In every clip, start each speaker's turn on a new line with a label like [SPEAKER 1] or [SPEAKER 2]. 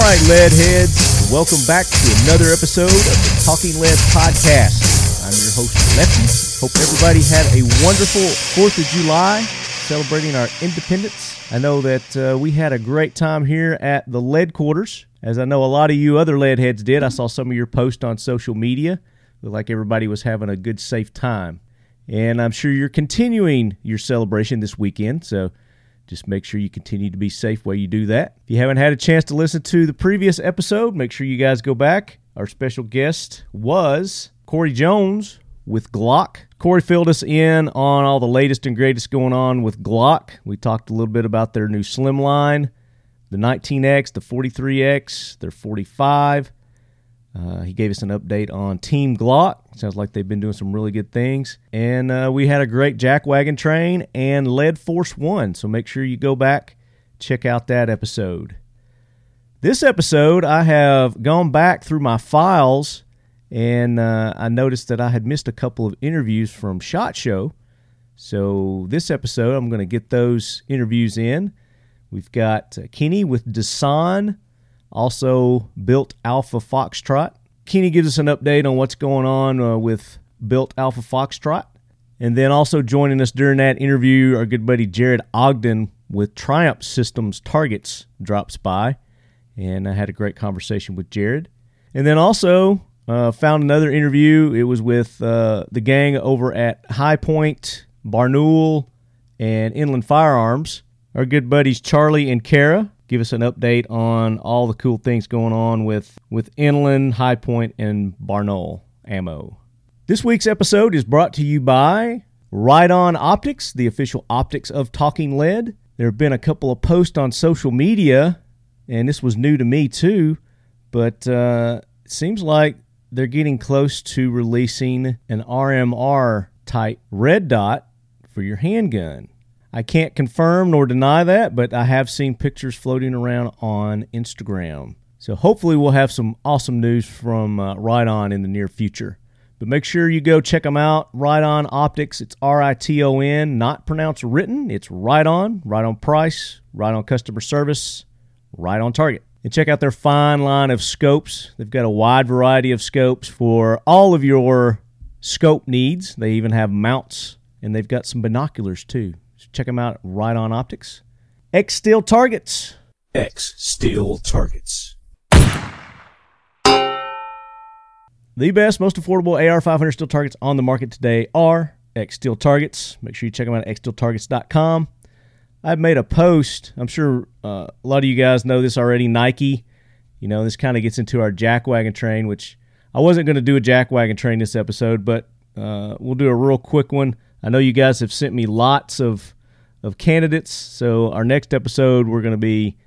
[SPEAKER 1] right, lead heads, welcome back to another episode of the Talking Lead Podcast. I'm your host, Lefty. Hope everybody had a wonderful 4th of July celebrating our independence. I know that uh, we had a great time here at the lead quarters, as I know a lot of you other lead heads did. I saw some of your posts on social media. Looked like everybody was having a good, safe time. And I'm sure you're continuing your celebration this weekend. So just make sure you continue to be safe while you do that. If you haven't had a chance to listen to the previous episode, make sure you guys go back. Our special guest was Corey Jones with Glock. Corey filled us in on all the latest and greatest going on with Glock. We talked a little bit about their new slimline, the 19X, the 43X, their 45. Uh, he gave us an update on Team Glock. Sounds like they've been doing some really good things. And uh, we had a great Jack Wagon Train and Lead Force One. So make sure you go back, check out that episode. This episode, I have gone back through my files and uh, I noticed that I had missed a couple of interviews from Shot Show. So this episode, I'm going to get those interviews in. We've got uh, Kenny with Dasan also Built Alpha Foxtrot. Keeney gives us an update on what's going on uh, with Built Alpha Foxtrot. And then also joining us during that interview, our good buddy Jared Ogden with Triumph Systems Targets drops by. And I had a great conversation with Jared. And then also uh, found another interview. It was with uh, the gang over at High Point, Barnul, and Inland Firearms. Our good buddies Charlie and Kara give us an update on all the cool things going on with, with Inland, High Point, and Barnol ammo. This week's episode is brought to you by Right On Optics, the official optics of Talking Lead. There have been a couple of posts on social media, and this was new to me too, but uh, it seems like they're getting close to releasing an RMR type red dot for your handgun. I can't confirm nor deny that, but I have seen pictures floating around on Instagram. So hopefully we'll have some awesome news from uh, Right On in the near future. But make sure you go check them out. Right On Optics. It's R I T O N, not pronounced written. It's Right On, Right On Price, Right On Customer Service, Right On Target. And check out their fine line of scopes. They've got a wide variety of scopes for all of your scope needs. They even have mounts, and they've got some binoculars too. So check them out at Right On Optics. X Steel Targets.
[SPEAKER 2] X Steel Targets.
[SPEAKER 1] The best, most affordable AR 500 steel targets on the market today are X Steel Targets. Make sure you check them out at xsteeltargets.com. I've made a post. I'm sure uh, a lot of you guys know this already. Nike, you know, this kind of gets into our jack wagon train, which I wasn't going to do a jack wagon train this episode, but uh, we'll do a real quick one. I know you guys have sent me lots of of candidates, so our next episode we're going to be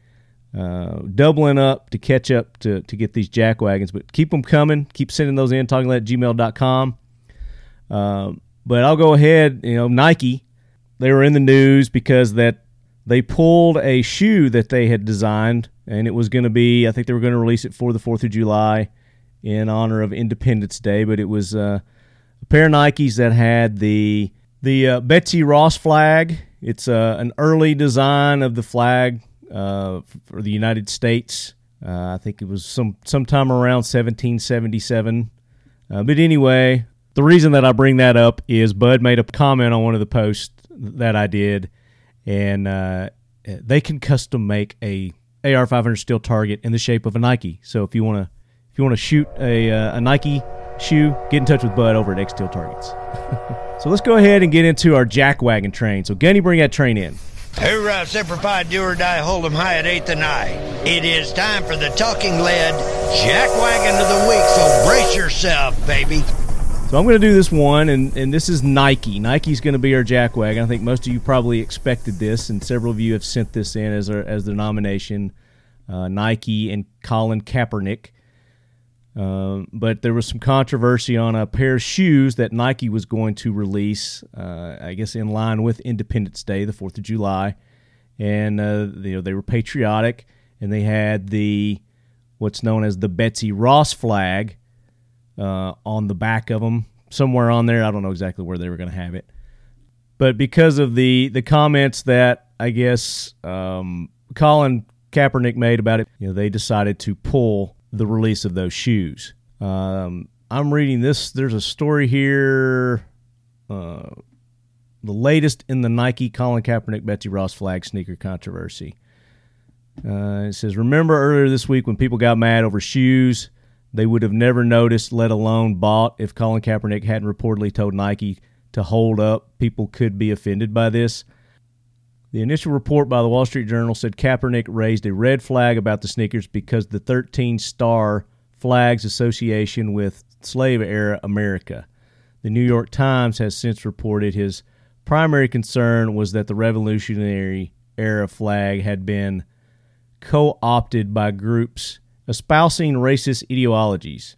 [SPEAKER 1] uh, doubling up to catch up to to get these jack wagons. But keep them coming. Keep sending those in. Talking at gmail.com. Um, but I'll go ahead. You know, Nike, they were in the news because that they pulled a shoe that they had designed, and it was going to be. I think they were going to release it for the Fourth of July in honor of Independence Day, but it was. Uh, a pair of Nikes that had the the uh, Betsy Ross flag. It's uh, an early design of the flag uh, for the United States. Uh, I think it was some sometime around 1777. Uh, but anyway, the reason that I bring that up is Bud made a comment on one of the posts that I did, and uh, they can custom make a AR 500 steel target in the shape of a Nike. So if you want to if you want to shoot a, uh, a Nike shoe, get in touch with Bud over at X Steel Targets. so let's go ahead and get into our jack wagon train. So Gunny, bring that train in.
[SPEAKER 3] Hoorah, Semper Fi, do or die, hold 'em high at eighth and I. It is time for the talking lead jack wagon of the week, so brace yourself, baby.
[SPEAKER 1] So I'm going to do this one, and, and this is Nike. Nike's going to be our jack wagon. I think most of you probably expected this, and several of you have sent this in as their, as their nomination. Uh, Nike and Colin Kaepernick. Um, but there was some controversy on a pair of shoes that Nike was going to release, uh, I guess in line with Independence Day, the 4th of July. And uh, you know, they were patriotic, and they had the what's known as the Betsy Ross flag uh, on the back of them, somewhere on there. I don't know exactly where they were going to have it. But because of the, the comments that I guess um, Colin Kaepernick made about it, you know, they decided to pull the release of those shoes. Um, I'm reading this. There's a story here. Uh, the latest in the Nike Colin Kaepernick Betsy Ross flag sneaker controversy. Uh, it says, Remember earlier this week when people got mad over shoes they would have never noticed, let alone bought, if Colin Kaepernick hadn't reportedly told Nike to hold up. People could be offended by this. The initial report by the Wall Street Journal said Kaepernick raised a red flag about the sneakers because the 13 star flag's association with slave era America. The New York Times has since reported his primary concern was that the Revolutionary era flag had been co opted by groups espousing racist ideologies.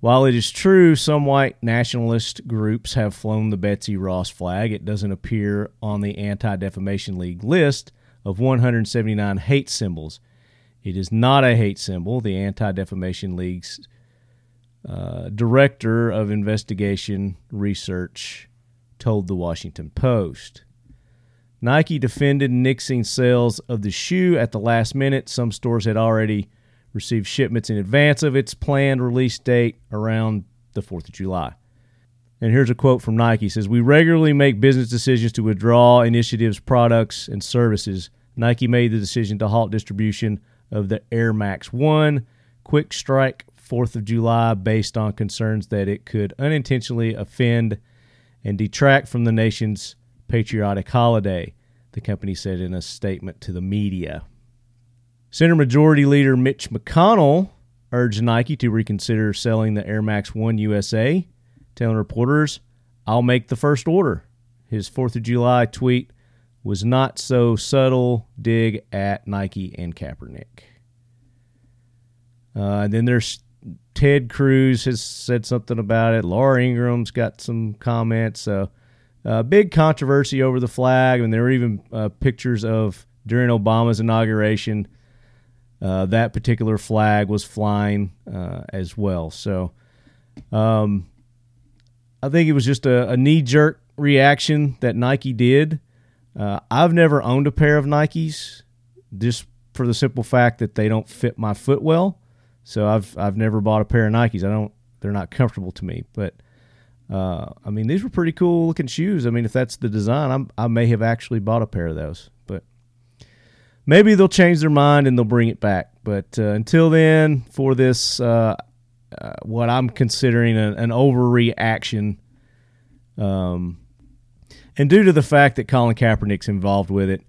[SPEAKER 1] While it is true some white nationalist groups have flown the Betsy Ross flag, it doesn't appear on the Anti Defamation League list of 179 hate symbols. It is not a hate symbol. The Anti Defamation League's uh, director of investigation research told the Washington Post. Nike defended nixing sales of the shoe at the last minute. Some stores had already received shipments in advance of its planned release date around the 4th of July. And here's a quote from Nike It says, "We regularly make business decisions to withdraw initiatives, products, and services. Nike made the decision to halt distribution of the Air Max 1 Quick Strike 4th of July based on concerns that it could unintentionally offend and detract from the nation's patriotic holiday," the company said in a statement to the media. Senate Majority Leader Mitch McConnell urged Nike to reconsider selling the Air Max 1 USA, telling reporters, I'll make the first order. His 4th of July tweet was not so subtle dig at Nike and Kaepernick. Uh, and then there's Ted Cruz has said something about it. Laura Ingram's got some comments. So, uh, big controversy over the flag. And there were even uh, pictures of during Obama's inauguration uh, that particular flag was flying uh, as well. So um, I think it was just a, a knee jerk reaction that Nike did. Uh, I've never owned a pair of Nikes just for the simple fact that they don't fit my foot well. So I've I've never bought a pair of Nikes. I don't they're not comfortable to me. But uh, I mean these were pretty cool looking shoes. I mean if that's the design, I'm, I may have actually bought a pair of those. But maybe they'll change their mind and they'll bring it back. But uh, until then, for this, uh, uh, what I'm considering an, an overreaction, um, and due to the fact that Colin Kaepernick's involved with it,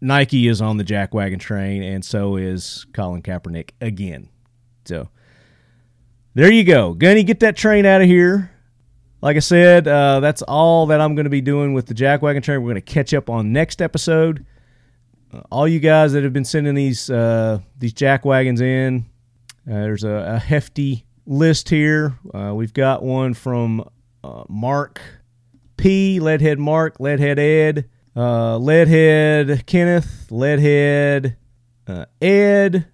[SPEAKER 1] Nike is on the jackwagon train, and so is Colin Kaepernick again. So there you go, Gunny. Get that train out of here. Like I said, uh, that's all that I'm going to be doing with the jackwagon train. We're going to catch up on next episode Uh, all you guys that have been sending these uh, these jack wagons in, uh, there's a, a hefty list here. Uh, we've got one from uh, Mark P, Leadhead Mark, Leadhead Ed, uh, Leadhead Kenneth, Leadhead uh, Ed,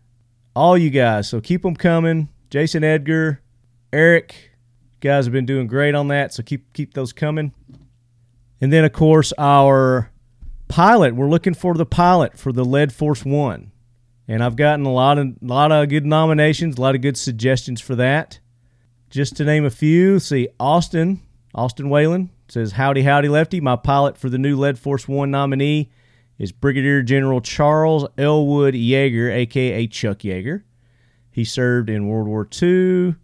[SPEAKER 1] all you guys. So keep them coming. Jason Edgar, Eric, you guys have been doing great on that. So keep keep those coming. And then of course our pilot. We're looking for the pilot for the Lead Force One, and I've gotten a lot of lot of good nominations, a lot of good suggestions for that. Just to name a few, see Austin, Austin Whalen says, "Howdy, howdy, Lefty. My pilot for the new Lead Force One nominee is Brigadier General Charles Elwood Yeager, aka Chuck Yeager. He served in World War II."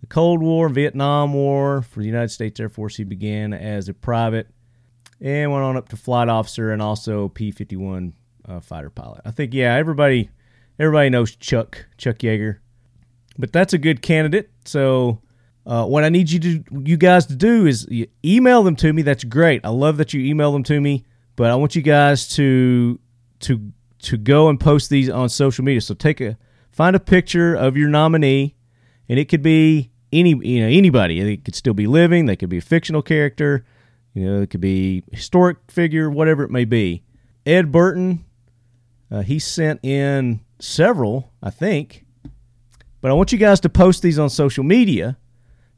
[SPEAKER 1] The Cold War, Vietnam War. For the United States Air Force, he began as a private and went on up to flight officer and also P fifty one fighter pilot. I think yeah, everybody everybody knows Chuck Chuck Yeager, but that's a good candidate. So uh, what I need you to you guys to do is you email them to me. That's great. I love that you email them to me, but I want you guys to to to go and post these on social media. So take a find a picture of your nominee, and it could be any you know anybody. They could still be living. They could be a fictional character. You know, it could be historic figure, whatever it may be. Ed Burton, uh, he sent in several, I think. But I want you guys to post these on social media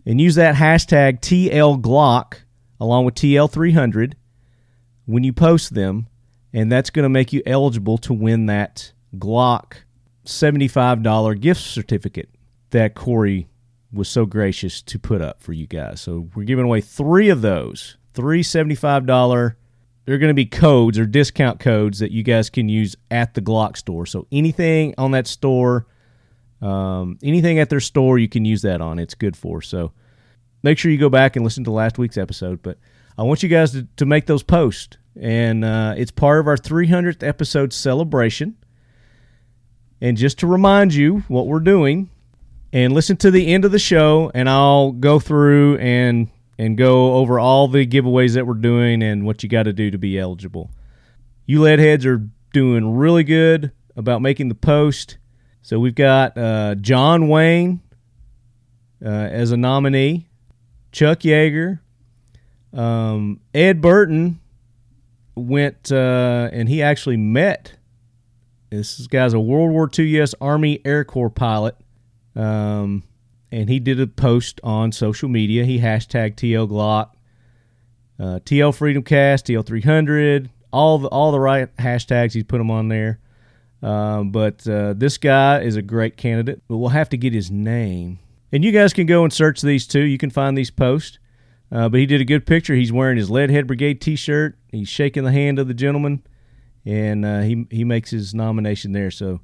[SPEAKER 1] and use that hashtag TLGlock along with TL300 when you post them, and that's going to make you eligible to win that Glock $75 gift certificate that Corey was so gracious to put up for you guys. So we're giving away three of those. Three $75. They're going to be codes or discount codes that you guys can use at the Glock store. So anything on that store, um, anything at their store, you can use that on. It's good for. So make sure you go back and listen to last week's episode. But I want you guys to, to make those posts. And uh, it's part of our 300th episode celebration. And just to remind you what we're doing, and listen to the end of the show, and I'll go through and and go over all the giveaways that we're doing and what you got to do to be eligible. You lead heads are doing really good about making the post. So we've got uh, John Wayne uh, as a nominee, Chuck Yeager, um, Ed Burton went uh, and he actually met. This guy's a World War II U.S. Army Air Corps pilot, um, and he did a post on social media. He hashtagged TL Glock, uh, TL Freedom Cast, TL three hundred, all the all the right hashtags. He's put them on there. Um, but uh, this guy is a great candidate, but we'll have to get his name. And you guys can go and search these too. You can find these posts. Uh, but he did a good picture. He's wearing his Leadhead Brigade T-shirt. He's shaking the hand of the gentleman, and uh, he he makes his nomination there. So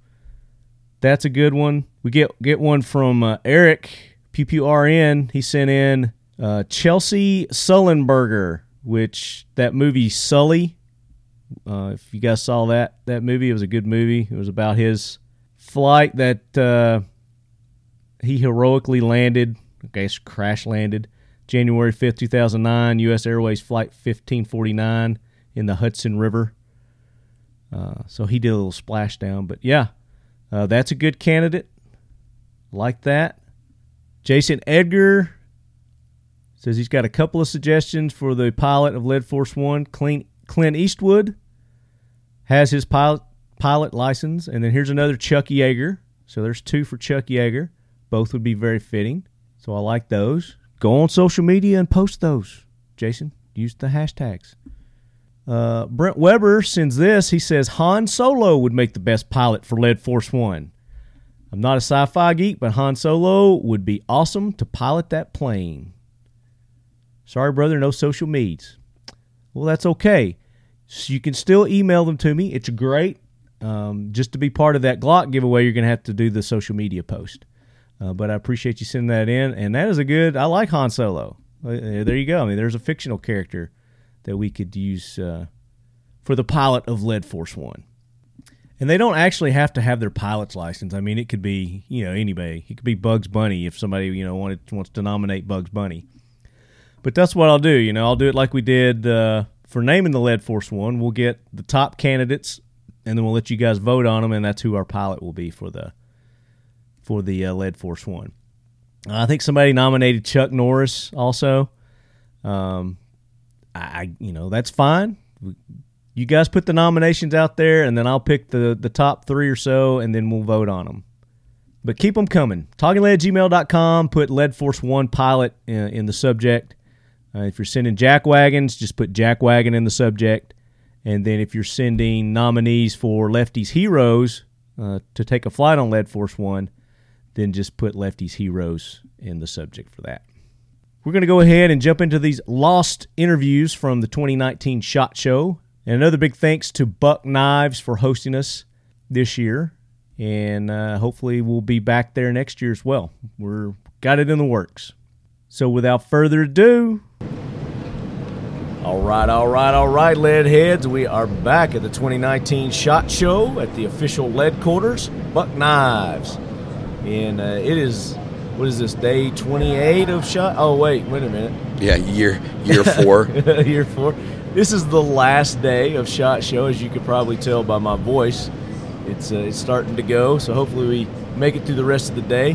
[SPEAKER 1] that's a good one. We get get one from uh, Eric PPRN. He sent in uh, Chelsea Sullenberger, which that movie Sully. Uh, if you guys saw that that movie, it was a good movie. It was about his flight that uh, he heroically landed. Okay, it's crash landed January fifth, two thousand nine, U.S. Airways Flight fifteen forty nine in the Hudson River. Uh, so he did a little splashdown, but yeah, uh, that's a good candidate. Like that. Jason Edgar says he's got a couple of suggestions for the pilot of Lead Force One. Clint, Clint Eastwood has his pilot pilot license, and then here's another Chuck Yeager. So there's two for Chuck Yeager. Both would be very fitting. So I like those. Go on social media and post those, Jason. Use the hashtags. Uh, Brent Weber sends this. He says Han Solo would make the best pilot for Lead Force One. I'm not a sci-fi geek, but Han Solo would be awesome to pilot that plane. Sorry, brother, no social meds. Well, that's okay. So you can still email them to me. It's great. Um, just to be part of that Glock giveaway, you're going to have to do the social media post. Uh, but I appreciate you sending that in, and that is a good. I like Han Solo. Uh, there you go. I mean, there's a fictional character that we could use uh, for the pilot of Lead Force One. And they don't actually have to have their pilot's license. I mean, it could be you know anybody. It could be Bugs Bunny if somebody you know wanted wants to nominate Bugs Bunny. But that's what I'll do. You know, I'll do it like we did uh, for naming the Lead Force One. We'll get the top candidates, and then we'll let you guys vote on them, and that's who our pilot will be for the for the uh, Lead Force One. Uh, I think somebody nominated Chuck Norris also. Um, I, I you know that's fine. You guys put the nominations out there, and then I'll pick the the top three or so, and then we'll vote on them. But keep them coming. TalkingLeadGmail.com. Put Lead Force One pilot in, in the subject. Uh, if you're sending jack wagons, just put jack wagon in the subject. And then if you're sending nominees for Lefty's Heroes uh, to take a flight on Lead Force One, then just put Lefty's Heroes in the subject for that. We're going to go ahead and jump into these lost interviews from the 2019 SHOT Show. And another big thanks to Buck Knives for hosting us this year. And uh, hopefully we'll be back there next year as well. We're got it in the works. So without further ado, all right, all right, all right, lead heads. We are back at the 2019 SHOT Show at the official lead quarters, Buck Knives. And uh, it is, what is this, day 28 of SHOT? Oh, wait, wait a minute.
[SPEAKER 4] Yeah, year year four.
[SPEAKER 1] year four. This is the last day of Shot Show, as you could probably tell by my voice. It's uh, it's starting to go, so hopefully we make it through the rest of the day.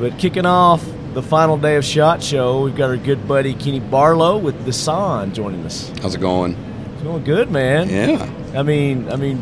[SPEAKER 1] But kicking off the final day of Shot Show, we've got our good buddy Kenny Barlow with the San joining us.
[SPEAKER 4] How's it going?
[SPEAKER 1] It's going good, man.
[SPEAKER 4] Yeah,
[SPEAKER 1] I mean, I mean,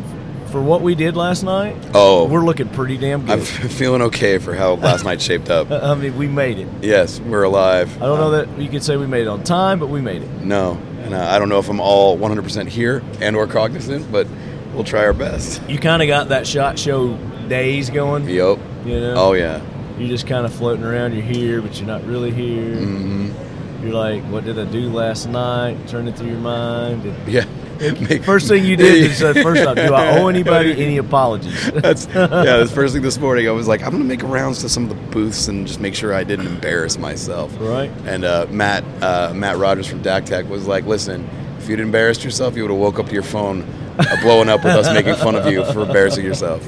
[SPEAKER 1] for what we did last night,
[SPEAKER 4] Oh.
[SPEAKER 1] we're looking pretty damn
[SPEAKER 4] I'm
[SPEAKER 1] good.
[SPEAKER 4] feeling okay for how last night shaped up.
[SPEAKER 1] I mean, we made it.
[SPEAKER 4] Yes, we're alive.
[SPEAKER 1] I don't know that you could say we made it on time, but we made it.
[SPEAKER 4] No, and uh, I don't know if I'm all 100% here and or cognizant, but We'll try our best.
[SPEAKER 1] You kind of got that shot show days going.
[SPEAKER 4] Yup.
[SPEAKER 1] You know?
[SPEAKER 4] Oh yeah.
[SPEAKER 1] You're just kind of floating around. You're here, but you're not really here.
[SPEAKER 4] Mm-hmm.
[SPEAKER 1] You're like, what did I do last night? Turn it through your mind. And
[SPEAKER 4] Yeah. Make-
[SPEAKER 1] first thing you did is uh, first off, do I owe anybody any apologies?
[SPEAKER 4] That's yeah. The first thing this morning, I was like, I'm gonna make rounds to some of the booths and just make sure I didn't embarrass myself.
[SPEAKER 1] Right.
[SPEAKER 4] And uh, Matt uh, Matt Rogers from DacTac was like, listen, if you'd embarrassed yourself, you would have woke up to your phone uh, blowing up with us making fun of you for embarrassing yourself.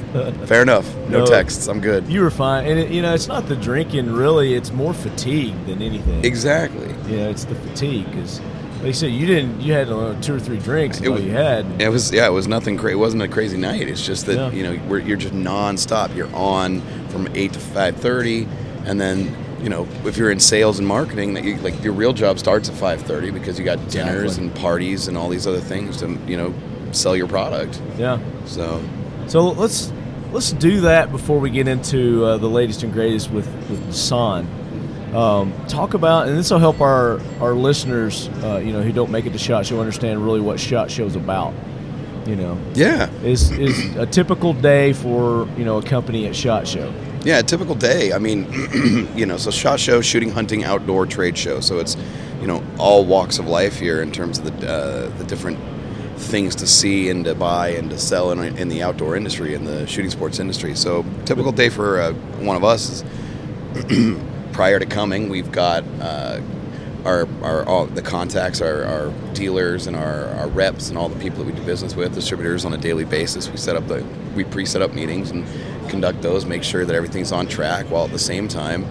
[SPEAKER 4] Fair enough. No,
[SPEAKER 1] No.
[SPEAKER 4] texts. I'm good.
[SPEAKER 1] you were fine, and it, you know it's not the drinking really; it's more fatigue than anything.
[SPEAKER 4] exactly.
[SPEAKER 1] You know, it's the fatigue because, like you said, you didn't. You had uh, two or three drinks. is
[SPEAKER 4] It
[SPEAKER 1] all
[SPEAKER 4] was-
[SPEAKER 1] you had.
[SPEAKER 4] It was yeah. It was nothing crazy. It wasn't a crazy night. It's just that
[SPEAKER 1] Yeah.
[SPEAKER 4] you know we're, you're just nonstop. You're on from eight to five thirty, and then you know if you're in sales and marketing, that you, like your real job starts at five thirty because you got dinners
[SPEAKER 1] Exactly.
[SPEAKER 4] and parties and all these other things to you know sell your product.
[SPEAKER 1] Yeah.
[SPEAKER 4] So
[SPEAKER 1] So let's let's do that before we get into uh, the latest and greatest with with Nissan. Um, talk about, and this will help our our listeners, uh, you know, who don't make it to Shot Show understand really what Shot Show's about. You know,
[SPEAKER 4] yeah,
[SPEAKER 1] is is a typical day for you know a company at Shot Show.
[SPEAKER 4] Yeah, a typical day. I mean, you know, so shot show, shooting, hunting, outdoor trade show. So it's, you know, all walks of life here in terms of the uh, the different things to see and to buy and to sell in, in the outdoor industry in the shooting sports industry. So typical day for uh, one of us is prior to coming, we've got uh, our, our all the contacts, our, our dealers, and our, our reps, and all the people that we do business with, distributors on a daily basis. We set up the we pre-set up meetings and conduct those, make sure that everything's on track, while at the same time,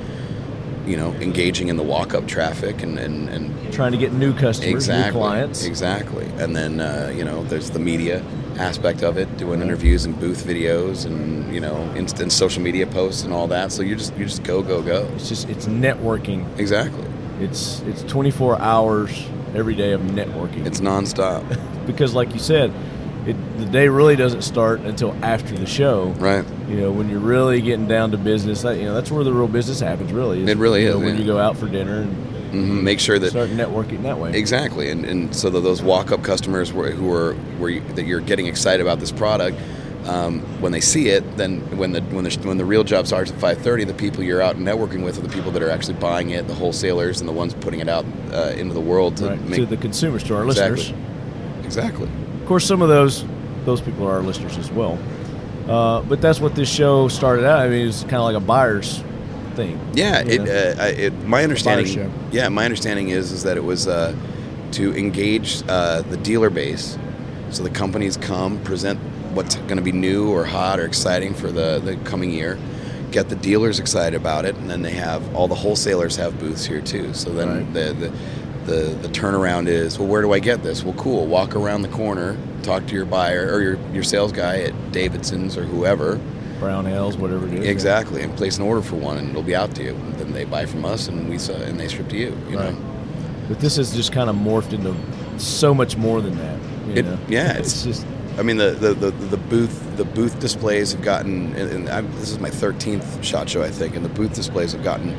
[SPEAKER 4] you know, engaging in the walk-up traffic and and, and
[SPEAKER 1] Trying to get new customers,
[SPEAKER 4] exactly
[SPEAKER 1] new clients.
[SPEAKER 4] exactly. And then uh, you know, there's the media aspect of it, doing interviews and booth videos, and you know, instant social media posts and all that. So you just you just go go go.
[SPEAKER 1] It's just it's networking.
[SPEAKER 4] Exactly.
[SPEAKER 1] It's it's 24 hours every day of networking.
[SPEAKER 4] It's nonstop.
[SPEAKER 1] because, like you said, it, the day really doesn't start until after the show.
[SPEAKER 4] Right.
[SPEAKER 1] You know, when you're really getting down to business, that you know that's where the real business happens. Really,
[SPEAKER 4] It really
[SPEAKER 1] you know,
[SPEAKER 4] is,
[SPEAKER 1] when
[SPEAKER 4] yeah.
[SPEAKER 1] you go out for dinner and
[SPEAKER 4] hmm Make sure that
[SPEAKER 1] start networking that way.
[SPEAKER 4] exactly, and, and so that those walk-up customers were, who are where you, that you're getting excited about this product, um, when they see it, then when the when the when the real job starts at 5:30, the people you're out networking with are the people that are actually buying it, the wholesalers, and the ones putting it out uh, into the world to
[SPEAKER 1] right,
[SPEAKER 4] make
[SPEAKER 1] to the consumers, to our
[SPEAKER 4] exactly,
[SPEAKER 1] listeners.
[SPEAKER 4] exactly.
[SPEAKER 1] Of course, some of those those people are our listeners as well. Uh, but that's what this show started out. I mean, it's kind of like a buyer's thing.
[SPEAKER 4] Yeah,
[SPEAKER 1] you
[SPEAKER 4] it,
[SPEAKER 1] know?
[SPEAKER 4] uh, I- it. My
[SPEAKER 1] show.
[SPEAKER 4] understanding. Yeah, my understanding is is that it was uh, to engage uh, the dealer base, so the companies come present what's going to be new or hot or exciting for the the coming year, get the dealers excited about it, and then they have all the wholesalers have booths here too. So then
[SPEAKER 1] Right.
[SPEAKER 4] the. the the, the turnaround is well where do i get this well cool walk around the corner talk to your buyer or your, your sales guy at davidson's or whoever
[SPEAKER 1] brown ales, whatever it is.
[SPEAKER 4] uh, Exactly, and place an order for one, and it'll be out to you. And then they buy from us, and we sell, and they ship to you. You
[SPEAKER 1] Right.
[SPEAKER 4] know,
[SPEAKER 1] But this has just kind of morphed into so much more than that. You
[SPEAKER 4] It-
[SPEAKER 1] know?
[SPEAKER 4] yeah,
[SPEAKER 1] it's,
[SPEAKER 4] it's-
[SPEAKER 1] just
[SPEAKER 4] I mean the the, the, the booth the booth displays have gotten, and, and I'm, this is my 13th shot show, I think, and the booth displays have gotten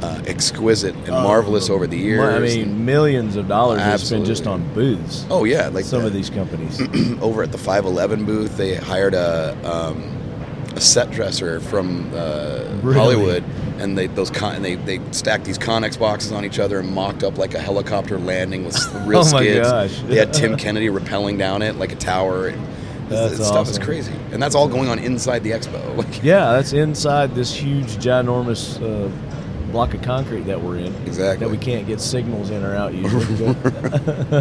[SPEAKER 4] uh, exquisite and marvelous over the years.
[SPEAKER 1] Oh, I mean, millions of dollars have spent
[SPEAKER 4] Absolutely.
[SPEAKER 1] just on booths.
[SPEAKER 4] oh yeah, like
[SPEAKER 1] some
[SPEAKER 4] the-
[SPEAKER 1] of these companies.
[SPEAKER 4] over at the 511 booth, they hired a, um, a set dresser from uh,
[SPEAKER 1] Really?
[SPEAKER 4] Hollywood, and they those con- and they, they stacked these Connex boxes on each other and mocked up like a helicopter landing with s- real
[SPEAKER 1] Oh my
[SPEAKER 4] skids.
[SPEAKER 1] gosh.
[SPEAKER 4] They had Tim Kennedy rappelling down it like a tower. And
[SPEAKER 1] That's
[SPEAKER 4] this stuff is
[SPEAKER 1] awesome.
[SPEAKER 4] crazy, and that's all going on inside the expo. Like,
[SPEAKER 1] yeah, that's inside this huge, ginormous uh, block of concrete that we're in.
[SPEAKER 4] Exactly.
[SPEAKER 1] That we can't get signals in or out usually.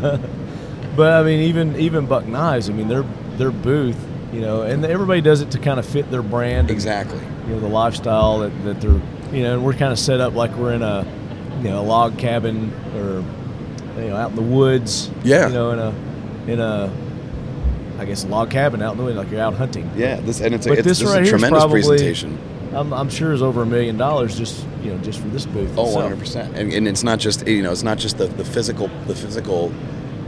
[SPEAKER 1] but I mean, even even Buck Knives. I mean, their their booth, you know, and everybody does it to kind of fit their brand. and,
[SPEAKER 4] exactly.
[SPEAKER 1] you know, the lifestyle that, that they're, you know, and we're kind of set up like we're in a, you know, a log cabin or, you know, out in the woods.
[SPEAKER 4] Yeah.
[SPEAKER 1] You know, in a, in a, I guess log cabin out in the woods, like you're out hunting.
[SPEAKER 4] Yeah, this and it's a,
[SPEAKER 1] But
[SPEAKER 4] it's,
[SPEAKER 1] this
[SPEAKER 4] this is
[SPEAKER 1] right
[SPEAKER 4] a
[SPEAKER 1] here is
[SPEAKER 4] tremendous
[SPEAKER 1] probably-
[SPEAKER 4] presentation.
[SPEAKER 1] I'm, I'm sure is over a million dollars just, you know, just for this booth.
[SPEAKER 4] Oh,
[SPEAKER 1] itself.
[SPEAKER 4] 100 percent. And and it's not just you know it's not just the, the physical the physical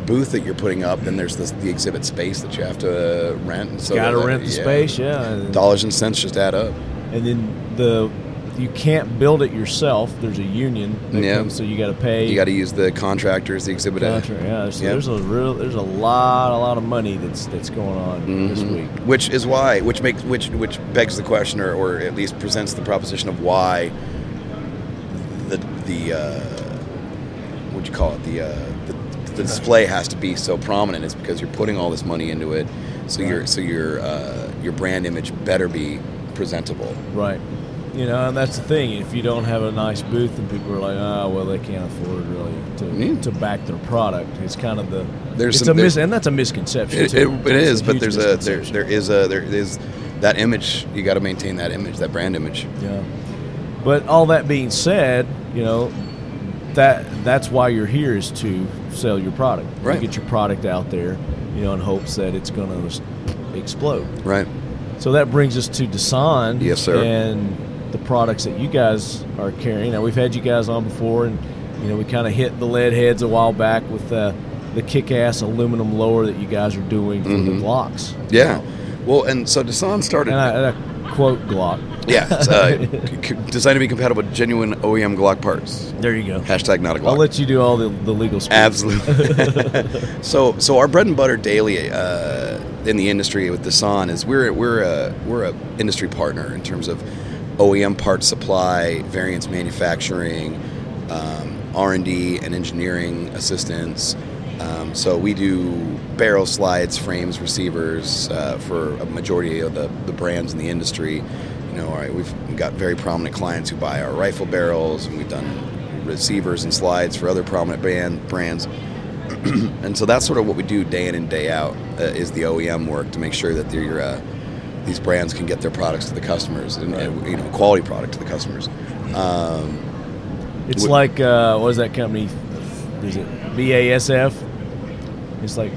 [SPEAKER 4] booth that you're putting up. Then there's this, the exhibit space that you have to rent. And so
[SPEAKER 1] Gotta
[SPEAKER 4] that-
[SPEAKER 1] rent the space, yeah. And,
[SPEAKER 4] Dollars and cents just add up.
[SPEAKER 1] and then the you can't build it yourself. There's a union, that
[SPEAKER 4] Yeah.
[SPEAKER 1] comes, so you got to pay.
[SPEAKER 4] You got to use the contractors, the exhibit. A.
[SPEAKER 1] Gotcha, Yeah, so
[SPEAKER 4] Yep.
[SPEAKER 1] there's a real, there's a lot, a lot of money that's that's going on this
[SPEAKER 4] Mhm.
[SPEAKER 1] week.
[SPEAKER 4] which is why, which makes, which which begs the question, or, or at least presents the proposition of why the the uh, what do you call it the, uh, the the display has to be so prominent is because you're putting all this money into it, so your so your uh, your brand image better be presentable.
[SPEAKER 1] Right. You know, and that's the thing. If you don't have a nice booth, and people are like, "Ah, well, they can't afford really to,
[SPEAKER 4] Yeah.
[SPEAKER 1] to back their product," it's kind of the
[SPEAKER 4] There's
[SPEAKER 1] it's
[SPEAKER 4] some-
[SPEAKER 1] a
[SPEAKER 4] there-
[SPEAKER 1] mis- and that's a misconception.
[SPEAKER 4] It,
[SPEAKER 1] too.
[SPEAKER 4] it, it
[SPEAKER 1] It's
[SPEAKER 4] is, but
[SPEAKER 1] huge
[SPEAKER 4] there's a there,
[SPEAKER 1] misconception.
[SPEAKER 4] there is a there is that image. You got to maintain that image, that brand image.
[SPEAKER 1] Yeah. But all that being said, you know, that that's why you're here is to sell your product, to
[SPEAKER 4] Right.
[SPEAKER 1] get your product out there, you know, in hopes that it's going to explode.
[SPEAKER 4] Right.
[SPEAKER 1] So that brings us to Dasan.
[SPEAKER 4] Yes, sir.
[SPEAKER 1] And the products that you guys are carrying. Now we've had you guys on before, and you know we kind of hit the lead heads a while back with uh, the kick-ass aluminum lower that you guys are doing for
[SPEAKER 4] Mm-hmm.
[SPEAKER 1] the Glocks.
[SPEAKER 4] Yeah. Well, and so Dasan started.
[SPEAKER 1] And I, and I quote Glock.
[SPEAKER 4] Yeah, it's, uh, c- c- designed to be compatible with genuine OEM Glock parts.
[SPEAKER 1] There you go.
[SPEAKER 4] Hashtag not a Glock.
[SPEAKER 1] I'll let you do all the, the legal speak.
[SPEAKER 4] Absolutely. so, so our bread and butter daily uh, in the industry with Dasan is we're we're a we're a industry partner in terms of OEM part supply, variance manufacturing, um, R and D, and engineering assistance. Um, so we do barrel slides, frames, receivers uh, for a majority of the, the brands in the industry. You know, all right, we've got very prominent clients who buy our rifle barrels, and we've done receivers and slides for other prominent brand brands. and so that's sort of what we do day in and day out uh, is the OEM work to make sure that they're your, uh, these brands can get their products to the customers and, and, you know quality product to the customers. Um,
[SPEAKER 1] It's
[SPEAKER 4] Wh-
[SPEAKER 1] like uh, what is that company? Is it BASF? It's like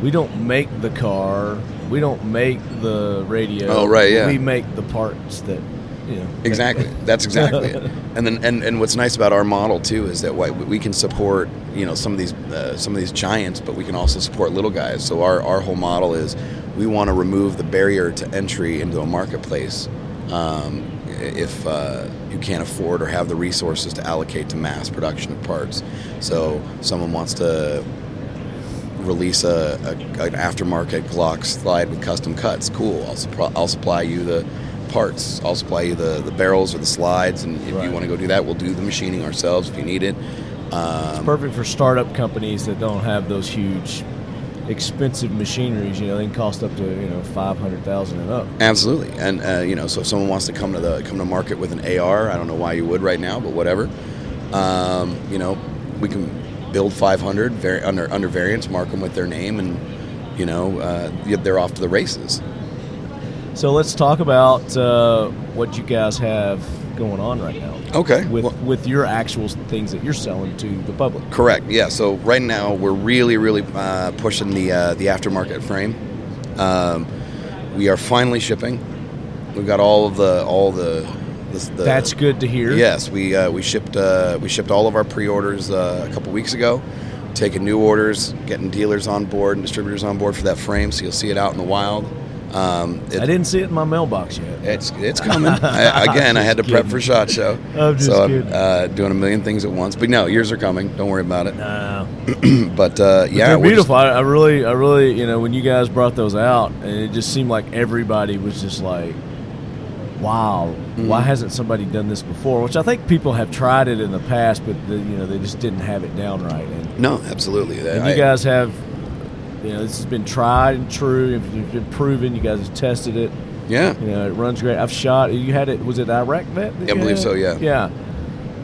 [SPEAKER 1] we don't make the car, we don't make the radio.
[SPEAKER 4] Oh, right, yeah.
[SPEAKER 1] We make the parts that you know. that-
[SPEAKER 4] exactly. That's exactly it. And then and, and what's nice about our model too is that why we can support you know some of these uh, some of these giants, but we can also support little guys. So our our whole model is we want to remove the barrier to entry into a marketplace. Um, if uh, you can't afford or have the resources to allocate to mass production of parts, so someone wants to release a, a an aftermarket Glock slide with custom cuts. Cool. I'll, suppl- I'll supply you the parts. I'll supply you the, the barrels or the slides, and if
[SPEAKER 1] Right.
[SPEAKER 4] you want to go do that, we'll do the machining ourselves if you need it.
[SPEAKER 1] It's
[SPEAKER 4] Um,
[SPEAKER 1] perfect for startup companies that don't have those huge, expensive machineries. You know, they can cost up to you know five hundred thousand and up.
[SPEAKER 4] absolutely. And uh, you know, so if someone wants to come to the come to market with an AR, I don't know why you would right now, but whatever. Um, you know, we can build 500 vari- under under variants, mark them with their name, and you know, uh, they're off to the races.
[SPEAKER 1] So let's talk about uh, what you guys have going on right now.
[SPEAKER 4] Okay.
[SPEAKER 1] With
[SPEAKER 4] Oh, Well-
[SPEAKER 1] with your actual things that you're selling to the public.
[SPEAKER 4] Correct. Yeah. So right now we're really, really uh, pushing the uh, the aftermarket frame. Um, we are finally shipping. We've got all of the all the. This, the
[SPEAKER 1] That's good to hear.
[SPEAKER 4] Yes, we uh, we shipped uh, we shipped all of our pre-orders uh, a couple weeks ago. Taking new orders, getting dealers on board and distributors on board for that frame, so you'll see it out in the wild. Um, it-
[SPEAKER 1] I didn't see it in my mailbox yet.
[SPEAKER 4] it's it's coming. I, again, I had to prep for shot show,
[SPEAKER 1] I'm just
[SPEAKER 4] so
[SPEAKER 1] kidding.
[SPEAKER 4] I'm uh, doing a million things at once. But no, yours are coming. Don't worry about it.
[SPEAKER 1] No,
[SPEAKER 4] But uh, yeah,
[SPEAKER 1] they're
[SPEAKER 4] we're just-
[SPEAKER 1] beautiful. I, I really, I really, you know, when you guys brought those out, and it just seemed like everybody was just like, "Wow,
[SPEAKER 4] Mm-hmm.
[SPEAKER 1] why hasn't somebody done this before?" Which I think people have tried it in the past, but the, you know, they just didn't have it down right. And,
[SPEAKER 4] No, absolutely.
[SPEAKER 1] and
[SPEAKER 4] I-
[SPEAKER 1] you guys have, you know, this has been tried and true. If You've been proven. You guys have tested it.
[SPEAKER 4] yeah,
[SPEAKER 1] You know, it runs great. I've shot. You had it. Was it Iraq vet? that
[SPEAKER 4] Yeah, I
[SPEAKER 1] you
[SPEAKER 4] believe
[SPEAKER 1] had?
[SPEAKER 4] so, yeah.
[SPEAKER 1] Yeah.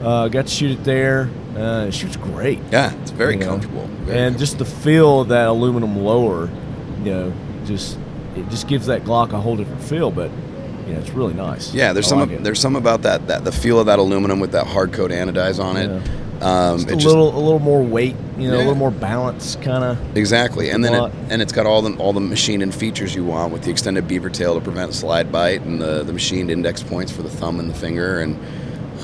[SPEAKER 1] Uh, got to shoot it there. Uh, it shoots great.
[SPEAKER 4] yeah, it's very
[SPEAKER 1] you know.
[SPEAKER 4] comfortable. Very
[SPEAKER 1] and just the feel of that aluminum lower, you know, just it just gives that Glock a whole different feel. But you know, it's really nice.
[SPEAKER 4] Yeah, there's
[SPEAKER 1] I
[SPEAKER 4] some
[SPEAKER 1] like it.
[SPEAKER 4] there's some about that that the feel of that aluminum with that hard coat anodize on it. Um,
[SPEAKER 1] just
[SPEAKER 4] it
[SPEAKER 1] a
[SPEAKER 4] just-
[SPEAKER 1] little a little more weight, you know, a
[SPEAKER 4] Yeah.
[SPEAKER 1] little more balance, kind of.
[SPEAKER 4] exactly, and then
[SPEAKER 1] lot.
[SPEAKER 4] it, and it's got all the all the machine and features you want with the extended beaver tail to prevent slide bite and the the machined index points for the thumb and the finger and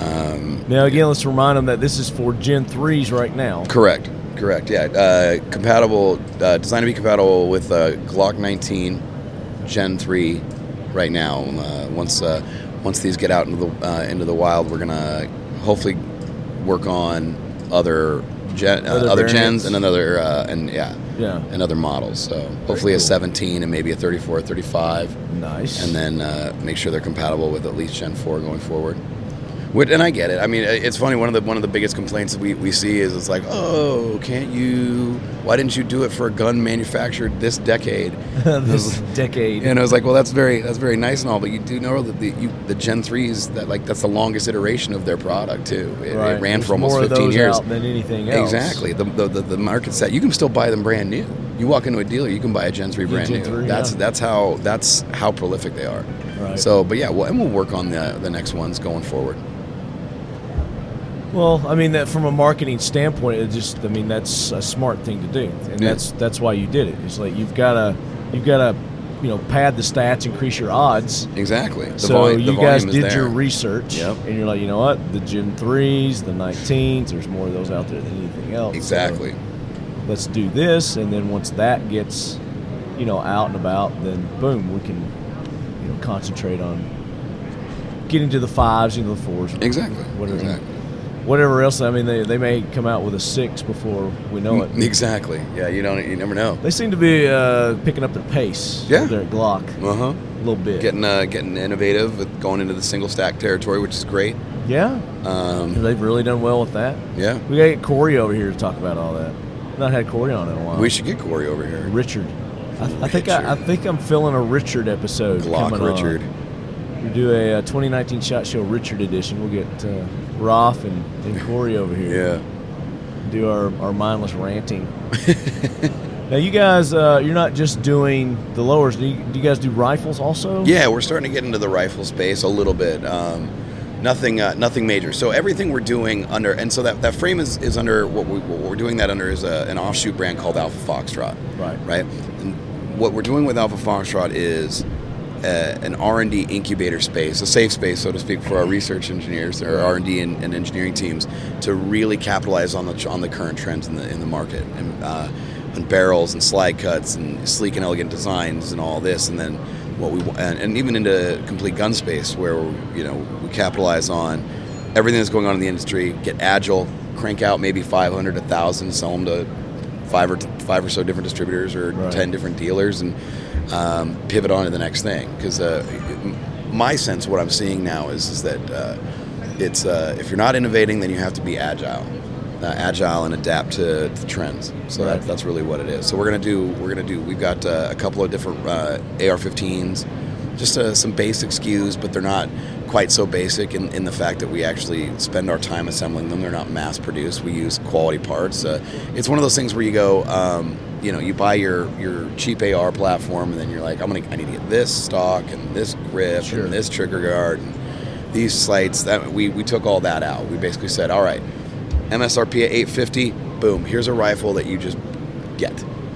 [SPEAKER 4] um,
[SPEAKER 1] Now again, let's remind them that this is for Gen threes right now.
[SPEAKER 4] correct correct yeah uh, compatible uh, designed to be compatible with Um, uh, Glock 19 Gen 3 right now. Uh, once uh, once these get out into the uh, into the wild, we're gonna hopefully work on other gen, uh,
[SPEAKER 1] Other
[SPEAKER 4] other,
[SPEAKER 1] variants.
[SPEAKER 4] gens and another uh, and yeah
[SPEAKER 1] Yeah.
[SPEAKER 4] and other models. So hopefully a 17 and maybe a 34, 35
[SPEAKER 1] Nice.
[SPEAKER 4] and then uh, make sure they're compatible with at least Gen four going forward. Which, and I get it. I mean, it- it's funny. One of the one of the biggest complaints we, we see is it's like, oh, can't you? Why didn't you do it for a gun manufactured this decade?
[SPEAKER 1] this decade.
[SPEAKER 4] And I was like, well, that's very that's very nice and all, but you do know that the you, the Gen threes that like that's the longest iteration of their product too. It, it
[SPEAKER 1] Right.
[SPEAKER 4] ran
[SPEAKER 1] There's
[SPEAKER 4] for almost
[SPEAKER 1] more of
[SPEAKER 4] fifteen
[SPEAKER 1] those
[SPEAKER 4] years.
[SPEAKER 1] out than anything else.
[SPEAKER 4] Exactly. The, the, the, the market set. You can still buy them brand new. You walk into a dealer, you can buy a Gen three brand
[SPEAKER 1] Gen
[SPEAKER 4] new.
[SPEAKER 1] 3,
[SPEAKER 4] that's
[SPEAKER 1] yeah.
[SPEAKER 4] that's how that's how prolific they are.
[SPEAKER 1] Right.
[SPEAKER 4] So, but yeah, well, and we'll work on the the next ones going forward.
[SPEAKER 1] Well, I mean that from a marketing standpoint, it just I mean that's a smart thing to do, and
[SPEAKER 4] Yeah.
[SPEAKER 1] that's that's why you did it. It's like you've got to you've got to you know pad the stats, increase your odds.
[SPEAKER 4] Exactly. The
[SPEAKER 1] so
[SPEAKER 4] volu- the
[SPEAKER 1] you guys
[SPEAKER 4] volume is
[SPEAKER 1] did
[SPEAKER 4] there.
[SPEAKER 1] your research,
[SPEAKER 4] Yep.
[SPEAKER 1] and you're like, you know what, the Gen threes, the nineteens, there's more of those out there than anything else. So
[SPEAKER 4] exactly.
[SPEAKER 1] let's do this, and then once that gets you know out and about, then boom, we can you know concentrate on getting to the fives, you know, the fours,
[SPEAKER 4] Exactly.
[SPEAKER 1] whatever,
[SPEAKER 4] Exactly.
[SPEAKER 1] whatever else. I mean, they, they may come out with a six before we know it.
[SPEAKER 4] Mm, Exactly. Yeah. You don't. You never know.
[SPEAKER 1] They seem to be uh, picking up their pace.
[SPEAKER 4] Yeah.
[SPEAKER 1] with their Glock
[SPEAKER 4] Uh huh.
[SPEAKER 1] a little bit.
[SPEAKER 4] Getting uh, getting innovative with going into the single stack territory, which is great.
[SPEAKER 1] yeah,
[SPEAKER 4] Um,
[SPEAKER 1] they've really done well with that.
[SPEAKER 4] yeah.
[SPEAKER 1] We gotta get Corey over here to talk about all that. Not had Corey on in a while.
[SPEAKER 4] We should get Corey over here.
[SPEAKER 1] Richard. I, I think I, I
[SPEAKER 4] Richard.
[SPEAKER 1] think I'm feeling a Richard episode
[SPEAKER 4] Glock
[SPEAKER 1] coming on.
[SPEAKER 4] Richard.
[SPEAKER 1] We do a, uh 2019 Shot Show Richard edition. We'll get uh, Roth and, and Corey over here.
[SPEAKER 4] Yeah.
[SPEAKER 1] do our, our mindless ranting. now, you guys, uh, you're not just doing the lowers. Do you, do you guys do rifles also?
[SPEAKER 4] Yeah, we're starting to get into the rifle space a little bit. Um, nothing, uh, nothing major. So everything we're doing under, and so that, that frame is, is under what, we, what we're doing that under is a, an offshoot brand called Alpha Foxtrot.
[SPEAKER 1] Right.
[SPEAKER 4] Right. And what we're doing with Alpha Foxtrot is uh, an R and D incubator space, a safe space, so to speak, for our research engineers or R and D and and engineering teams to really capitalize on the on the current trends in the in the market and. Uh, and barrels and slide cuts and sleek and elegant designs and all this and then what we wa- and, and even into complete gun space where you know we capitalize on everything that's going on in the industry get agile crank out maybe 500 1000 sell them to five or five or so different distributors or
[SPEAKER 1] Right.
[SPEAKER 4] ten different dealers and um, pivot on to the next thing. Because uh, m- my sense, what I'm seeing now is is that uh, it's uh, if you're not innovating, then you have to be agile, uh, agile and adapt to, to trends. So
[SPEAKER 1] Right.
[SPEAKER 4] that, that's really what it is. So we're gonna do we're gonna do we've got uh, a couple of different uh, AR-15s. Just uh, some basic SKUs, but they're not quite so basic in, in the fact that we actually spend our time assembling them. They're not mass produced. We use quality parts. Uh, it's one of those things where you go, um, you know, you buy your your cheap AR platform, and then you're like, I'm gonna, I need to get this stock and this grip
[SPEAKER 1] Sure.
[SPEAKER 4] and this trigger guard and these sights. That we we took all that out. We basically said, all right, MSRP at 850. Boom, here's a rifle that you just get,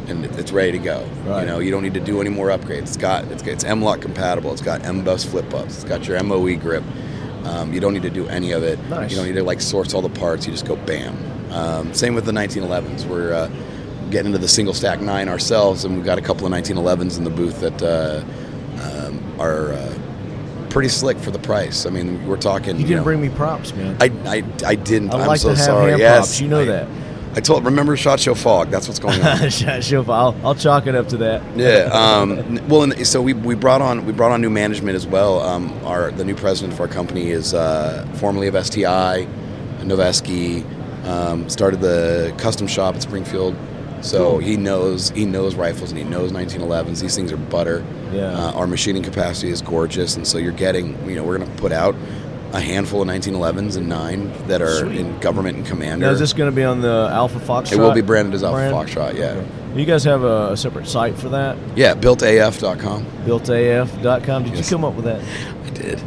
[SPEAKER 4] and it- it's ready to go.
[SPEAKER 1] Right.
[SPEAKER 4] You know, you don't need to do any more upgrades. It's got it's it's MLOC compatible. It's got MBUS flip ups. It's got your MOE grip. Um, you don't need to do any of it.
[SPEAKER 1] Nice.
[SPEAKER 4] You don't need to like source all the parts. You just go bam. Um, same with the 1911s. We're uh, getting into the single stack nine ourselves, and we've got a couple of 1911s in the booth that uh, um, are uh, pretty slick for the price. I mean, we're talking.
[SPEAKER 1] You didn't
[SPEAKER 4] know,
[SPEAKER 1] bring me props, man.
[SPEAKER 4] I, I, I didn't.
[SPEAKER 1] I'd
[SPEAKER 4] am
[SPEAKER 1] like
[SPEAKER 4] so
[SPEAKER 1] to have
[SPEAKER 4] sorry.
[SPEAKER 1] hand
[SPEAKER 4] yes,
[SPEAKER 1] props. You know
[SPEAKER 4] I-
[SPEAKER 1] that.
[SPEAKER 4] I told. Remember, shot show fog. That's what's going on.
[SPEAKER 1] Shot show. I'll, I'll chalk it up to that.
[SPEAKER 4] yeah. Um, n- well, and so we, we brought on we brought on new management as well. Um, our the new president of our company is uh, formerly of STI, Noveski. Um, started the custom shop at Springfield, so
[SPEAKER 1] Cool.
[SPEAKER 4] he knows he knows rifles and he knows 1911s. These things are butter.
[SPEAKER 1] Yeah.
[SPEAKER 4] Uh, our machining capacity is gorgeous, and so you're getting you know we're going to put out a handful of 1911s and nine that are
[SPEAKER 1] Sweet.
[SPEAKER 4] in government and commander.
[SPEAKER 1] Now, is this going to be on the Alpha Fox?
[SPEAKER 4] It will be branded as Alpha
[SPEAKER 1] brand?
[SPEAKER 4] Foxtrot, yeah.
[SPEAKER 1] You guys have a, a separate site for that?
[SPEAKER 4] Yeah, builtaf.com.
[SPEAKER 1] BuiltAF.com. Did
[SPEAKER 4] Yes.
[SPEAKER 1] you come up with that?
[SPEAKER 4] I did.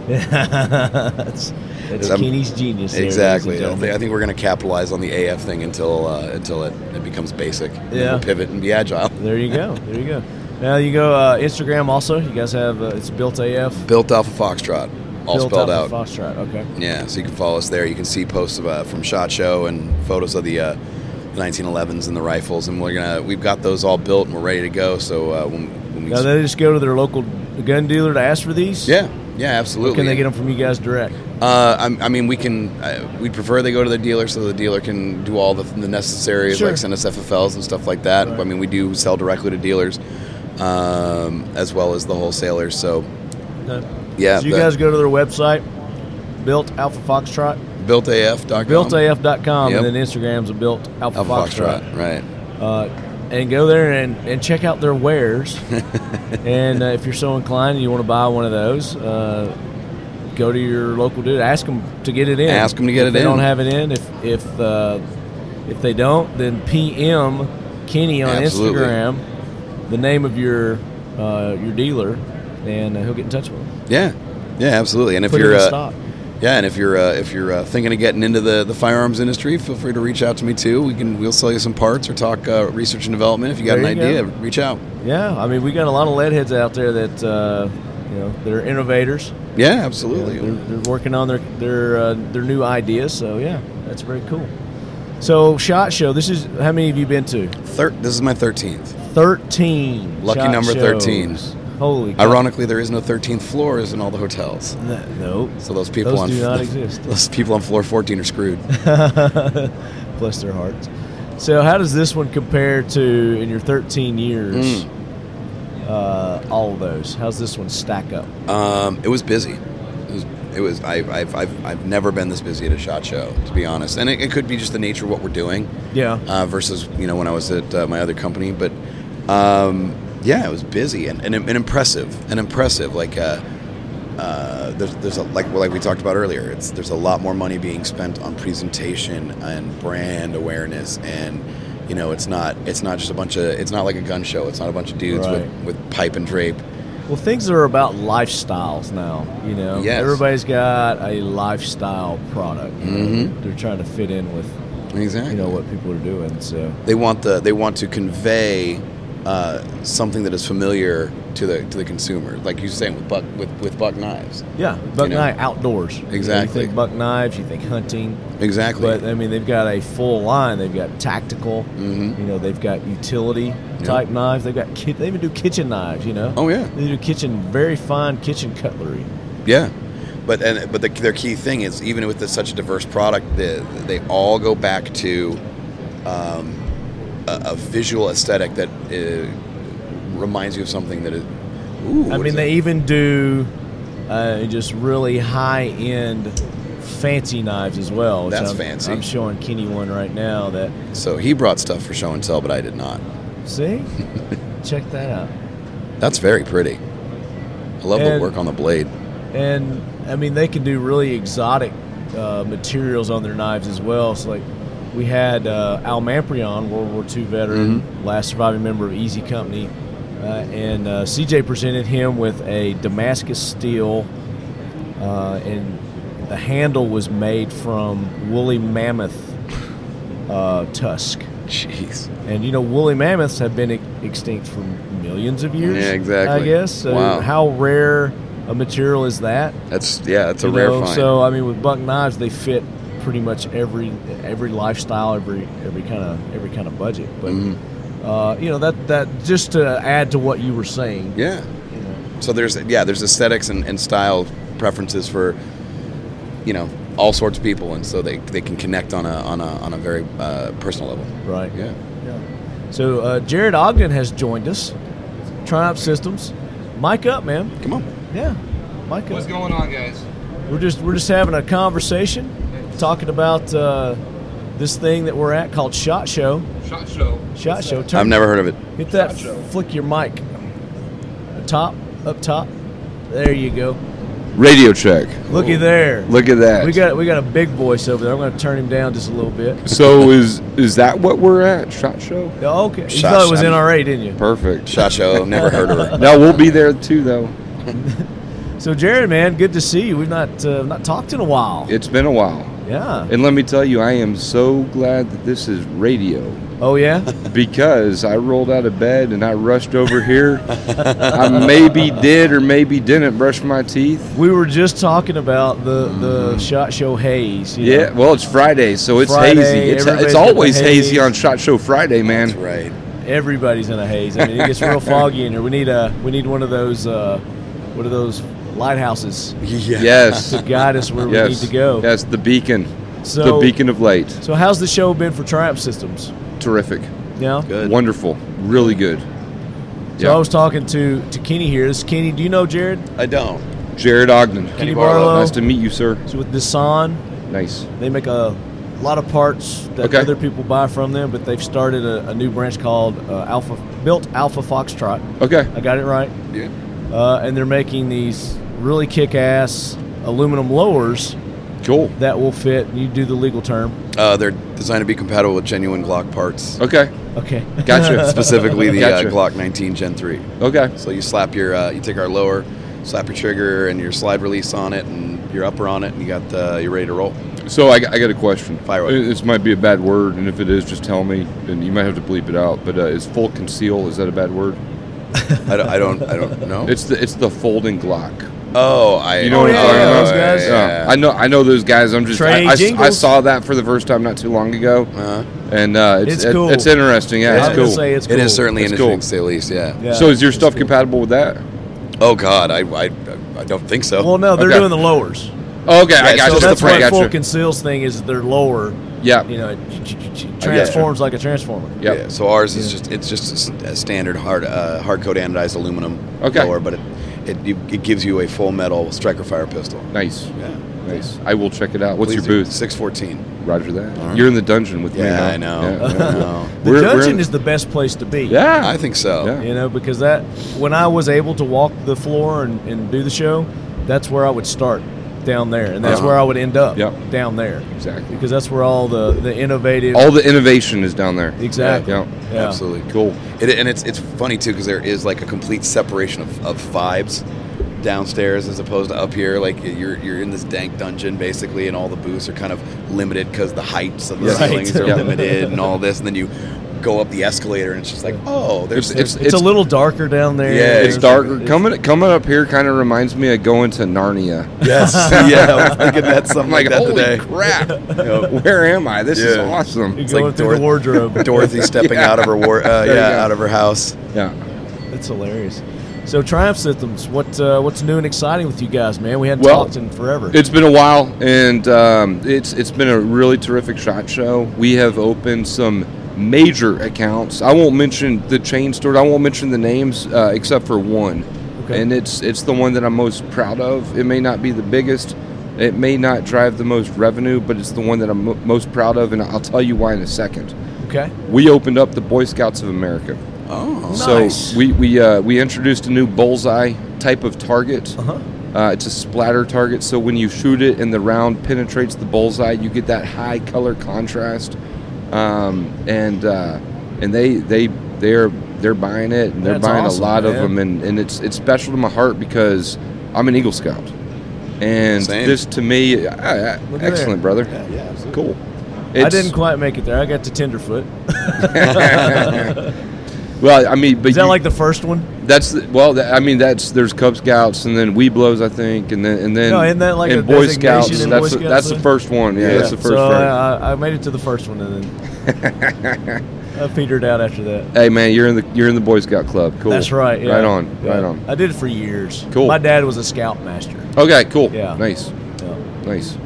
[SPEAKER 1] that's that's
[SPEAKER 4] I'm-
[SPEAKER 1] Keeney's genius. there, ladies and
[SPEAKER 4] um, Exactly. I
[SPEAKER 1] gentlemen.
[SPEAKER 4] think, I think we're going to capitalize on the AF thing until uh, until it, it becomes basic. And then
[SPEAKER 1] Yeah.
[SPEAKER 4] We'll pivot and be agile.
[SPEAKER 1] There you go. There you go. Now you go uh, Instagram also. You guys have uh, it's built AF.
[SPEAKER 4] Built Alpha Foxtrot, all
[SPEAKER 1] built
[SPEAKER 4] spelled
[SPEAKER 1] Alpha
[SPEAKER 4] out.
[SPEAKER 1] Foxtrot. Okay.
[SPEAKER 4] Yeah, so you can follow us there. You can see posts of, uh, from Shot Show and photos of the uh, 1911s and the rifles, and we're gonna we've got those all built and we're ready to go. So uh, when, when we
[SPEAKER 1] Now they just go to their local gun dealer to ask for these.
[SPEAKER 4] yeah, Yeah, absolutely.
[SPEAKER 1] Can they get them from you guys direct?
[SPEAKER 4] Uh, I'm- I, mean, we can. Uh, we prefer they go to the dealer so the dealer can do all the, the necessary,
[SPEAKER 1] Sure.
[SPEAKER 4] like send us FFLs and stuff like that.
[SPEAKER 1] Right.
[SPEAKER 4] I mean, we do sell directly to dealers um, as well as the wholesalers. So
[SPEAKER 1] No.
[SPEAKER 4] yeah,
[SPEAKER 1] So you
[SPEAKER 4] the-
[SPEAKER 1] guys go to their website, Built Alpha Foxtrot,
[SPEAKER 4] builtaf.com.
[SPEAKER 1] builtaf.com,
[SPEAKER 4] Yep.
[SPEAKER 1] and then Instagrams at Built Alpha,
[SPEAKER 4] Alpha
[SPEAKER 1] Foxtrot.
[SPEAKER 4] Foxtrot, right?
[SPEAKER 1] uh, and go there and, and check out their wares. and uh, if you're so inclined and you want to buy one of those, uh, go to your local dude. Ask them to get it in.
[SPEAKER 4] Ask 'em to get
[SPEAKER 1] if
[SPEAKER 4] it
[SPEAKER 1] They
[SPEAKER 4] in.
[SPEAKER 1] don't have it in. If if uh, if they don't, then PM Kenny on
[SPEAKER 4] Absolutely.
[SPEAKER 1] Instagram the name of your uh, your dealer, and uh, he'll get in touch with them.
[SPEAKER 4] Yeah, yeah, absolutely. And if
[SPEAKER 1] Put it
[SPEAKER 4] you're
[SPEAKER 1] in
[SPEAKER 4] uh,
[SPEAKER 1] stock.
[SPEAKER 4] Yeah, and if you're uh, if you're uh, thinking of getting into the, the firearms industry, feel free to reach out to me too. We can we'll sell you some parts or talk uh, research and development. If you got
[SPEAKER 1] There
[SPEAKER 4] an
[SPEAKER 1] you
[SPEAKER 4] idea,
[SPEAKER 1] go.
[SPEAKER 4] reach out.
[SPEAKER 1] Yeah, I mean we got a lot of lead heads out there that uh, you know that are innovators.
[SPEAKER 4] Yeah,
[SPEAKER 1] Yeah,
[SPEAKER 4] absolutely.
[SPEAKER 1] they're, they're working on their their uh, their new ideas. So yeah, that's very cool. So shot show. This is how many have you been to?
[SPEAKER 4] Thir- this is my thirteenth.
[SPEAKER 1] Thirteen.
[SPEAKER 4] Lucky
[SPEAKER 1] SHOT
[SPEAKER 4] number
[SPEAKER 1] shows.
[SPEAKER 4] 13.
[SPEAKER 1] Holy. cow.
[SPEAKER 4] Ironically, there is no thirteenth floor is in all the hotels.
[SPEAKER 1] No. no.
[SPEAKER 4] So those people
[SPEAKER 1] Those
[SPEAKER 4] on
[SPEAKER 1] do not exist.
[SPEAKER 4] those people on floor fourteen are screwed.
[SPEAKER 1] Bless their hearts. So how does this one compare to in your 13 years?
[SPEAKER 4] Mm.
[SPEAKER 1] Uh, all of those. How's this one stack up?
[SPEAKER 4] Um, it was busy. It was. It was I, I've, I've, I've never been this busy at a shot show, to be honest. And it, it could be just the nature of what we're doing.
[SPEAKER 1] Yeah.
[SPEAKER 4] Uh, versus you know when I was at uh, my other company, but um, yeah, it was busy and, and, and impressive and impressive. Like uh, uh, there's, there's a, like like we talked about earlier. It's there's a lot more money being spent on presentation and brand awareness and. You know, it's not it's not just a bunch of it's not like a gun show. It's not a bunch of dudes
[SPEAKER 1] Right.
[SPEAKER 4] with, with pipe and drape.
[SPEAKER 1] Well, things are about lifestyles now. You know,
[SPEAKER 4] Yes.
[SPEAKER 1] everybody's got a lifestyle product. you know,
[SPEAKER 4] Mhm.
[SPEAKER 1] They're trying to fit in with
[SPEAKER 4] Exactly.
[SPEAKER 1] you know what people are doing. So
[SPEAKER 4] they want the they want to convey uh, something that is familiar to the to the consumer, like you were saying with buck with, with buck knives.
[SPEAKER 1] yeah, buck
[SPEAKER 4] You know.
[SPEAKER 1] knife outdoors. You know,
[SPEAKER 4] Exactly.
[SPEAKER 1] You think buck knives, you think hunting,
[SPEAKER 4] Exactly.
[SPEAKER 1] but uh, I mean they've got a full line. They've got tactical.
[SPEAKER 4] Mhm.
[SPEAKER 1] You know, they've got utility type knives. They've got ki- they even do kitchen knives. You know.
[SPEAKER 4] oh yeah,
[SPEAKER 1] They do kitchen very fine kitchen cutlery.
[SPEAKER 4] yeah. But and but the, their key thing is even with this, such a diverse product, the, they all go back to um, a, a visual aesthetic that uh, reminds you of something that is. Ooh,
[SPEAKER 1] I
[SPEAKER 4] what
[SPEAKER 1] mean,
[SPEAKER 4] is it?
[SPEAKER 1] they even do uh, just really high end fancy knives as well. which
[SPEAKER 4] That's
[SPEAKER 1] I'm-
[SPEAKER 4] fancy.
[SPEAKER 1] I'm showing Kenny one right now that
[SPEAKER 4] So he brought stuff for show and tell, but I did not.
[SPEAKER 1] see, check that out.
[SPEAKER 4] That's very pretty. I love the
[SPEAKER 1] And-
[SPEAKER 4] work on the blade.
[SPEAKER 1] and I mean they can do really exotic uh, materials on their knives as well. So like we had uh, Al Mamprion, World War II veteran,
[SPEAKER 4] Mm-hmm.
[SPEAKER 1] last surviving member of Easy Company, uh, and uh, CJ presented him with a Damascus steel, uh, and the handle was made from woolly mammoth uh, tusk.
[SPEAKER 4] Jeez.
[SPEAKER 1] And you know, woolly mammoths have been ex- extinct for millions of years.
[SPEAKER 4] Yeah, exactly.
[SPEAKER 1] I guess. So
[SPEAKER 4] Wow.
[SPEAKER 1] How rare a material is that?
[SPEAKER 4] That's yeah, it's a
[SPEAKER 1] you
[SPEAKER 4] rare
[SPEAKER 1] know?
[SPEAKER 4] find.
[SPEAKER 1] So I mean, with buck knives, they fit pretty much every every lifestyle, every every kind of every kind of budget. But
[SPEAKER 4] Mhm.
[SPEAKER 1] uh, you know that that just to add to what you were saying.
[SPEAKER 4] yeah. So there's yeah, there's aesthetics and, and style preferences for you know all sorts of people, and so they, they can connect on a on a on a very uh, personal level.
[SPEAKER 1] Right.
[SPEAKER 4] Yeah.
[SPEAKER 1] Yeah. So uh, Jared Ogden has joined us. Triumph Systems. Mic up, man.
[SPEAKER 4] Come on.
[SPEAKER 1] Yeah. Mic up.
[SPEAKER 5] What's going on, guys?
[SPEAKER 1] We're just we're just having a conversation, talking about uh, this thing that we're at called Shot Show.
[SPEAKER 5] Shot show.
[SPEAKER 1] Shot Show.
[SPEAKER 4] I've never heard of it.
[SPEAKER 1] Hit that.
[SPEAKER 5] Shot Show.
[SPEAKER 1] Flick your mic. Top up top. There you go.
[SPEAKER 6] Radio check.
[SPEAKER 1] Looky there.
[SPEAKER 6] Look at that.
[SPEAKER 1] We got we got a big voice over there. I'm going to turn him down just a little bit.
[SPEAKER 6] so is is that what we're at? Shot show.
[SPEAKER 1] Oh, Okay. You
[SPEAKER 4] Shot
[SPEAKER 1] thought it was
[SPEAKER 4] Show.
[SPEAKER 1] NRA, didn't you?
[SPEAKER 6] Perfect.
[SPEAKER 4] Shot show. Never heard of it.
[SPEAKER 6] Now we'll be there too, though.
[SPEAKER 1] So Jared, man, good to see you. We've not uh, not talked in a while.
[SPEAKER 6] It's been a while,
[SPEAKER 1] Yeah.
[SPEAKER 6] and let me tell you, I am so glad that this is radio
[SPEAKER 1] Oh yeah.
[SPEAKER 6] because I rolled out of bed and I rushed over here. I maybe did or maybe didn't brush my teeth.
[SPEAKER 1] We were just talking about the the Shot Show haze. you know.
[SPEAKER 6] Mm-hmm. Yeah, well, it's Friday, so it's
[SPEAKER 1] Friday,
[SPEAKER 6] hazy. It's,
[SPEAKER 1] everybody's
[SPEAKER 6] it's
[SPEAKER 1] got the
[SPEAKER 6] always hazy
[SPEAKER 1] haze.
[SPEAKER 6] on Shot Show Friday,
[SPEAKER 4] That's
[SPEAKER 6] man.
[SPEAKER 4] right.
[SPEAKER 1] Everybody's in a haze. I mean, it gets real foggy in here. We need a we need one of those uh, what are those lighthouses
[SPEAKER 4] Yeah.
[SPEAKER 6] Yes.
[SPEAKER 1] to guide us where we
[SPEAKER 6] yes.
[SPEAKER 1] need to go.
[SPEAKER 6] Yes, the beacon.
[SPEAKER 1] So-
[SPEAKER 6] the beacon of light.
[SPEAKER 1] So, how's the show been for Triumph Systems?
[SPEAKER 6] Terrific.
[SPEAKER 1] Yeah.
[SPEAKER 4] Good.
[SPEAKER 6] Wonderful. Really good.
[SPEAKER 1] So I was talking to to Kenny here. This is Kenny. Do you know Jared?
[SPEAKER 4] I don't.
[SPEAKER 6] Jared Ogden.
[SPEAKER 1] Kenny Barlow. Barlow.
[SPEAKER 6] Nice to meet you, sir.
[SPEAKER 1] He's with Nissan.
[SPEAKER 6] Nice.
[SPEAKER 1] They make a lot of parts that
[SPEAKER 6] Okay.
[SPEAKER 1] other people buy from them, but they've started a, a new branch called uh, Alpha Built Alpha Foxtrot.
[SPEAKER 6] Okay.
[SPEAKER 1] I got it right.
[SPEAKER 4] Yeah.
[SPEAKER 1] Uh, and they're making these really kick-ass aluminum lowers
[SPEAKER 6] Cool.
[SPEAKER 1] that will fit. You do the legal term.
[SPEAKER 4] Uh, they're designed to be compatible with genuine Glock parts,
[SPEAKER 6] Okay.
[SPEAKER 1] Okay.
[SPEAKER 6] Gotcha.
[SPEAKER 4] specifically the
[SPEAKER 6] Gotcha.
[SPEAKER 4] uh, Glock 19 Gen 3.
[SPEAKER 6] Okay.
[SPEAKER 4] So you slap your, uh, you take our lower, slap your trigger and your slide release on it, and your upper on it, and you got uh, you're ready to roll.
[SPEAKER 6] So I, I got a question.
[SPEAKER 4] Fire away.
[SPEAKER 6] Uh, This might be a bad word, and if it is, just tell me, and you might have to bleep it out. But uh, is full conceal? Is that a bad word?
[SPEAKER 4] I don't, I don't, I don't know.
[SPEAKER 6] It's the it's the folding Glock.
[SPEAKER 4] oh, I
[SPEAKER 6] You know what
[SPEAKER 1] yeah,
[SPEAKER 6] I'm
[SPEAKER 1] Oh,
[SPEAKER 6] talking
[SPEAKER 1] yeah,
[SPEAKER 6] about?
[SPEAKER 1] those guys.
[SPEAKER 6] Yeah. I know I know those guys. I'm just
[SPEAKER 1] Trey
[SPEAKER 6] I, I s- I
[SPEAKER 1] Jingles.
[SPEAKER 6] saw that for the first time not too long ago,
[SPEAKER 4] Uh,
[SPEAKER 6] and uh, it's
[SPEAKER 1] It's
[SPEAKER 6] it-
[SPEAKER 1] cool.
[SPEAKER 6] it's interesting. Yeah,
[SPEAKER 1] I was
[SPEAKER 6] it's
[SPEAKER 1] gonna
[SPEAKER 6] cool.
[SPEAKER 1] say it's
[SPEAKER 4] it
[SPEAKER 1] cool.
[SPEAKER 4] is certainly
[SPEAKER 6] It's
[SPEAKER 4] interesting
[SPEAKER 6] cool.
[SPEAKER 4] to say the least. Yeah.
[SPEAKER 1] Yeah,
[SPEAKER 6] so is your
[SPEAKER 1] it's
[SPEAKER 6] stuff
[SPEAKER 1] cool.
[SPEAKER 6] compatible with that?
[SPEAKER 4] Oh God, I, I, I don't think so.
[SPEAKER 1] Well, no, they're
[SPEAKER 6] Oh, Okay.
[SPEAKER 1] doing the lowers.
[SPEAKER 6] Oh, okay, I
[SPEAKER 4] Yeah,
[SPEAKER 6] got
[SPEAKER 1] so
[SPEAKER 4] just
[SPEAKER 6] you.
[SPEAKER 1] that's
[SPEAKER 4] the
[SPEAKER 1] what
[SPEAKER 4] front,
[SPEAKER 6] I got
[SPEAKER 1] full
[SPEAKER 6] you.
[SPEAKER 1] conceals thing is. They're lower.
[SPEAKER 6] Yeah,
[SPEAKER 1] You know, it transforms like a transformer.
[SPEAKER 6] Yep.
[SPEAKER 4] Yeah. So ours is just it's just a s- a standard hard uh, hard coat anodized aluminum
[SPEAKER 6] Okay.
[SPEAKER 4] lower, but it it, you, it gives you a full metal striker fire pistol.
[SPEAKER 6] nice,
[SPEAKER 4] Yeah.
[SPEAKER 6] nice. I will check it out. What's
[SPEAKER 4] Please
[SPEAKER 6] your
[SPEAKER 4] do.
[SPEAKER 6] booth?
[SPEAKER 4] 614.
[SPEAKER 6] Roger that.
[SPEAKER 4] All right.
[SPEAKER 6] You're in the dungeon with me.
[SPEAKER 4] Yeah,
[SPEAKER 6] huh?
[SPEAKER 4] I know.
[SPEAKER 6] Yeah,
[SPEAKER 4] I
[SPEAKER 6] yeah.
[SPEAKER 4] know.
[SPEAKER 1] The
[SPEAKER 6] We're- we're
[SPEAKER 1] dungeon
[SPEAKER 6] in-
[SPEAKER 1] is the best place to be.
[SPEAKER 6] Yeah,
[SPEAKER 4] I think so.
[SPEAKER 6] Yeah.
[SPEAKER 1] You know, because that when I was able to walk the floor and, and do the show, that's where I would start down there, and that's
[SPEAKER 4] Uh-huh.
[SPEAKER 1] where I would end up
[SPEAKER 6] Yep.
[SPEAKER 1] down there
[SPEAKER 6] exactly.
[SPEAKER 1] because that's where all the the innovative
[SPEAKER 6] All the innovation is down there.
[SPEAKER 1] exactly
[SPEAKER 6] Yeah.
[SPEAKER 1] Yeah.
[SPEAKER 4] Absolutely.
[SPEAKER 6] Cool.
[SPEAKER 4] It, and it's it's funny too because there is like a complete separation of, of vibes downstairs as opposed to up here. Like you're you're in this dank dungeon basically, and all the booths are kind of limited because the heights of the
[SPEAKER 6] Right.
[SPEAKER 4] ceilings are
[SPEAKER 6] Yeah.
[SPEAKER 4] limited and all this. And then you go up the escalator, and it's just like oh, there's
[SPEAKER 6] It's-
[SPEAKER 1] It's, a little darker down there.
[SPEAKER 4] Yeah,
[SPEAKER 6] It's
[SPEAKER 1] There's-
[SPEAKER 6] darker. Coming coming up here kind of reminds me of going to Narnia.
[SPEAKER 4] yes, yeah. I was thinking that's
[SPEAKER 6] I'm
[SPEAKER 4] something
[SPEAKER 6] like,
[SPEAKER 4] like, that
[SPEAKER 6] holy
[SPEAKER 4] today.
[SPEAKER 6] crap!
[SPEAKER 4] You know,
[SPEAKER 6] Where am I? This is
[SPEAKER 4] Yeah.
[SPEAKER 6] awesome.
[SPEAKER 1] You're
[SPEAKER 4] It's
[SPEAKER 1] going
[SPEAKER 4] like
[SPEAKER 1] through
[SPEAKER 4] Dorothy-
[SPEAKER 1] the wardrobe.
[SPEAKER 4] Dorothy stepping
[SPEAKER 6] Yeah.
[SPEAKER 4] out of her war, uh,
[SPEAKER 6] There you
[SPEAKER 4] yeah,
[SPEAKER 6] go.
[SPEAKER 4] out of her house.
[SPEAKER 6] Yeah.
[SPEAKER 1] That's hilarious. So Triumph Systems, what uh, what's new and exciting with you guys, man? We hadn't
[SPEAKER 6] Well,
[SPEAKER 1] talked in forever.
[SPEAKER 6] It's been a while, and um, it's it's been a really terrific shot show. We have opened some major accounts. I won't mention the chain stores. I won't mention the names uh, except for one,
[SPEAKER 1] Okay.
[SPEAKER 6] and it's it's the one that I'm most proud of. It may not be the biggest. It may not drive the most revenue, but it's the one that I'm mo- most proud of, and I'll tell you why in a second.
[SPEAKER 1] okay.
[SPEAKER 6] We opened up the Boy Scouts of America.
[SPEAKER 4] Oh,
[SPEAKER 6] So
[SPEAKER 1] Nice.
[SPEAKER 6] we we uh, we introduced a new bullseye type of target.
[SPEAKER 1] Uh-huh.
[SPEAKER 6] Uh, it's a splatter target, so when you shoot it and the round penetrates the bullseye, you get that high color contrast, um, and uh, and they they they're they're buying it and they're
[SPEAKER 1] That's
[SPEAKER 6] buying
[SPEAKER 1] awesome,
[SPEAKER 6] a lot of
[SPEAKER 1] man.
[SPEAKER 6] them, and, and it's it's special to my heart because I'm an Eagle Scout, and
[SPEAKER 4] Same.
[SPEAKER 6] this to me, I, I,
[SPEAKER 1] Look at
[SPEAKER 6] excellent brother,
[SPEAKER 4] yeah, yeah, absolutely.
[SPEAKER 6] cool.
[SPEAKER 1] I
[SPEAKER 6] It's-
[SPEAKER 1] didn't quite make it there. I got to Tenderfoot.
[SPEAKER 6] well, I mean, but
[SPEAKER 1] Is that
[SPEAKER 6] you-
[SPEAKER 1] like the first one?
[SPEAKER 6] That's the, well. That, I mean, that's there's Cub Scouts and then Weeblos, I think, and then and then
[SPEAKER 1] No, isn't that like
[SPEAKER 6] and
[SPEAKER 1] a
[SPEAKER 6] Boy
[SPEAKER 1] designation
[SPEAKER 6] Scouts.
[SPEAKER 1] in
[SPEAKER 6] that's
[SPEAKER 1] Boy
[SPEAKER 6] the-
[SPEAKER 1] Scouts,
[SPEAKER 6] that's
[SPEAKER 1] huh?
[SPEAKER 6] the first one. Yeah, that's the first
[SPEAKER 1] So uh,
[SPEAKER 6] one.
[SPEAKER 1] I, I made it to the first one and then I petered out after that.
[SPEAKER 6] hey man, you're in the you're in the Boy Scout Club. Cool.
[SPEAKER 1] That's right. Yeah.
[SPEAKER 6] Right on.
[SPEAKER 1] Yeah.
[SPEAKER 6] Right on.
[SPEAKER 1] I did it for years.
[SPEAKER 6] Cool.
[SPEAKER 1] My dad was a scout master.
[SPEAKER 6] Okay. Cool.
[SPEAKER 1] Yeah.
[SPEAKER 6] Nice.
[SPEAKER 1] Yeah.
[SPEAKER 6] Nice.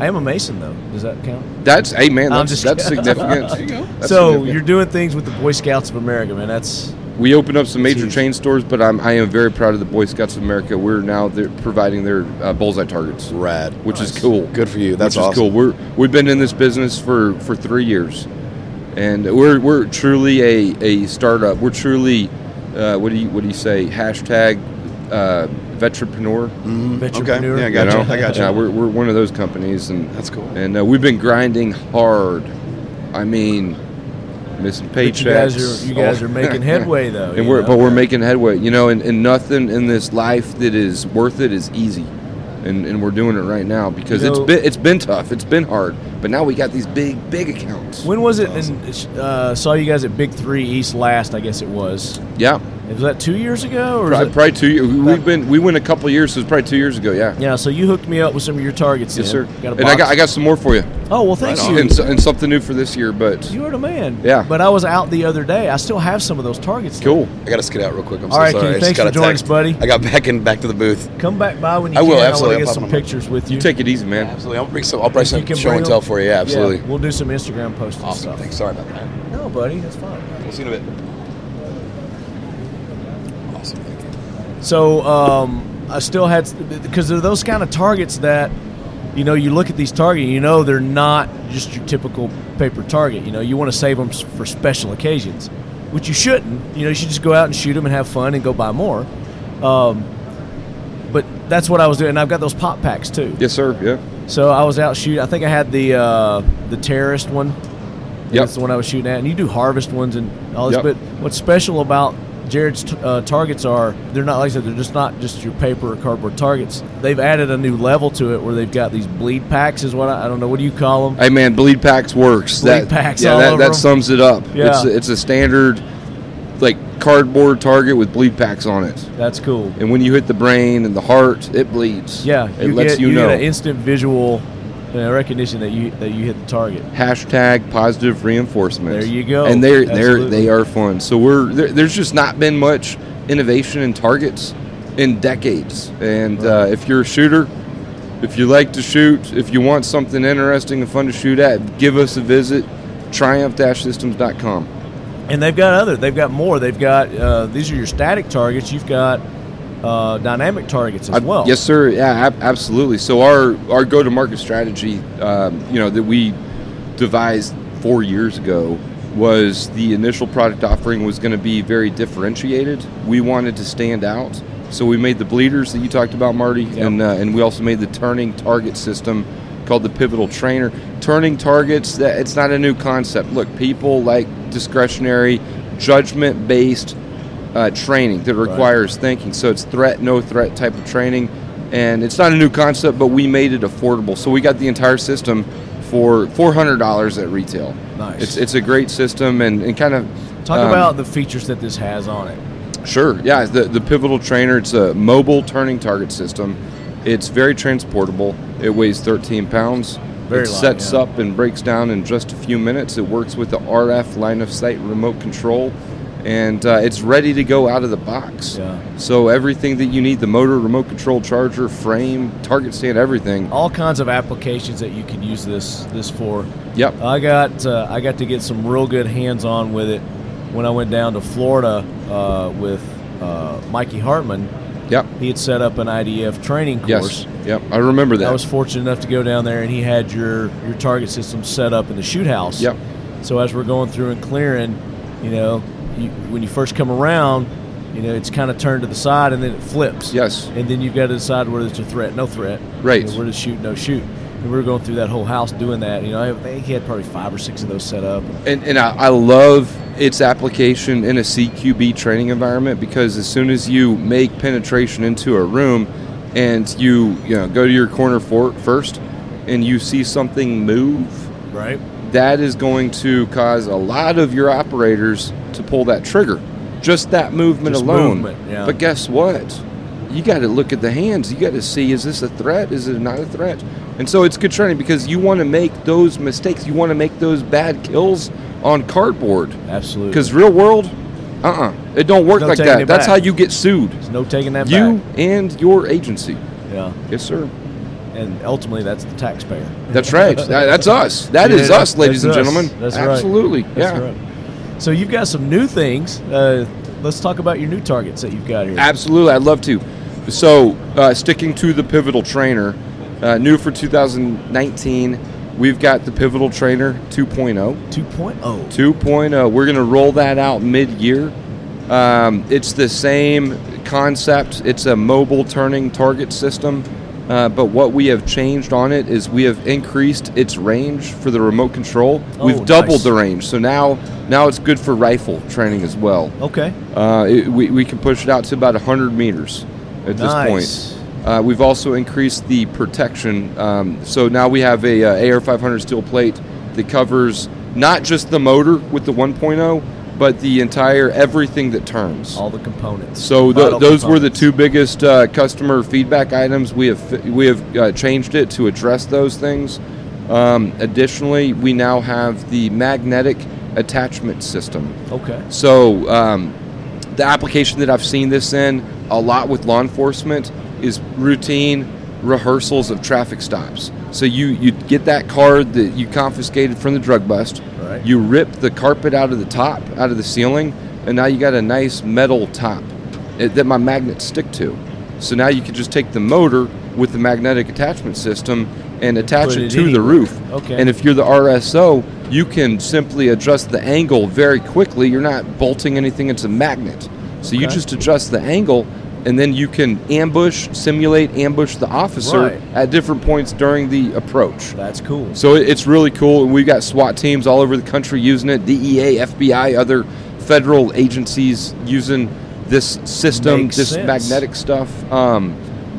[SPEAKER 1] I am a mason though. Does that count?
[SPEAKER 6] That's hey man.
[SPEAKER 1] I'm
[SPEAKER 6] That's
[SPEAKER 1] just
[SPEAKER 6] that's
[SPEAKER 1] kidding.
[SPEAKER 6] significant. That's
[SPEAKER 1] so
[SPEAKER 6] significant.
[SPEAKER 1] you're doing things with the Boy Scouts of America, man. That's
[SPEAKER 6] We opened up some major
[SPEAKER 1] Jeez.
[SPEAKER 6] chain stores, but I'm I am very proud of the Boy Scouts of America. We're now they're providing their uh, bullseye targets,
[SPEAKER 4] rad.
[SPEAKER 6] which is
[SPEAKER 1] Nice.
[SPEAKER 6] cool.
[SPEAKER 4] Good for you. That's
[SPEAKER 6] which is
[SPEAKER 4] awesome.
[SPEAKER 6] cool. We're we've been in this business for for three years, and we're we're truly a, a startup. We're truly uh, what do you what do you say? Hashtag uh, vetrepreneur.
[SPEAKER 1] entrepreneur.
[SPEAKER 4] Mm-hmm. Yeah, I
[SPEAKER 6] You
[SPEAKER 4] got
[SPEAKER 6] know?
[SPEAKER 4] you. I got you.
[SPEAKER 6] Yeah, we're, we're one of those companies, and
[SPEAKER 4] That's cool.
[SPEAKER 6] And uh, we've been grinding hard. I mean, missing
[SPEAKER 1] But
[SPEAKER 6] paychecks. Oh.
[SPEAKER 1] you guys are you guys are making headway though.
[SPEAKER 6] and
[SPEAKER 1] you
[SPEAKER 6] we're
[SPEAKER 1] know?
[SPEAKER 6] but we're making headway you know and, and nothing in this life that is worth it is easy and, and we're doing it right now because
[SPEAKER 1] You
[SPEAKER 6] it's
[SPEAKER 1] know-
[SPEAKER 6] been it's been tough it's been hard but now we got these big big accounts
[SPEAKER 1] when was it? And uh, saw you guys at Big Three East last, I guess it was.
[SPEAKER 6] yeah
[SPEAKER 1] Was that two years ago? Or is
[SPEAKER 6] Probably,
[SPEAKER 1] it-
[SPEAKER 6] probably two. years. We've been we went a couple years. So it's probably two years ago. Yeah.
[SPEAKER 1] yeah, so you hooked me up with some of your targets.
[SPEAKER 6] Yes, sir.
[SPEAKER 1] then. Got a
[SPEAKER 6] And I got
[SPEAKER 1] box.
[SPEAKER 6] I got some more for you.
[SPEAKER 1] Oh well, thank you.
[SPEAKER 6] And, so- and something new for this year, but
[SPEAKER 1] You were the man.
[SPEAKER 6] Yeah.
[SPEAKER 1] But I was out the other day. I still have some of those targets.
[SPEAKER 6] cool.
[SPEAKER 4] I gotta skid out real quick. I'm
[SPEAKER 1] All
[SPEAKER 4] so
[SPEAKER 1] right,
[SPEAKER 4] sorry.
[SPEAKER 1] Keith,
[SPEAKER 4] I
[SPEAKER 1] thanks
[SPEAKER 4] just got
[SPEAKER 1] for
[SPEAKER 4] a
[SPEAKER 1] joining
[SPEAKER 4] text.
[SPEAKER 1] us, buddy.
[SPEAKER 4] I got back in back to the booth.
[SPEAKER 1] Come back by when you
[SPEAKER 4] I
[SPEAKER 1] can.
[SPEAKER 4] will,
[SPEAKER 1] I want
[SPEAKER 4] absolutely.
[SPEAKER 1] to get
[SPEAKER 4] I'll pop
[SPEAKER 1] some
[SPEAKER 4] on my-
[SPEAKER 1] pictures with you.
[SPEAKER 6] You take it easy, man.
[SPEAKER 4] Absolutely. I'll bring some. I'll bring
[SPEAKER 1] If you
[SPEAKER 4] some
[SPEAKER 1] can
[SPEAKER 4] show
[SPEAKER 1] bring
[SPEAKER 4] and
[SPEAKER 1] them-
[SPEAKER 4] tell for you. Yeah, absolutely.
[SPEAKER 1] Yeah, we'll do some Instagram posts and
[SPEAKER 4] Awesome.
[SPEAKER 1] stuff.
[SPEAKER 4] Thanks. Sorry about that.
[SPEAKER 1] No, buddy, that's fine.
[SPEAKER 4] We'll see you in a bit. Awesome. Thank you.
[SPEAKER 1] So um, I still had because they're those kind of targets that you know you look at these targets, you know they're not just your typical paper target. You know you want to save them for special occasions, which you shouldn't. You know you should just go out and shoot them and have fun and go buy more. Um, but that's what I was doing. And I've got those pop packs too.
[SPEAKER 6] Yes, sir. Yeah.
[SPEAKER 1] So I was out shooting. I think I had the uh, the terrorist one.
[SPEAKER 6] Yep.
[SPEAKER 1] That's the one I was shooting at. And you do harvest ones and all this.
[SPEAKER 6] Yep.
[SPEAKER 1] But what's special about Jared's t- uh, targets are they're not like I said they're just not just your paper or cardboard targets. They've added a new level to it where they've got these bleed packs. Is what I, I don't know. What do you call them?
[SPEAKER 6] Hey man, bleed packs works.
[SPEAKER 1] Bleed
[SPEAKER 6] that,
[SPEAKER 1] packs
[SPEAKER 6] Yeah,
[SPEAKER 1] all
[SPEAKER 6] that,
[SPEAKER 1] over
[SPEAKER 6] that
[SPEAKER 1] 'em.
[SPEAKER 6] sums it up.
[SPEAKER 1] Yeah.
[SPEAKER 6] It's a, it's a standard like cardboard target with bleed packs on it.
[SPEAKER 1] That's cool.
[SPEAKER 6] And when you hit the brain and the heart, it bleeds.
[SPEAKER 1] Yeah,
[SPEAKER 6] It lets
[SPEAKER 1] get,
[SPEAKER 6] you,
[SPEAKER 1] get
[SPEAKER 6] know.
[SPEAKER 1] an instant visual uh, recognition that you that you hit the target.
[SPEAKER 6] Hashtag positive reinforcement.
[SPEAKER 1] There you go.
[SPEAKER 6] And they're they're
[SPEAKER 1] Absolutely.
[SPEAKER 6] they are fun. So we're there, there's just not been much innovation in targets in decades. And uh, if you're a shooter, if you like to shoot, if you want something interesting and fun to shoot at, give us a visit. Triumph-systems.com.
[SPEAKER 1] And they've got other. They've got more. They've got uh, these are your static targets. You've got uh, dynamic targets as
[SPEAKER 6] I-
[SPEAKER 1] well.
[SPEAKER 6] Yes, sir. Yeah, ab- absolutely. So our our go to market strategy, um, you know, that we devised four years ago was the initial product offering was going to be very differentiated. We wanted to stand out, so we made the bleeders that you talked about, Marty, and uh, and we also made the turning target system called the pivotal trainer. Turning targets that it's not a new concept. Look, people like discretionary, judgment based uh, training that requires thinking. So it's threat, no threat type of training. And it's not a new concept, but we made it affordable. So we got the entire system for $400 at retail.
[SPEAKER 1] Nice.
[SPEAKER 6] It's, it's a great system and, and kind of.
[SPEAKER 1] Talk
[SPEAKER 6] um,
[SPEAKER 1] about the features that this has on it.
[SPEAKER 6] Sure. Yeah, the the pivotal trainer. It's a mobile turning target system. It's very transportable. It weighs 13 pounds.
[SPEAKER 1] Very
[SPEAKER 6] it
[SPEAKER 1] light,
[SPEAKER 6] sets
[SPEAKER 1] yeah.
[SPEAKER 6] up and breaks down in just a few minutes. It works with the RF line of sight remote control, and uh, it's ready to go out of the box.
[SPEAKER 1] Yeah.
[SPEAKER 6] So everything that you need—the motor, remote control, charger, frame, target stand, everything.
[SPEAKER 1] All kinds of applications that you could use this this for.
[SPEAKER 6] Yep.
[SPEAKER 1] I got uh, I got to get some real good hands on with it when I went down to Florida uh, with uh, Mikey Hartman.
[SPEAKER 6] Yep.
[SPEAKER 1] He had set up an IDF training course.
[SPEAKER 6] Yes. Yep. I remember that.
[SPEAKER 1] I was fortunate enough to go down there, and he had your your target system set up in the shoot house.
[SPEAKER 6] Yep.
[SPEAKER 1] So as we're going through and clearing, you know, you, when you first come around, you know, it's kind of turned to the side, and then it flips.
[SPEAKER 6] Yes.
[SPEAKER 1] And then you've got to decide whether it's a threat, no threat.
[SPEAKER 6] Right.
[SPEAKER 1] You know, where to shoot, no shoot. And we were going through that whole house doing that. You know, I think he had probably five or six of those set up.
[SPEAKER 6] and, and I, I love its application in a CQB training environment because as soon as you make penetration into a room and you you know go to your corner for first and you see something move,
[SPEAKER 1] Right.
[SPEAKER 6] that is going to cause a lot of your operators to pull that trigger. Just that movement
[SPEAKER 1] Just
[SPEAKER 6] alone.
[SPEAKER 1] movement, yeah.
[SPEAKER 6] But guess what? You got to look at the hands. You got to see is this a threat? Is it not a threat? And so it's good training because you want to make those mistakes. You want to make those bad kills on cardboard.
[SPEAKER 1] Absolutely.
[SPEAKER 6] Because real world, uh uh it don't work
[SPEAKER 1] No
[SPEAKER 6] like
[SPEAKER 1] taking
[SPEAKER 6] that.
[SPEAKER 1] it
[SPEAKER 6] That's
[SPEAKER 1] back.
[SPEAKER 6] how you get sued.
[SPEAKER 1] there's no taking that
[SPEAKER 6] You
[SPEAKER 1] back.
[SPEAKER 6] and your agency.
[SPEAKER 1] Yeah.
[SPEAKER 6] Yes, sir.
[SPEAKER 1] And ultimately, that's the taxpayer.
[SPEAKER 6] That's right. That- That's us. That is
[SPEAKER 1] Yeah,
[SPEAKER 6] us, ladies and
[SPEAKER 1] that's us.
[SPEAKER 6] gentlemen.
[SPEAKER 1] That's right.
[SPEAKER 6] Absolutely.
[SPEAKER 1] That's
[SPEAKER 6] yeah.
[SPEAKER 1] right. So you've got some new things. Uh, let's talk about your new targets that you've got here.
[SPEAKER 6] Absolutely, I'd love to. So, uh, sticking to the Pivotal Trainer, uh, new for 2019, we've got the Pivotal Trainer oh. 2.0.
[SPEAKER 1] 2.0.
[SPEAKER 6] 2.0. oh, We're going to roll that out mid year. Um, it's the same concept, it's a mobile turning target system. Uh, but what we have changed on it is we have increased its range for the remote control.
[SPEAKER 1] Oh,
[SPEAKER 6] We've doubled
[SPEAKER 1] nice.
[SPEAKER 6] the range, so now now it's good for rifle training as well.
[SPEAKER 1] Okay.
[SPEAKER 6] Uh, it, we, we can push it out to about 100 meters at this
[SPEAKER 1] Nice.
[SPEAKER 6] point. Uh, we've also increased the protection. Um, so now we have a uh, AR500 steel plate that covers not just the motor with the 1.0, but the entire everything that turns.
[SPEAKER 1] all the components.
[SPEAKER 6] So tho-
[SPEAKER 1] Vital
[SPEAKER 6] those were the
[SPEAKER 1] components.
[SPEAKER 6] two biggest uh, customer feedback items. We have fi- we have uh, changed it to address those things. Um, additionally, we now have the magnetic attachment system.
[SPEAKER 1] Okay.
[SPEAKER 6] So um, the application that I've seen this in a lot with law enforcement is routine rehearsals of traffic stops. So you you get that card that you confiscated from the drug bust.
[SPEAKER 1] Right.
[SPEAKER 6] You rip the carpet out of the top, out of the ceiling, and now you got a nice metal top it, that my magnets stick to. So now you can just take the motor with the magnetic attachment system and attach
[SPEAKER 1] Put
[SPEAKER 6] it,
[SPEAKER 1] it
[SPEAKER 6] to the
[SPEAKER 1] anywhere.
[SPEAKER 6] roof.
[SPEAKER 1] Okay.
[SPEAKER 6] And if you're the RSO, you can simply adjust the angle very quickly. You're not bolting anything, it's a magnet. So you
[SPEAKER 1] Okay.
[SPEAKER 6] just adjust the angle and then you can ambush, simulate, ambush the officer
[SPEAKER 1] Right.
[SPEAKER 6] at different points during the approach.
[SPEAKER 1] That's cool.
[SPEAKER 6] So it- it's really cool. We've got SWAT teams all over the country using it. E DEA, FBI, other federal agencies using this system,
[SPEAKER 1] Makes
[SPEAKER 6] this
[SPEAKER 1] sense.
[SPEAKER 6] magnetic stuff. Um,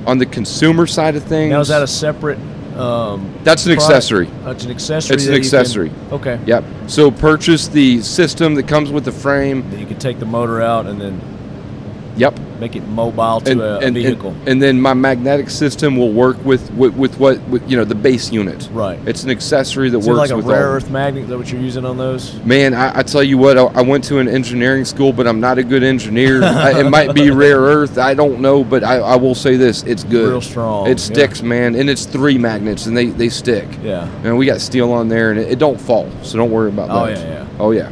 [SPEAKER 6] on the consumer side of things,
[SPEAKER 1] Now is that a separate? Um,
[SPEAKER 6] That's an
[SPEAKER 1] product?
[SPEAKER 6] accessory.
[SPEAKER 1] That's Oh, an accessory.
[SPEAKER 6] It's an
[SPEAKER 1] that you can-
[SPEAKER 6] accessory.
[SPEAKER 1] okay.
[SPEAKER 6] Yep. So purchase the system that comes with the frame.
[SPEAKER 1] That you can take the motor out and then
[SPEAKER 6] Yep.
[SPEAKER 1] make it mobile to
[SPEAKER 6] And,
[SPEAKER 1] a, a
[SPEAKER 6] and,
[SPEAKER 1] vehicle.
[SPEAKER 6] and, and then my magnetic system will work with with, with what with, you know the base unit.
[SPEAKER 1] Right.
[SPEAKER 6] It's an accessory that
[SPEAKER 1] Is it
[SPEAKER 6] works
[SPEAKER 1] like a
[SPEAKER 6] with
[SPEAKER 1] rare
[SPEAKER 6] all.
[SPEAKER 1] earth magnet? Is that what you're using on those?
[SPEAKER 6] Man, I, I tell you what, I, I went to an engineering school, but I'm not a good engineer. I, it might be rare earth, I don't know, but I, I will say this: it's good.
[SPEAKER 1] Real strong, yeah.
[SPEAKER 6] It sticks, man, and it's three magnets, and they they stick.
[SPEAKER 1] Yeah.
[SPEAKER 6] And we got steel on there, and it, it don't fall, so don't worry about
[SPEAKER 1] Oh,
[SPEAKER 6] that.
[SPEAKER 1] yeah, yeah.
[SPEAKER 6] Oh yeah.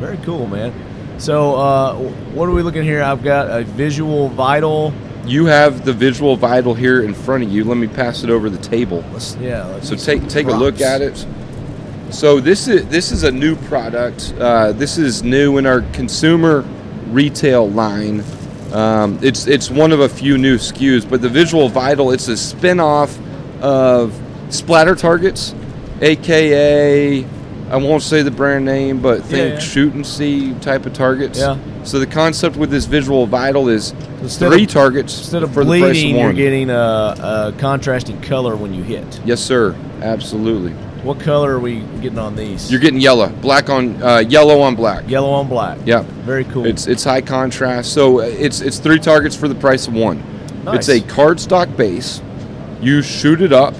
[SPEAKER 1] Very cool, man. So uh, wh- what are we looking here? I've got a visual vital.
[SPEAKER 6] You have the visual vital here in front of you. Let me pass it over the table.
[SPEAKER 1] Let's, yeah. Let's
[SPEAKER 6] So
[SPEAKER 1] see
[SPEAKER 6] take
[SPEAKER 1] some
[SPEAKER 6] take a look
[SPEAKER 1] props.
[SPEAKER 6] at it. So this is this is a new product. Uh, this is new in our consumer retail line. Um, it's it's one of a few new SKUs, but the Visual Vital it's a spin-off of Splatter Targets, aka I won't say the brand name, but think
[SPEAKER 1] yeah.
[SPEAKER 6] shoot and see type of targets.
[SPEAKER 1] Yeah.
[SPEAKER 6] So the concept with this Visual Vital is
[SPEAKER 1] Instead
[SPEAKER 6] three
[SPEAKER 1] of-
[SPEAKER 6] targets
[SPEAKER 1] Instead of
[SPEAKER 6] for the price of
[SPEAKER 1] bleeding,
[SPEAKER 6] one.
[SPEAKER 1] you're getting a, a contrasting color when you hit.
[SPEAKER 6] yes, sir. Absolutely.
[SPEAKER 1] What color are we getting on these?
[SPEAKER 6] You're getting yellow, black on uh, yellow on black.
[SPEAKER 1] yellow on black.
[SPEAKER 6] Yeah.
[SPEAKER 1] Very cool.
[SPEAKER 6] It's it's high contrast. So uh, it's it's three targets for the price of one.
[SPEAKER 1] Nice.
[SPEAKER 6] It's a cardstock base. You shoot it up,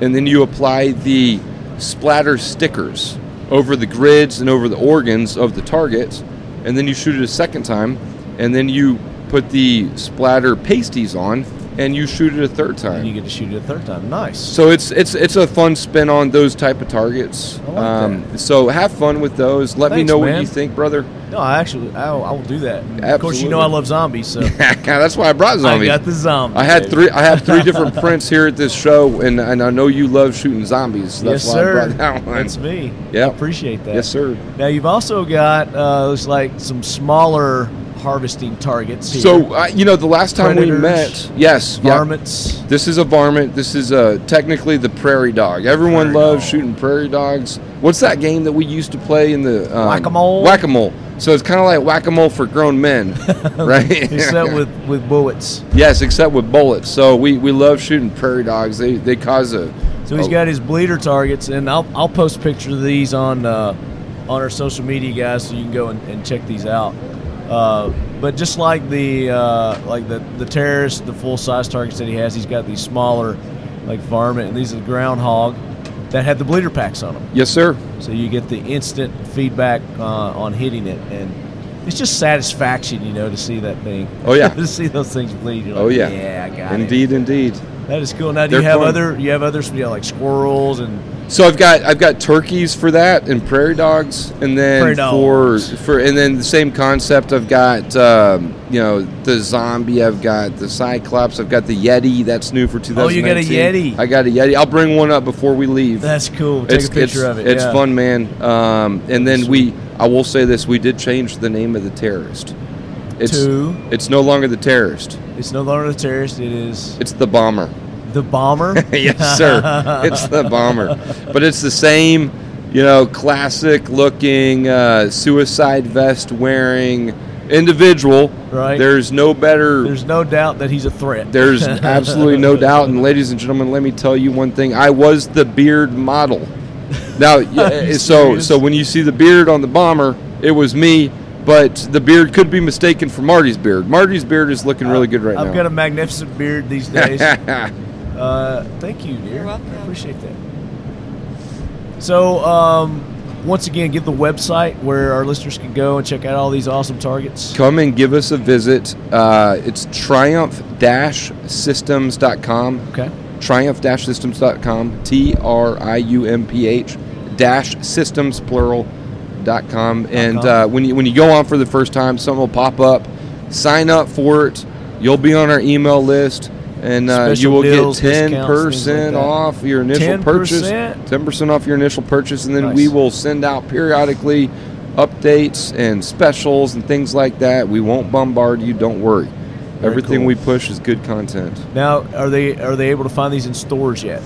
[SPEAKER 6] and then you apply the splatter stickers over the grids and over the organs of the target, and then you shoot it a second time, and then you put the splatter pasties on, and you shoot it a third
[SPEAKER 1] and you
[SPEAKER 6] time.
[SPEAKER 1] get to shoot it a third time. Nice.
[SPEAKER 6] So it's it's it's a fun spin on those type of targets. Um,
[SPEAKER 1] I like
[SPEAKER 6] So have fun with those. Let me
[SPEAKER 1] Thanks,
[SPEAKER 6] know what
[SPEAKER 1] man.
[SPEAKER 6] you think, brother.
[SPEAKER 1] No, I actually, I will, I will do that. Of course, you know
[SPEAKER 6] Absolutely.
[SPEAKER 1] I love zombies, so
[SPEAKER 6] That's why I brought
[SPEAKER 1] I
[SPEAKER 6] zombies.
[SPEAKER 1] got the zombie.
[SPEAKER 6] I had three. I have three different prints here at this show, and and I know you love shooting zombies. That's
[SPEAKER 1] yes,
[SPEAKER 6] why
[SPEAKER 1] sir.
[SPEAKER 6] I brought that one.
[SPEAKER 1] That's me.
[SPEAKER 6] Yeah.
[SPEAKER 1] appreciate that.
[SPEAKER 6] yes, sir.
[SPEAKER 1] Now you've also got uh, looks like some smaller harvesting targets here.
[SPEAKER 6] So uh, you know, the last time we
[SPEAKER 1] Predators,
[SPEAKER 6] met, yes, yeah.
[SPEAKER 1] varmints.
[SPEAKER 6] This is a varmint. This is uh, technically the prairie dog. Everyone loves shooting prairie dogs. What's that game that we used to play in the um,
[SPEAKER 1] Whack-a-mole?
[SPEAKER 6] Whack-a-mole. So it's kind of like whack-a-mole for grown men, right?
[SPEAKER 1] Except with with bullets.
[SPEAKER 6] yes, except with bullets. So we, we love shooting prairie dogs. They they cause a
[SPEAKER 1] So he's
[SPEAKER 6] a-
[SPEAKER 1] got his bleeder targets, and I'll, I'll post pictures of these on uh, on our social media, guys, so you can go and, and check these out. Uh, but just like the uh, like the the terrorist, the full size targets that he has, he's got these smaller, like varmint, and these are the groundhog that had the bleeder packs on them.
[SPEAKER 6] yes, sir.
[SPEAKER 1] So you get the instant feedback uh, on hitting it, and it's just satisfaction, you know, to see that thing.
[SPEAKER 6] Oh, yeah.
[SPEAKER 1] to see those things bleed. You're like,
[SPEAKER 6] Oh yeah.
[SPEAKER 1] yeah, I got it.
[SPEAKER 6] Indeed, indeed.
[SPEAKER 1] That is cool. Now, do
[SPEAKER 6] They're
[SPEAKER 1] you have
[SPEAKER 6] fun.
[SPEAKER 1] other? You have others? You know, like squirrels and
[SPEAKER 6] So I've got I've got turkeys for that and prairie dogs, and then
[SPEAKER 1] Prairie
[SPEAKER 6] for
[SPEAKER 1] dogs.
[SPEAKER 6] for and then the same concept. I've got um, you know the zombie. I've got the cyclops. I've got the yeti. That's new for 2019.
[SPEAKER 1] Oh, you got a Yeti.
[SPEAKER 6] I got a yeti. I'll bring one up before we leave.
[SPEAKER 1] that's cool. Take a picture
[SPEAKER 6] it's,
[SPEAKER 1] of it.
[SPEAKER 6] It's
[SPEAKER 1] yeah.
[SPEAKER 6] fun, man. Um, and then we I will say this: we did change the name of the terrorist. It's
[SPEAKER 1] To?
[SPEAKER 6] it's no longer the terrorist.
[SPEAKER 1] It's no longer the terrorist. It is
[SPEAKER 6] It's the bomber.
[SPEAKER 1] the bomber.
[SPEAKER 6] yes, sir. It's the bomber, but it's the same, you know, classic-looking uh, suicide vest-wearing individual.
[SPEAKER 1] Right.
[SPEAKER 6] There's no better. There's,
[SPEAKER 1] There's no doubt that he's a threat.
[SPEAKER 6] absolutely no doubt. And ladies and gentlemen, let me tell you one thing. I was the beard model. Now, yeah,
[SPEAKER 1] you
[SPEAKER 6] so
[SPEAKER 1] serious?
[SPEAKER 6] so when you see the beard on the bomber, it was me. But the beard could be mistaken for Marty's beard. Marty's beard is
[SPEAKER 1] Uh,
[SPEAKER 6] looking really good right
[SPEAKER 1] I've
[SPEAKER 6] now.
[SPEAKER 1] got a magnificent beard these days. Uh, thank you, dear.
[SPEAKER 7] You're welcome.
[SPEAKER 1] I appreciate that. So, um, once again, give the website where our listeners can go and check out all these awesome targets.
[SPEAKER 6] Come and give us a visit. Uh, it's triumph-systems.com.
[SPEAKER 1] Okay.
[SPEAKER 6] Triumph-systems.com. T-R-I-U-M-P-H dash systems plural dot com. And
[SPEAKER 1] com.
[SPEAKER 6] uh, when you when you go on for the first time, something will pop up. Sign up for it. You'll be on our email list, and uh, you
[SPEAKER 1] Special
[SPEAKER 6] will
[SPEAKER 1] deals,
[SPEAKER 6] get
[SPEAKER 1] discounts,
[SPEAKER 6] ten
[SPEAKER 1] things like
[SPEAKER 6] percent
[SPEAKER 1] that.
[SPEAKER 6] off your initial purchase.
[SPEAKER 1] 10%?
[SPEAKER 6] Ten percent off your initial purchase, and then
[SPEAKER 1] Nice.
[SPEAKER 6] we will send out periodically updates and specials and things like that. We won't bombard you. Don't worry.
[SPEAKER 1] Very
[SPEAKER 6] Everything
[SPEAKER 1] cool.
[SPEAKER 6] we push is good content.
[SPEAKER 1] Now, are they are they able to find these in stores yet?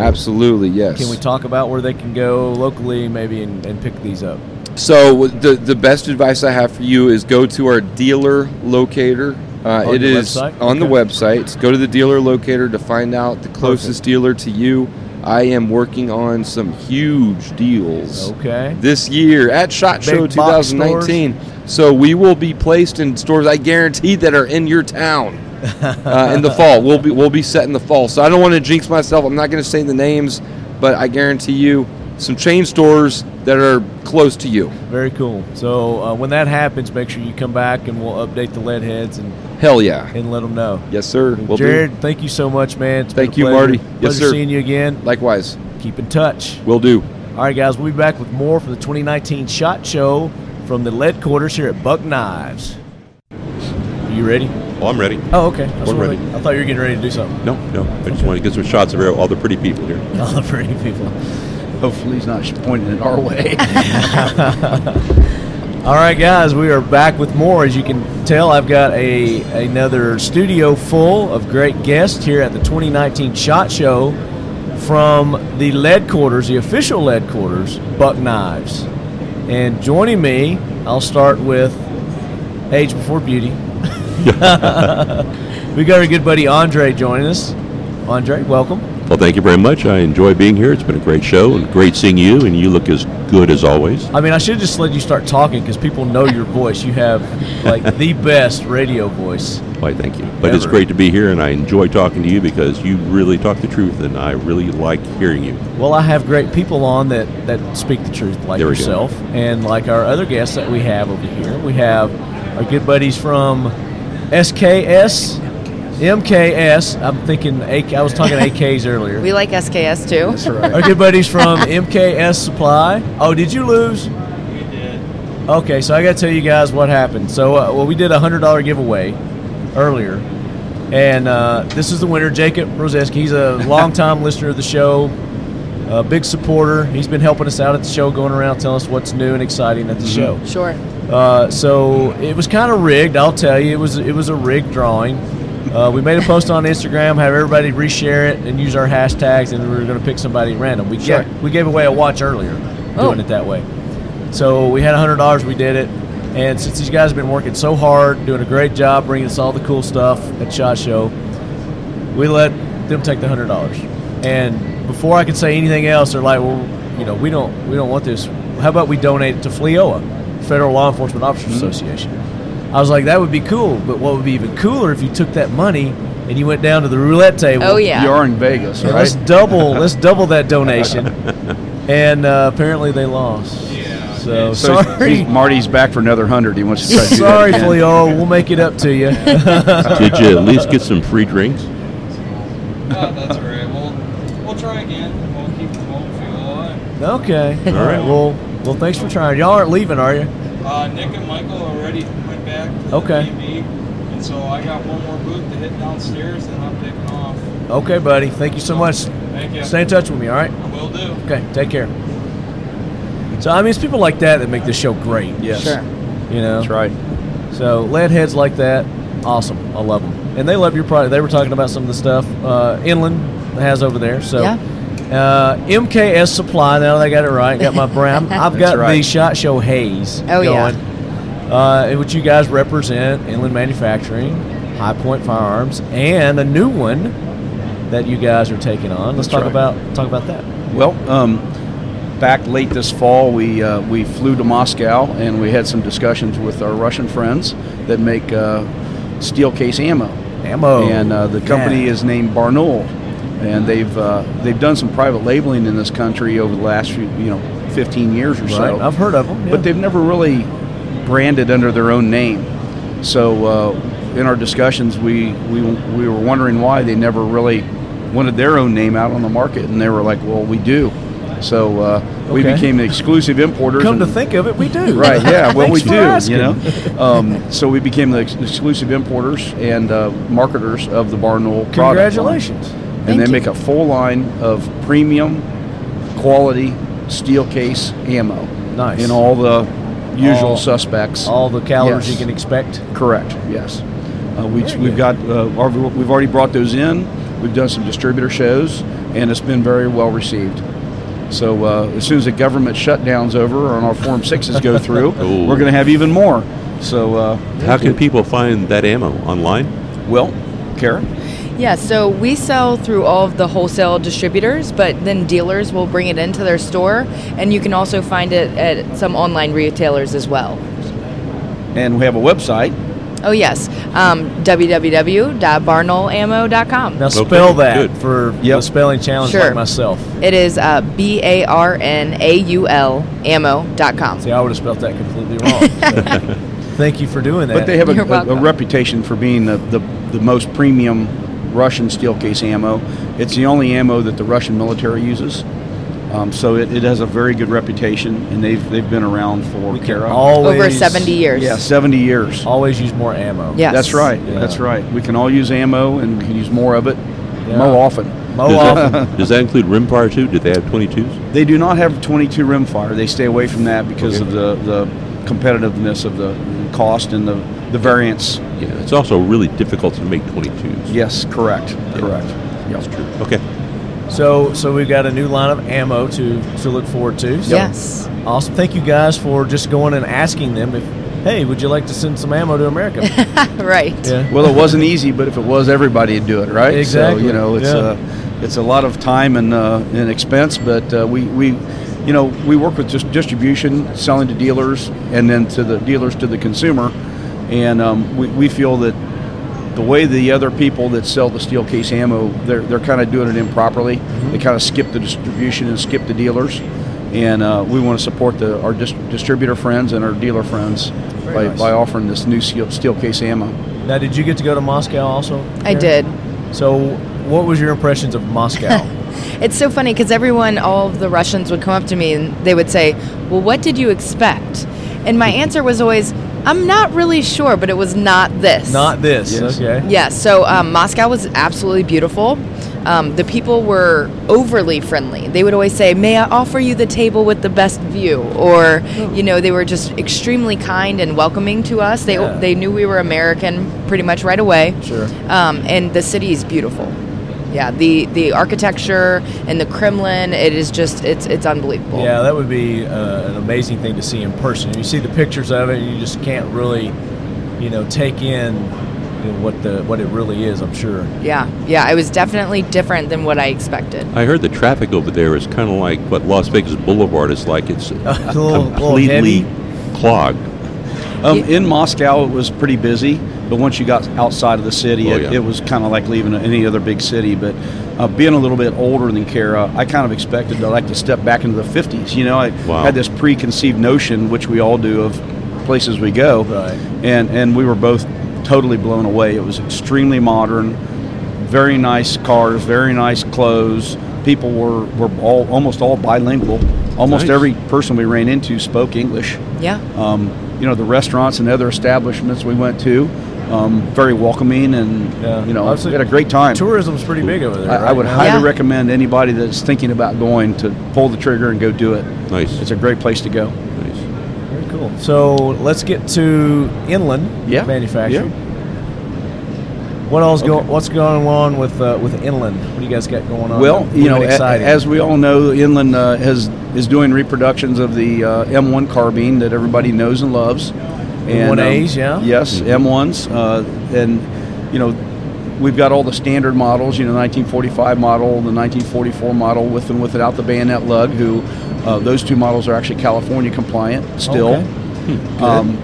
[SPEAKER 6] Absolutely, yes.
[SPEAKER 1] Can we talk about where they can go locally, maybe, and, and pick these up?
[SPEAKER 6] So the the best advice I have for you is go to our dealer locator. Uh,
[SPEAKER 1] On
[SPEAKER 6] it
[SPEAKER 1] the
[SPEAKER 6] is
[SPEAKER 1] website?
[SPEAKER 6] on the
[SPEAKER 1] Okay.
[SPEAKER 6] website. Go to the dealer locator to find out the closest dealer to you. I am working on some huge deals
[SPEAKER 1] Okay.
[SPEAKER 6] this year at Shot Show
[SPEAKER 1] Big box
[SPEAKER 6] 2019. So we will be placed in stores I guarantee that are in your town uh, in the fall. We'll be we'll be set in the fall. So I don't want to jinx myself. I'm not going to say the names, but I guarantee you some chain stores that are close to you.
[SPEAKER 1] Very cool. So uh, when that happens, make sure you come back and we'll update the lead heads and,
[SPEAKER 6] Hell yeah.
[SPEAKER 1] and let them know.
[SPEAKER 6] Yes, sir. Will do.
[SPEAKER 1] Jared, thank you so much, man. It's been
[SPEAKER 6] Thank
[SPEAKER 1] a
[SPEAKER 6] you,
[SPEAKER 1] pleasure.
[SPEAKER 6] Marty.
[SPEAKER 1] Pleasure
[SPEAKER 6] Yes, sir.
[SPEAKER 1] seeing you again.
[SPEAKER 6] Likewise.
[SPEAKER 1] Keep in touch.
[SPEAKER 6] Will do.
[SPEAKER 1] All right, guys, we'll be back with more for the 2019 Shot Show from the lead quarters here at Buck Knives. Are you ready?
[SPEAKER 8] Oh, I'm ready.
[SPEAKER 1] Oh, okay. I was
[SPEAKER 8] We're
[SPEAKER 1] wondering-
[SPEAKER 8] ready.
[SPEAKER 1] I thought you were getting ready to do something.
[SPEAKER 8] No, no. I just want to get some shots of all the pretty people here.
[SPEAKER 1] All the pretty people.
[SPEAKER 9] Hopefully, he's not pointing it our way.
[SPEAKER 1] All right, guys, we are back with more. As you can tell, I've got a another studio full of great guests here at the 2019 Shot Show from the lead quarters, the official lead quarters, Buck Knives. And joining me, I'll start with Age Before Beauty. we got our good buddy Andre joining us. Andre, welcome.
[SPEAKER 8] Well, thank you very much. I enjoy being here. It's been a great show and great seeing you, and you look as good as always.
[SPEAKER 1] I mean, I should just let you start talking because people know your voice. You have like the best radio voice.
[SPEAKER 8] Why, thank you. But it's
[SPEAKER 1] Ever.
[SPEAKER 8] great to be here, and I enjoy talking to you because you really talk the truth, and I really like hearing you.
[SPEAKER 1] Well, I have great people on that, that speak the truth, like
[SPEAKER 8] There we go.
[SPEAKER 1] yourself, and like our other guests that we have over here. We have our good buddies from SKS, MKS. I'm thinking AK, I was talking AKs earlier.
[SPEAKER 7] We like SKS too.
[SPEAKER 1] Our good buddies from MKS Supply. Oh, did you lose? Okay, so I got to tell you guys what happened. So, uh, well, we did a hundred dollar giveaway earlier, and uh, this is the winner, Jacob Rozeski. He's a longtime listener of the show, a big supporter. He's been helping us out at the show, going around telling us what's new and exciting at the show.
[SPEAKER 7] Sure.
[SPEAKER 1] Uh, so it was kind of rigged. I'll tell you, it was it was a rigged drawing. Uh, we made a post on Instagram, have everybody reshare it and use our hashtags, and we were going to pick somebody random. We
[SPEAKER 7] Sure.
[SPEAKER 1] gave, we gave away a watch earlier,
[SPEAKER 7] Oh.
[SPEAKER 1] doing it that way. So we had hundred dollars, we did it, and since these guys have been working so hard, doing a great job, bringing us all the cool stuff at Shot Show, we let them take the hundred dollars. And before I could say anything else, they're like, "Well, you know, we don't we don't want this. How about we donate it to FLEOA, Federal Law Enforcement Officers
[SPEAKER 9] Mm-hmm.
[SPEAKER 1] Association?" I was like, "That would be cool, but what would be even cooler if you took that money and you went down to the roulette table.
[SPEAKER 7] Oh yeah.
[SPEAKER 9] You are in Vegas,
[SPEAKER 1] and
[SPEAKER 9] right?
[SPEAKER 1] let's double let's double that donation." and uh, apparently they lost. Yeah. So,
[SPEAKER 9] So he's-
[SPEAKER 1] sorry.
[SPEAKER 9] he's- Marty's back for another hundred. He wants to try to do that
[SPEAKER 1] Sorry,
[SPEAKER 9] again.
[SPEAKER 1] FLEOA. We'll make it up to you.
[SPEAKER 8] Did you at least get some free drinks?
[SPEAKER 10] Oh, that's all right. We'll, we'll try again. We'll keep the whole fuel
[SPEAKER 1] okay. All
[SPEAKER 8] right.
[SPEAKER 1] Well, well, thanks for trying. Y'all aren't leaving, are you?
[SPEAKER 10] on. Uh, Nick and Michael already went back to the
[SPEAKER 1] Okay.
[SPEAKER 10] TV, and so I got one more booth to hit downstairs, and I'm taking off.
[SPEAKER 1] Okay, buddy. Thank you so much.
[SPEAKER 10] Thank you.
[SPEAKER 1] Stay in touch with me, all right?
[SPEAKER 10] I will do.
[SPEAKER 1] Okay, take care. So, I mean, it's people like that that make this show great.
[SPEAKER 9] Yes,
[SPEAKER 7] Sure.
[SPEAKER 1] You know?
[SPEAKER 9] that's right.
[SPEAKER 1] So, lead heads like that, awesome. I love them. And they love your product. They were talking about some of the stuff uh, Inland has over there. So,
[SPEAKER 7] Yeah.
[SPEAKER 1] uh, MKS Supply, now they got it right. Got my brand. I've
[SPEAKER 9] That's
[SPEAKER 1] got the
[SPEAKER 9] right.
[SPEAKER 1] Shot Show Haze
[SPEAKER 7] Oh, yeah.
[SPEAKER 1] going. Uh, in which you guys represent Inland Manufacturing, High Point Firearms, and a new one that you guys are taking on. Let's talk
[SPEAKER 9] right.
[SPEAKER 1] about talk about that.
[SPEAKER 9] Well, um, back late this fall, we uh, we flew to Moscow and we had some discussions with our Russian friends that make uh, steel case ammo.
[SPEAKER 1] Ammo.
[SPEAKER 9] and uh, the company
[SPEAKER 1] Oh, Yeah.
[SPEAKER 9] is named Barnol, and they've uh, they've done some private labeling in this country over the last few, you know 15 years or so.
[SPEAKER 1] Right, I've heard of them. yeah.
[SPEAKER 9] But they've never really branded under their own name. So uh, in our discussions, we, we we were wondering why they never really wanted their own name out on the market, and they were like, "Well, we do." So uh, we
[SPEAKER 1] Okay.
[SPEAKER 9] became the exclusive importers.
[SPEAKER 1] come to
[SPEAKER 9] and-
[SPEAKER 1] think of it, we do.
[SPEAKER 9] Right. Yeah. Well, we
[SPEAKER 1] Thanks for
[SPEAKER 9] do.
[SPEAKER 1] asking.
[SPEAKER 9] You know. Um, so we became the ex- exclusive importers and uh, marketers of the Barn Knoll product. line.
[SPEAKER 1] Congratulations.
[SPEAKER 9] And
[SPEAKER 7] Thank
[SPEAKER 9] they
[SPEAKER 7] you.
[SPEAKER 9] make a full line of premium quality steel case ammo.
[SPEAKER 1] Nice.
[SPEAKER 9] In all the usual
[SPEAKER 1] All-
[SPEAKER 9] suspects.
[SPEAKER 1] All the calories
[SPEAKER 9] Yes.
[SPEAKER 1] you can expect.
[SPEAKER 9] Correct. Yes. Uh, we,
[SPEAKER 1] Very
[SPEAKER 9] we've
[SPEAKER 1] good.
[SPEAKER 9] got uh, our, we've already brought those in. We've done some distributor shows, and it's been very well received. So uh, as soon as the government shutdown's over and our Form Sixes go through,
[SPEAKER 8] Ooh.
[SPEAKER 9] we're going to have even more. So, uh,
[SPEAKER 8] How can people find that ammo online?
[SPEAKER 9] well, Kara,
[SPEAKER 7] Yeah, so we sell through all of the wholesale distributors, but then dealers will bring it into their store, and you can also find it at some online retailers as well.
[SPEAKER 9] and we have a website.
[SPEAKER 7] Oh, yes, um, www.barnolammo.com.
[SPEAKER 1] Now spell that
[SPEAKER 8] good.
[SPEAKER 1] for the
[SPEAKER 9] Yep.
[SPEAKER 1] spelling challenge
[SPEAKER 7] Sure.
[SPEAKER 1] like myself.
[SPEAKER 7] It is uh, B A R N A U L ammo.com.
[SPEAKER 1] See, I would have spelt that completely wrong. so. Thank you for doing that.
[SPEAKER 9] But they have a,
[SPEAKER 7] You're
[SPEAKER 9] a, a
[SPEAKER 7] welcome.
[SPEAKER 9] reputation for being the, the, the most premium Russian steel case ammo. It's the only ammo that the Russian military uses. Um, so it, it has a very good reputation, and they've, they've been around for
[SPEAKER 1] we can
[SPEAKER 9] Kara.
[SPEAKER 1] always
[SPEAKER 7] Over 70 years.
[SPEAKER 9] Yeah, 70 years.
[SPEAKER 1] Always use more ammo.
[SPEAKER 7] Yes.
[SPEAKER 9] That's right.
[SPEAKER 1] Yeah.
[SPEAKER 9] That's right. We can all use ammo, and we can use more of it,
[SPEAKER 1] Yeah.
[SPEAKER 9] more often.
[SPEAKER 1] Mo
[SPEAKER 8] does,
[SPEAKER 1] off.
[SPEAKER 8] that, does that include rimfire too? Do they have 22s?
[SPEAKER 9] They do not have 22 rimfire. They stay away from that because of the, the competitiveness of the cost and the, the variance.
[SPEAKER 8] Yeah, it's also really difficult to make 22s.
[SPEAKER 9] Yes, correct. Correct.
[SPEAKER 8] that's true. Okay.
[SPEAKER 1] So, so we've got a new line of ammo to to look forward to. So
[SPEAKER 7] Yes.
[SPEAKER 1] Awesome. Thank you guys for just going and asking them if, hey, would you like to send some ammo to America?
[SPEAKER 7] right.
[SPEAKER 1] yeah.
[SPEAKER 9] Well, it wasn't easy, but if it was, everybody'd do it, right?
[SPEAKER 1] Exactly.
[SPEAKER 9] So, you know, it's
[SPEAKER 1] Yeah.
[SPEAKER 9] uh it's a lot of time and uh, and expense, but uh, we we. You know, we work with just distribution, selling to dealers, and then to the dealers to the consumer, and um, we, we feel that the way the other people that sell the steel case ammo, they're, they're kind of doing it improperly.
[SPEAKER 1] Mm-hmm.
[SPEAKER 9] They kind of skip the distribution and skip the dealers, and uh, we want to support the, our dis- distributor friends and our dealer friends by,
[SPEAKER 1] nice.
[SPEAKER 9] by offering this new steel, steel case ammo.
[SPEAKER 1] Now, did you get to go to Moscow also?
[SPEAKER 7] I
[SPEAKER 1] Karen?
[SPEAKER 7] did.
[SPEAKER 1] So, what was your impressions of Moscow?
[SPEAKER 7] It's so funny because everyone, all of the Russians would come up to me and they would say, Well, what did you expect? And my answer was always, I'm not really sure, but it was not this.
[SPEAKER 1] Not this.
[SPEAKER 9] Yes.
[SPEAKER 1] Okay.
[SPEAKER 7] Yeah, so um, Moscow was absolutely beautiful. Um, the people were overly friendly. They would always say, May I offer you the table with the best view? Or, you know, they were just extremely kind and welcoming to us. They,
[SPEAKER 1] Yeah.
[SPEAKER 7] they knew we were American pretty much right away.
[SPEAKER 1] Sure.
[SPEAKER 7] Um, and the city is beautiful. Yeah, the, the architecture and the Kremlin, it is just, it's, it's unbelievable.
[SPEAKER 1] Yeah, that would be uh, an amazing thing to see in person. You see the pictures of it, you just can't really, you know, take in you know, what the what it really is. I'm sure.
[SPEAKER 7] Yeah, yeah, it was definitely different than what I expected.
[SPEAKER 8] I heard the traffic over there is kind of like what Las Vegas Boulevard is like. It's
[SPEAKER 1] It's a little, little
[SPEAKER 8] completely
[SPEAKER 1] heavy.
[SPEAKER 8] clogged.
[SPEAKER 9] Um,
[SPEAKER 7] Yeah.
[SPEAKER 9] in Moscow, it was pretty busy, but once you got outside of the city,
[SPEAKER 8] Oh,
[SPEAKER 9] it,
[SPEAKER 8] yeah.
[SPEAKER 9] it was kind of like leaving any other big city. But uh, being a little bit older than Kara, I kind of expected to like to step back into the 50s. You know, I
[SPEAKER 8] Wow.
[SPEAKER 9] had this preconceived notion, which we all do, of places we go.
[SPEAKER 1] Right.
[SPEAKER 9] And, and we were both totally blown away. It was extremely modern, very nice cars, very nice clothes. People were, were all, almost all bilingual. Almost
[SPEAKER 8] Nice.
[SPEAKER 9] every person we ran into spoke English.
[SPEAKER 7] Yeah.
[SPEAKER 9] Um, you know, the restaurants and other establishments we went to, um, very welcoming and,
[SPEAKER 1] Yeah.
[SPEAKER 9] you know,
[SPEAKER 1] Obviously,
[SPEAKER 9] we had a great time.
[SPEAKER 1] Tourism's pretty big over there.
[SPEAKER 9] I, I
[SPEAKER 1] right
[SPEAKER 9] would
[SPEAKER 1] now.
[SPEAKER 9] highly
[SPEAKER 7] Yeah.
[SPEAKER 9] recommend anybody that's thinking about going to pull the trigger and go do it.
[SPEAKER 8] Nice.
[SPEAKER 9] It's a great place to go.
[SPEAKER 8] nice.
[SPEAKER 1] Very cool. So let's get to inland
[SPEAKER 9] Yeah.
[SPEAKER 1] manufacturing. What else go,
[SPEAKER 9] Okay.
[SPEAKER 1] What's going on with uh, with inland? What do you guys got going on?
[SPEAKER 9] Well,
[SPEAKER 1] Moving
[SPEAKER 9] you know, a-
[SPEAKER 1] exciting.
[SPEAKER 9] as we all know, Inland uh, has is doing reproductions of the uh, M1 carbine that everybody knows and loves. And, um,
[SPEAKER 1] M1As, yeah?
[SPEAKER 9] Yes, M1s, uh, and you know, we've got all the standard models, you know, 1945 model, the 1944 model, with and without the bayonet lug. Who uh, those two models are actually California compliant still.
[SPEAKER 1] Okay.
[SPEAKER 9] Um,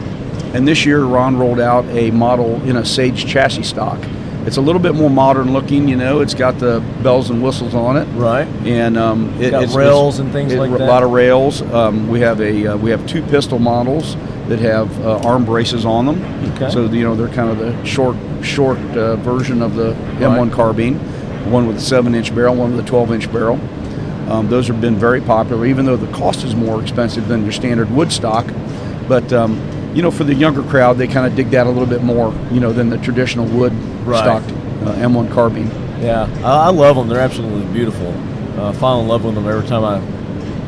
[SPEAKER 9] and this year, Ron rolled out a model in a Sage chassis stock. It's a little bit more modern looking, you know. It's got the bells and whistles on it,
[SPEAKER 1] Right.
[SPEAKER 9] and um, it,
[SPEAKER 1] Got rails and things like
[SPEAKER 9] a
[SPEAKER 1] that?
[SPEAKER 9] lot of rails. Um, we have a uh, we have two pistol models that have uh, arm braces on them.
[SPEAKER 1] Okay.
[SPEAKER 9] So you know they're kind of the short short uh, version of the
[SPEAKER 1] Right.
[SPEAKER 9] M1 carbine. One with a seven inch barrel, one with a twelve inch barrel. Um, those have been very popular, even though the cost is more expensive than your standard wood stock. But um, you know, for the younger crowd, they kind of dig that a little bit more, you know, than the traditional wood
[SPEAKER 1] Right.
[SPEAKER 9] stocked uh, M1 carbine.
[SPEAKER 1] Yeah, I, I love them. They're absolutely beautiful. Uh, I fall in love with them every time I,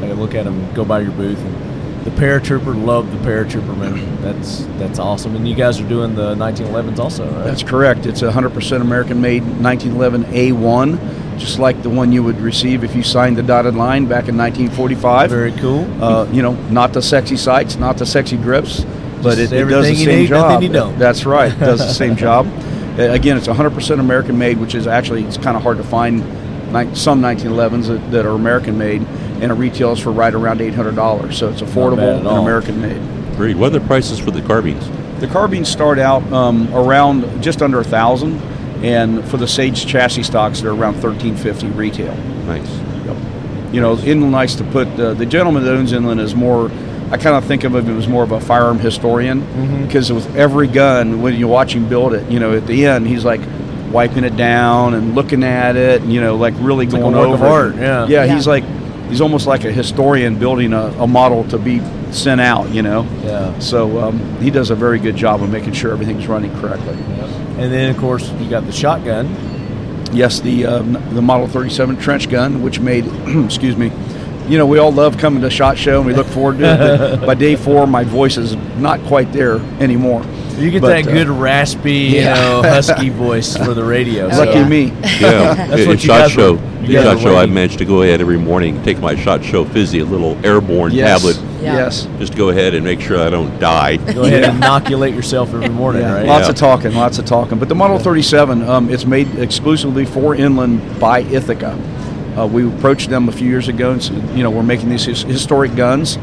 [SPEAKER 1] I look at them. and Go by your booth. And the paratrooper, love the paratrooper, man. That's that's awesome. And you guys are doing the 1911s also, right?
[SPEAKER 9] That's correct. It's a 100% American made 1911 A1, just like the one you would receive if you signed the dotted line back in 1945.
[SPEAKER 1] very cool.
[SPEAKER 9] Uh, you know, not the sexy sights, not the sexy grips, but
[SPEAKER 1] Just
[SPEAKER 9] it, it does the
[SPEAKER 1] everything you
[SPEAKER 9] same
[SPEAKER 1] need,
[SPEAKER 9] job.
[SPEAKER 1] nothing you don't.
[SPEAKER 9] That's right. It does the same job. Uh, Again, it's 100% American made, which is actually it's kind of hard to find ni- some 1911s that, that are American made, and it retails for right around $800. So it's
[SPEAKER 1] bad at
[SPEAKER 9] affordable and
[SPEAKER 1] all.
[SPEAKER 9] American made.
[SPEAKER 8] Great. What are the prices for the carbines?
[SPEAKER 9] The carbines start out um, around just under a thousand, and for the Sage chassis stocks, they're around thirteen fifty retail.
[SPEAKER 8] Nice.
[SPEAKER 9] You know, Inland likes to put uh, the gentleman that owns Inland is more. I kind of think of him as more of a firearm historian
[SPEAKER 1] Mm-hmm.
[SPEAKER 9] because with every gun, when you watch him build it, you know, at the end he's like wiping it down and looking at it, and, you know, like really
[SPEAKER 1] like a
[SPEAKER 9] going
[SPEAKER 1] work of
[SPEAKER 9] over. it.
[SPEAKER 1] art, yeah.
[SPEAKER 9] yeah,
[SPEAKER 7] Yeah.
[SPEAKER 9] He's like he's almost like a historian building a, a model to be sent out. You know.
[SPEAKER 1] Yeah.
[SPEAKER 9] So um, he does a very good job of making sure everything's running correctly.
[SPEAKER 1] And then of course you got the shotgun.
[SPEAKER 9] Yes, the um, the Model 37 trench gun, which made, excuse me, you know, we all love coming to Shot Show and we look forward to it. But by day four, my voice is not quite there anymore.
[SPEAKER 1] You get
[SPEAKER 9] But,
[SPEAKER 1] that
[SPEAKER 9] uh,
[SPEAKER 1] good raspy,
[SPEAKER 9] yeah.
[SPEAKER 1] you know, husky voice for the radio.
[SPEAKER 7] Oh,
[SPEAKER 9] Lucky
[SPEAKER 7] yeah.
[SPEAKER 9] me.
[SPEAKER 8] Yeah,
[SPEAKER 1] That's
[SPEAKER 8] in-
[SPEAKER 1] what
[SPEAKER 8] in
[SPEAKER 1] you
[SPEAKER 8] shot
[SPEAKER 1] guys
[SPEAKER 8] show.
[SPEAKER 1] were- you guys
[SPEAKER 8] in shot
[SPEAKER 1] were
[SPEAKER 8] show, I
[SPEAKER 1] waiting.
[SPEAKER 8] managed to go ahead every morning, take my shot show fizzy, a little airborne
[SPEAKER 9] Yes.
[SPEAKER 8] tablet,
[SPEAKER 7] Yeah.
[SPEAKER 9] Yes.
[SPEAKER 8] just to go ahead and make sure I don't die.
[SPEAKER 1] Go ahead and inoculate yourself every morning,
[SPEAKER 9] Yeah,
[SPEAKER 1] right?
[SPEAKER 9] Lots
[SPEAKER 8] Yeah.
[SPEAKER 9] of talking, lots of talking. But the Model 37, um, it's made exclusively for inland by Ithaca. Uh, we approached them a few years ago and said, you know, we're making these his- historic guns,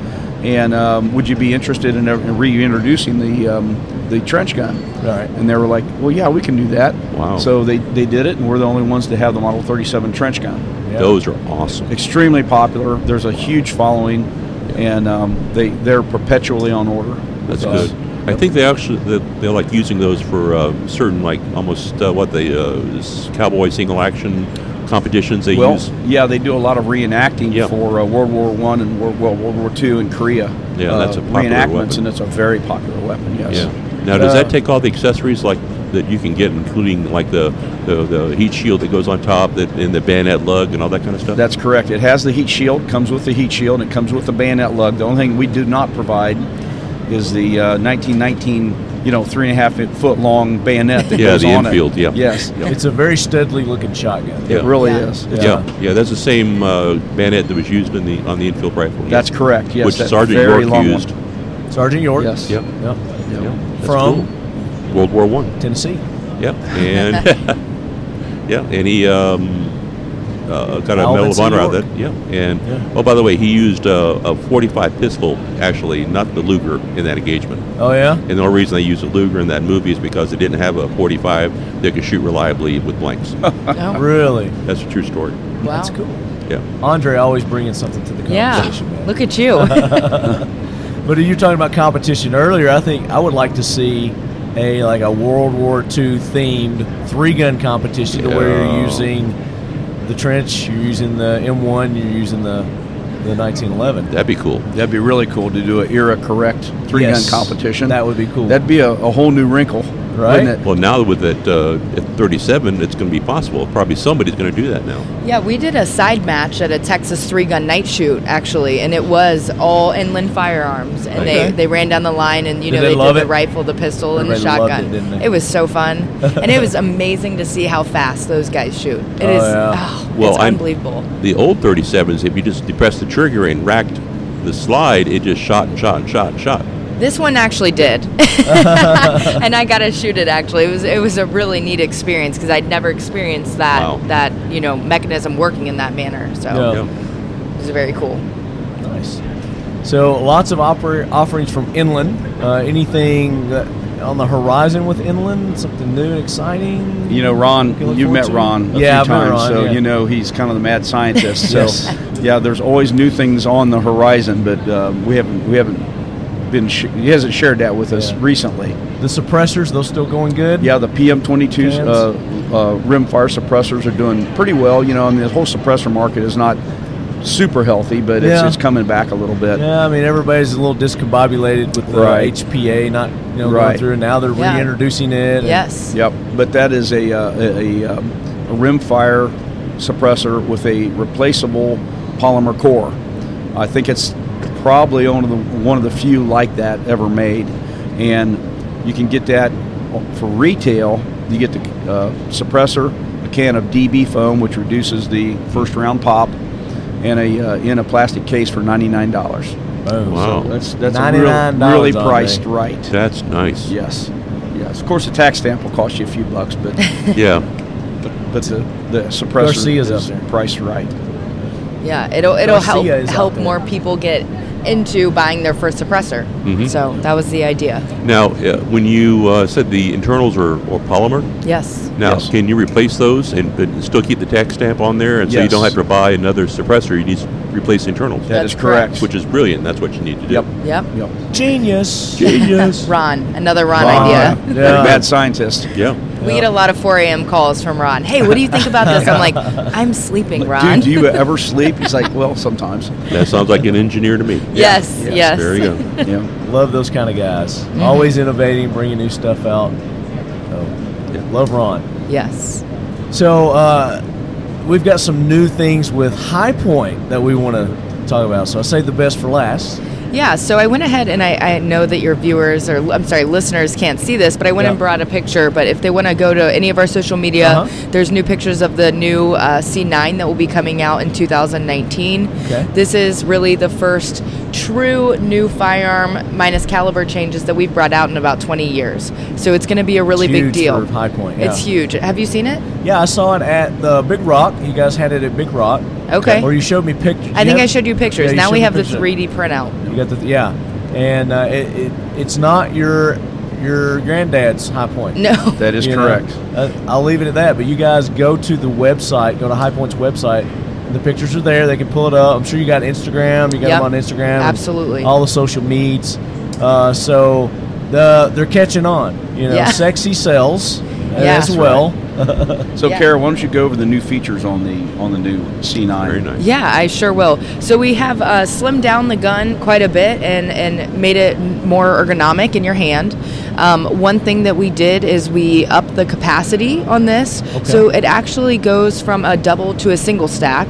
[SPEAKER 9] and um, would you be interested in, uh, reintroducing the um, the trench gun?
[SPEAKER 1] Right.
[SPEAKER 9] And they were like, well, yeah, we can do that.
[SPEAKER 8] Wow.
[SPEAKER 9] So they, they did it, and we're the only ones to have the Model 37 trench gun
[SPEAKER 1] Yeah.
[SPEAKER 8] Those are awesome.
[SPEAKER 9] extremely popular. There's a huge following, and um, they they're perpetually on order.
[SPEAKER 8] That's
[SPEAKER 9] with us.
[SPEAKER 8] good. I think they actually they, they like using those for uh, certain like almost uh, what they uh, s- cowboy single action competitions they
[SPEAKER 9] well,
[SPEAKER 8] use.
[SPEAKER 9] yeah, they do a lot of reenacting
[SPEAKER 8] Yeah.
[SPEAKER 9] for uh, World War One and World, well, World War Two in Korea.
[SPEAKER 8] Yeah,
[SPEAKER 9] uh,
[SPEAKER 8] that's a popular
[SPEAKER 9] reenactments,
[SPEAKER 8] weapon.
[SPEAKER 9] and it's a very popular weapon. Yes.
[SPEAKER 8] Yeah. Now, does
[SPEAKER 9] Uh,
[SPEAKER 8] that take all the accessories like that you can get, including like the, the, the heat shield that goes on top, that and the bayonet lug and all that kind of stuff?
[SPEAKER 9] That's correct. It has the heat shield. Comes with the heat shield. and It comes with the bayonet lug. The only thing we do not provide is the uh, 1919, you know, three and a half foot long bayonet that
[SPEAKER 8] Yeah,
[SPEAKER 9] goes
[SPEAKER 8] the
[SPEAKER 9] on
[SPEAKER 8] infield,
[SPEAKER 9] It.
[SPEAKER 8] yeah.
[SPEAKER 9] Yes,
[SPEAKER 1] It's a very steadily looking shotgun.
[SPEAKER 9] it really
[SPEAKER 7] Yeah.
[SPEAKER 9] is.
[SPEAKER 8] yeah. yeah, That's the same uh, bayonet that was used in the on the infield rifle. yeah.
[SPEAKER 9] That's correct. Yes,
[SPEAKER 8] which
[SPEAKER 9] that
[SPEAKER 8] Sergeant
[SPEAKER 9] very
[SPEAKER 8] York
[SPEAKER 9] long one.
[SPEAKER 8] used.
[SPEAKER 1] Sergeant York.
[SPEAKER 9] Yes.
[SPEAKER 8] Yep.
[SPEAKER 1] Yep.
[SPEAKER 8] Yeah, that's
[SPEAKER 1] From-
[SPEAKER 8] cool. World War One.
[SPEAKER 1] Tennessee.
[SPEAKER 8] Yeah, and yeah, and he um, uh, got a
[SPEAKER 1] Alvin
[SPEAKER 8] Medal of
[SPEAKER 1] C.
[SPEAKER 8] Honor out of
[SPEAKER 1] York.
[SPEAKER 8] that. Yeah, and
[SPEAKER 1] Yeah.
[SPEAKER 8] oh, by the way, he used uh, a 45 pistol, actually, not the Luger in that engagement.
[SPEAKER 1] Oh yeah.
[SPEAKER 8] And the only reason they used a Luger in that movie is because they didn't have a 45 that could shoot reliably with blanks.
[SPEAKER 7] Oh,
[SPEAKER 1] Really?
[SPEAKER 8] That's a true story.
[SPEAKER 7] wow.
[SPEAKER 1] That's cool.
[SPEAKER 8] Yeah,
[SPEAKER 1] Andre always bringing something to the
[SPEAKER 7] Yeah.
[SPEAKER 1] conversation. man.
[SPEAKER 7] Look at you.
[SPEAKER 1] But you were talking about competition earlier. I think I would like to see a like a World War II themed three gun competition to where
[SPEAKER 8] Yeah.
[SPEAKER 1] you're using the trench, you're using the M1, you're using the the 1911.
[SPEAKER 8] that'd be cool.
[SPEAKER 9] That'd be really cool to do an era correct three gun
[SPEAKER 1] Yes,
[SPEAKER 9] competition.
[SPEAKER 1] that would be cool.
[SPEAKER 9] That'd be a, a whole new wrinkle,
[SPEAKER 1] Right?
[SPEAKER 9] Wouldn't it?
[SPEAKER 8] Well, now with that uh, at 37, it's going to be possible. Probably somebody's going to do that now.
[SPEAKER 7] Yeah, we did a side match at a Texas three gun night shoot actually, and it was all inland firearms, and
[SPEAKER 1] Okay.
[SPEAKER 7] they, they ran down the line, and you
[SPEAKER 1] Did
[SPEAKER 7] know
[SPEAKER 1] they
[SPEAKER 7] they,
[SPEAKER 1] love
[SPEAKER 7] did the
[SPEAKER 1] it?
[SPEAKER 7] rifle, the pistol, and the
[SPEAKER 1] Everybody loved
[SPEAKER 7] shotgun.
[SPEAKER 1] it, didn't they?
[SPEAKER 7] was so fun, and it was amazing to see how fast those guys shoot. It
[SPEAKER 1] Oh,
[SPEAKER 7] is
[SPEAKER 1] yeah.
[SPEAKER 7] oh,
[SPEAKER 8] Well,
[SPEAKER 7] it's
[SPEAKER 8] I'm-
[SPEAKER 7] unbelievable.
[SPEAKER 8] The old 37s, if you just depressed the trigger and racked the slide, it just shot and shot and shot and shot.
[SPEAKER 7] This one actually did, and I got to shoot it. Actually, it was it was a really neat experience because I'd never experienced that
[SPEAKER 8] Wow.
[SPEAKER 7] that you know mechanism working in that manner. So
[SPEAKER 1] Yeah.
[SPEAKER 7] it was very cool.
[SPEAKER 1] Nice. So lots of oper- offerings from inland. Uh, anything that on the horizon with inland? Something new and exciting?
[SPEAKER 9] You know, Ron,
[SPEAKER 1] Can look
[SPEAKER 9] you've
[SPEAKER 1] forward
[SPEAKER 9] met
[SPEAKER 1] to?
[SPEAKER 9] Ron a
[SPEAKER 1] yeah,
[SPEAKER 9] few
[SPEAKER 1] I've met
[SPEAKER 9] times,
[SPEAKER 1] Ron,
[SPEAKER 9] so
[SPEAKER 1] yeah.
[SPEAKER 9] you know he's kind of the mad scientist. So,
[SPEAKER 1] Yes.
[SPEAKER 9] yeah, there's always new things on the horizon, but um, we haven't we haven't been sh- he hasn't shared that with us
[SPEAKER 1] Yeah.
[SPEAKER 9] recently.
[SPEAKER 1] the suppressors. Those still going good.
[SPEAKER 9] Yeah, the PM22s,
[SPEAKER 1] Fans.
[SPEAKER 9] uh, uh, rim fire suppressors are doing pretty well. You know, and the whole suppressor market is not super healthy, but it's,
[SPEAKER 1] Yeah.
[SPEAKER 9] it's coming back a little bit.
[SPEAKER 1] Yeah, I mean everybody's a little discombobulated with the
[SPEAKER 9] Right.
[SPEAKER 1] HPA not you know going
[SPEAKER 9] Right.
[SPEAKER 1] through, and now they're
[SPEAKER 7] Yeah.
[SPEAKER 1] reintroducing it. and-
[SPEAKER 7] Yes.
[SPEAKER 9] Yep, but that is a, uh, a, a, um, a rim fire suppressor with a replaceable polymer core. I think it's probably one of the one of the few like that ever made, and you can get that for retail. You get the uh, suppressor, a can of DB foam, which reduces the first round pop, and a uh, in a plastic case for ninety nine dollars.
[SPEAKER 1] Boom.
[SPEAKER 8] Wow.
[SPEAKER 9] That's that's a real,
[SPEAKER 1] $99
[SPEAKER 9] really
[SPEAKER 1] on
[SPEAKER 9] priced
[SPEAKER 1] there.
[SPEAKER 9] right.
[SPEAKER 8] That's nice.
[SPEAKER 9] Yes, yes. Of course, the tax stamp will cost you a few bucks, but.
[SPEAKER 8] Yeah.
[SPEAKER 9] But the, the suppressor
[SPEAKER 1] Garcia's
[SPEAKER 9] is
[SPEAKER 1] up there.
[SPEAKER 9] priced right.
[SPEAKER 7] Yeah, it'll it'll help
[SPEAKER 1] Garcia is out
[SPEAKER 7] help
[SPEAKER 1] there.
[SPEAKER 7] more people get into buying their first suppressor.
[SPEAKER 9] Mm-hmm.
[SPEAKER 8] Mhm.
[SPEAKER 7] So that was the idea.
[SPEAKER 8] Now, uh, when you uh, said the internals are, are polymer,
[SPEAKER 7] Yes.
[SPEAKER 8] now
[SPEAKER 9] Yes.
[SPEAKER 8] can you replace those and, and still keep the tax stamp on there? And so you don't
[SPEAKER 9] Yes.
[SPEAKER 8] have to buy another suppressor. You just replace the internals,
[SPEAKER 9] That
[SPEAKER 7] That's
[SPEAKER 9] is correct.
[SPEAKER 8] which is brilliant. That's what you need to do.
[SPEAKER 9] Yep.
[SPEAKER 7] Yep.
[SPEAKER 9] Yep.
[SPEAKER 1] Genius.
[SPEAKER 8] Genius.
[SPEAKER 7] Ron, another Ron,
[SPEAKER 9] Ron.
[SPEAKER 7] idea.
[SPEAKER 9] Pretty
[SPEAKER 1] Yeah.
[SPEAKER 9] Bad scientist.
[SPEAKER 8] yeah.
[SPEAKER 7] We get a lot of 4 a.m. calls from Ron. Hey, what do you think about this? I'm like, I'm sleeping, Ron.
[SPEAKER 9] Dude, do you ever sleep? He's like, well, sometimes.
[SPEAKER 8] That sounds like an engineer to me.
[SPEAKER 7] yes,
[SPEAKER 9] Yeah.
[SPEAKER 7] yes.
[SPEAKER 8] There you go.
[SPEAKER 9] Yeah.
[SPEAKER 1] Love those kind of guys.
[SPEAKER 7] Mm-hmm.
[SPEAKER 1] Always innovating, bringing new stuff out. Oh,
[SPEAKER 8] Yeah.
[SPEAKER 1] Love Ron.
[SPEAKER 7] Yes.
[SPEAKER 1] So uh, we've got some new things with High Point that we want to talk about. So I saved the best for last.
[SPEAKER 7] Yeah, so I went ahead and I, I know that your viewers or I'm sorry, listeners can't see this, but I went
[SPEAKER 1] Yeah.
[SPEAKER 7] and brought a picture. But if they want to go to any of our social media,
[SPEAKER 1] Uh-huh.
[SPEAKER 7] there's new pictures of the new uh, C9 that will be coming out in 2019.
[SPEAKER 1] Okay.
[SPEAKER 7] This is really the first true new firearm minus caliber changes that we've brought out in about 20 years. So it's going to be a really
[SPEAKER 1] It's
[SPEAKER 7] big
[SPEAKER 1] huge
[SPEAKER 7] deal.
[SPEAKER 1] for High Point,
[SPEAKER 7] It's
[SPEAKER 1] yeah.
[SPEAKER 7] huge. Have you seen it?
[SPEAKER 1] Yeah, I saw it at the Big Rock. You guys had it at Big Rock.
[SPEAKER 7] Okay.
[SPEAKER 1] Or you showed me pictures.
[SPEAKER 7] I think I showed you pictures. now we have the
[SPEAKER 1] three.
[SPEAKER 7] 3D printout.
[SPEAKER 1] You got the yeah, and uh, it, it it's not your your granddad's high point.
[SPEAKER 7] No.
[SPEAKER 9] That is
[SPEAKER 1] You know?
[SPEAKER 9] correct.
[SPEAKER 1] Uh, I'll leave it at that. But you guys go to the website, go to High Point's website. The pictures are there. They can pull it up. I'm sure you got Instagram. You got
[SPEAKER 7] Yep.
[SPEAKER 1] them on Instagram. and
[SPEAKER 7] Absolutely.
[SPEAKER 1] All the social meds. Uh, so the they're catching on. You know,
[SPEAKER 7] Yeah.
[SPEAKER 1] sexy sells uh,
[SPEAKER 7] Yeah.
[SPEAKER 1] as well.
[SPEAKER 9] So,
[SPEAKER 7] Yeah.
[SPEAKER 9] Kara, why don't you go over the new features on the on the new C9?
[SPEAKER 8] Very nice.
[SPEAKER 7] Yeah, I sure will. So we have uh, slimmed down the gun quite a bit and and made it more ergonomic in your hand. Um, one thing that we did is we upped the capacity on this, so it actually goes from a double to a single stack.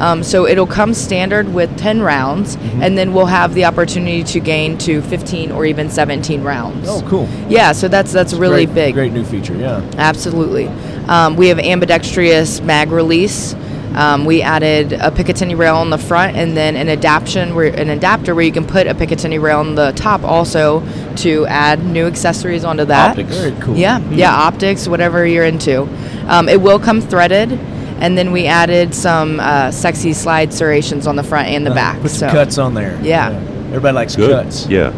[SPEAKER 7] Um, so it'll come standard with 10 rounds,
[SPEAKER 1] Mm-hmm.
[SPEAKER 7] and then we'll have the opportunity to gain to 15 or even 17 rounds.
[SPEAKER 1] Oh, cool.
[SPEAKER 7] Yeah, so that's that's really
[SPEAKER 1] Great-
[SPEAKER 7] big.
[SPEAKER 1] Great new feature. Yeah.
[SPEAKER 7] Absolutely. Um, we have ambidextrous mag release. Um, we added a Picatinny rail on the front, and then an adaption where an adapter where you can put a Picatinny rail on the top also to add new accessories onto that.
[SPEAKER 9] Optics.
[SPEAKER 1] Very cool. Mm-hmm.
[SPEAKER 7] Yeah, yeah,
[SPEAKER 1] Hmm.
[SPEAKER 7] optics, whatever you're into. Um, it will come threaded, and then we added some uh, sexy slide serrations on the front and the back.
[SPEAKER 1] Uh-huh. Put
[SPEAKER 7] so
[SPEAKER 1] some Uh, cuts on there.
[SPEAKER 7] Yeah.
[SPEAKER 1] Everybody likes
[SPEAKER 8] Good.
[SPEAKER 1] cuts.
[SPEAKER 8] Yeah.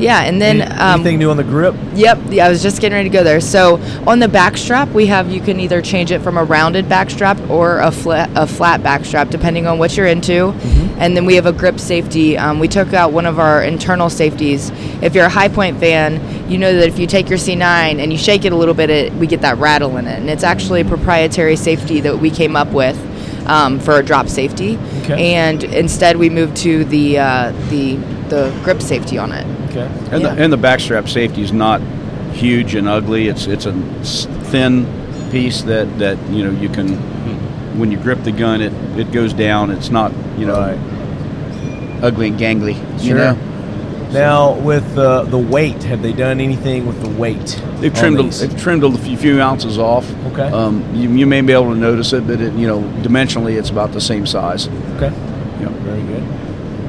[SPEAKER 7] yeah, and then
[SPEAKER 1] Any-
[SPEAKER 7] um,
[SPEAKER 1] anything new on the grip?
[SPEAKER 7] Yep, yeah, I was just getting ready to go there. So on the back strap, we have you can either change it from a rounded back strap or a flat a flat back strap, depending on what you're into. And then we have a grip safety. Um, we took out one of our internal safeties. If you're a high point fan, you know that if you take your C9 and you shake it a little bit, it, we get that rattle in it, and it's actually a proprietary safety that we came up with. Um, for a drop safety,
[SPEAKER 1] Okay.
[SPEAKER 7] and instead we moved to the uh, the the grip safety on it.
[SPEAKER 1] Okay.
[SPEAKER 9] And,
[SPEAKER 7] Yeah.
[SPEAKER 9] the, and the backstrap safety is not huge and ugly. It's it's a s- thin piece that, that you know you can when you grip the gun it, it goes down. It's not you know ugly and gangly. You
[SPEAKER 1] Sure.
[SPEAKER 9] know?
[SPEAKER 1] Now with uh, the the weight, have they done anything with the weight?
[SPEAKER 9] They've
[SPEAKER 1] on
[SPEAKER 9] trimmed, a,
[SPEAKER 1] these?
[SPEAKER 9] they've trimmed a few, few ounces off.
[SPEAKER 1] Okay.
[SPEAKER 9] Um, you, you may be able to notice it, but it, you know, dimensionally, it's about the same size.
[SPEAKER 1] okay.
[SPEAKER 9] Yep.
[SPEAKER 1] Very good.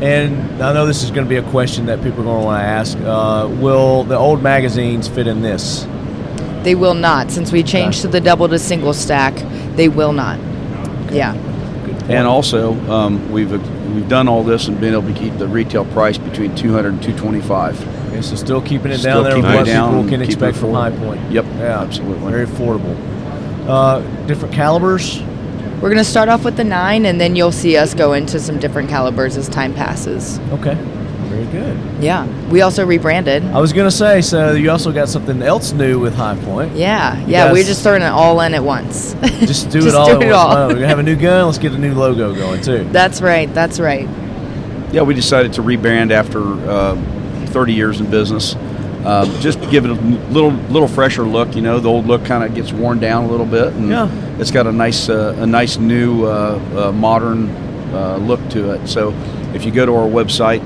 [SPEAKER 1] And I know this is going to be a question that people are going to want to ask. Uh, will the old magazines fit in this?
[SPEAKER 7] They will not. Since we changed to the double to single stack, they will not. Yeah.
[SPEAKER 9] And also, um, we've we've done all this and been able to keep the retail price between 200 and 225.
[SPEAKER 1] Okay, so still keeping it
[SPEAKER 9] Still
[SPEAKER 1] down there
[SPEAKER 9] keeping
[SPEAKER 1] with
[SPEAKER 9] it
[SPEAKER 1] what
[SPEAKER 9] down,
[SPEAKER 1] people can
[SPEAKER 9] keeping it
[SPEAKER 1] expect from High
[SPEAKER 9] affordable.
[SPEAKER 1] Point.
[SPEAKER 9] Yep,
[SPEAKER 1] Yeah,
[SPEAKER 9] absolutely.
[SPEAKER 1] Very affordable. Uh, different calibers.
[SPEAKER 7] We're going to start off with the nine, and then you'll see us go into some different calibers as time passes.
[SPEAKER 1] Okay. Very good.
[SPEAKER 7] Yeah. We also rebranded.
[SPEAKER 1] I was gonna say, so you also got something else new with High Point.
[SPEAKER 7] Yeah. Yeah.
[SPEAKER 1] guys-
[SPEAKER 7] We're just throwing it all in at once.
[SPEAKER 1] Just do it
[SPEAKER 7] Just
[SPEAKER 1] all.
[SPEAKER 7] do
[SPEAKER 1] at
[SPEAKER 7] it
[SPEAKER 1] once.
[SPEAKER 7] all.
[SPEAKER 1] Oh, we're gonna have a new gun. Let's get a new logo going too.
[SPEAKER 7] that's right. That's right.
[SPEAKER 9] Yeah, we decided to rebrand after uh, 30 years in business. Uh, just to give it a little little fresher look. You know, the old look kind of gets worn down a little bit, and
[SPEAKER 1] Yeah.
[SPEAKER 9] it's got a nice uh, a nice new uh, uh, modern uh, look to it. So, if you go to our website,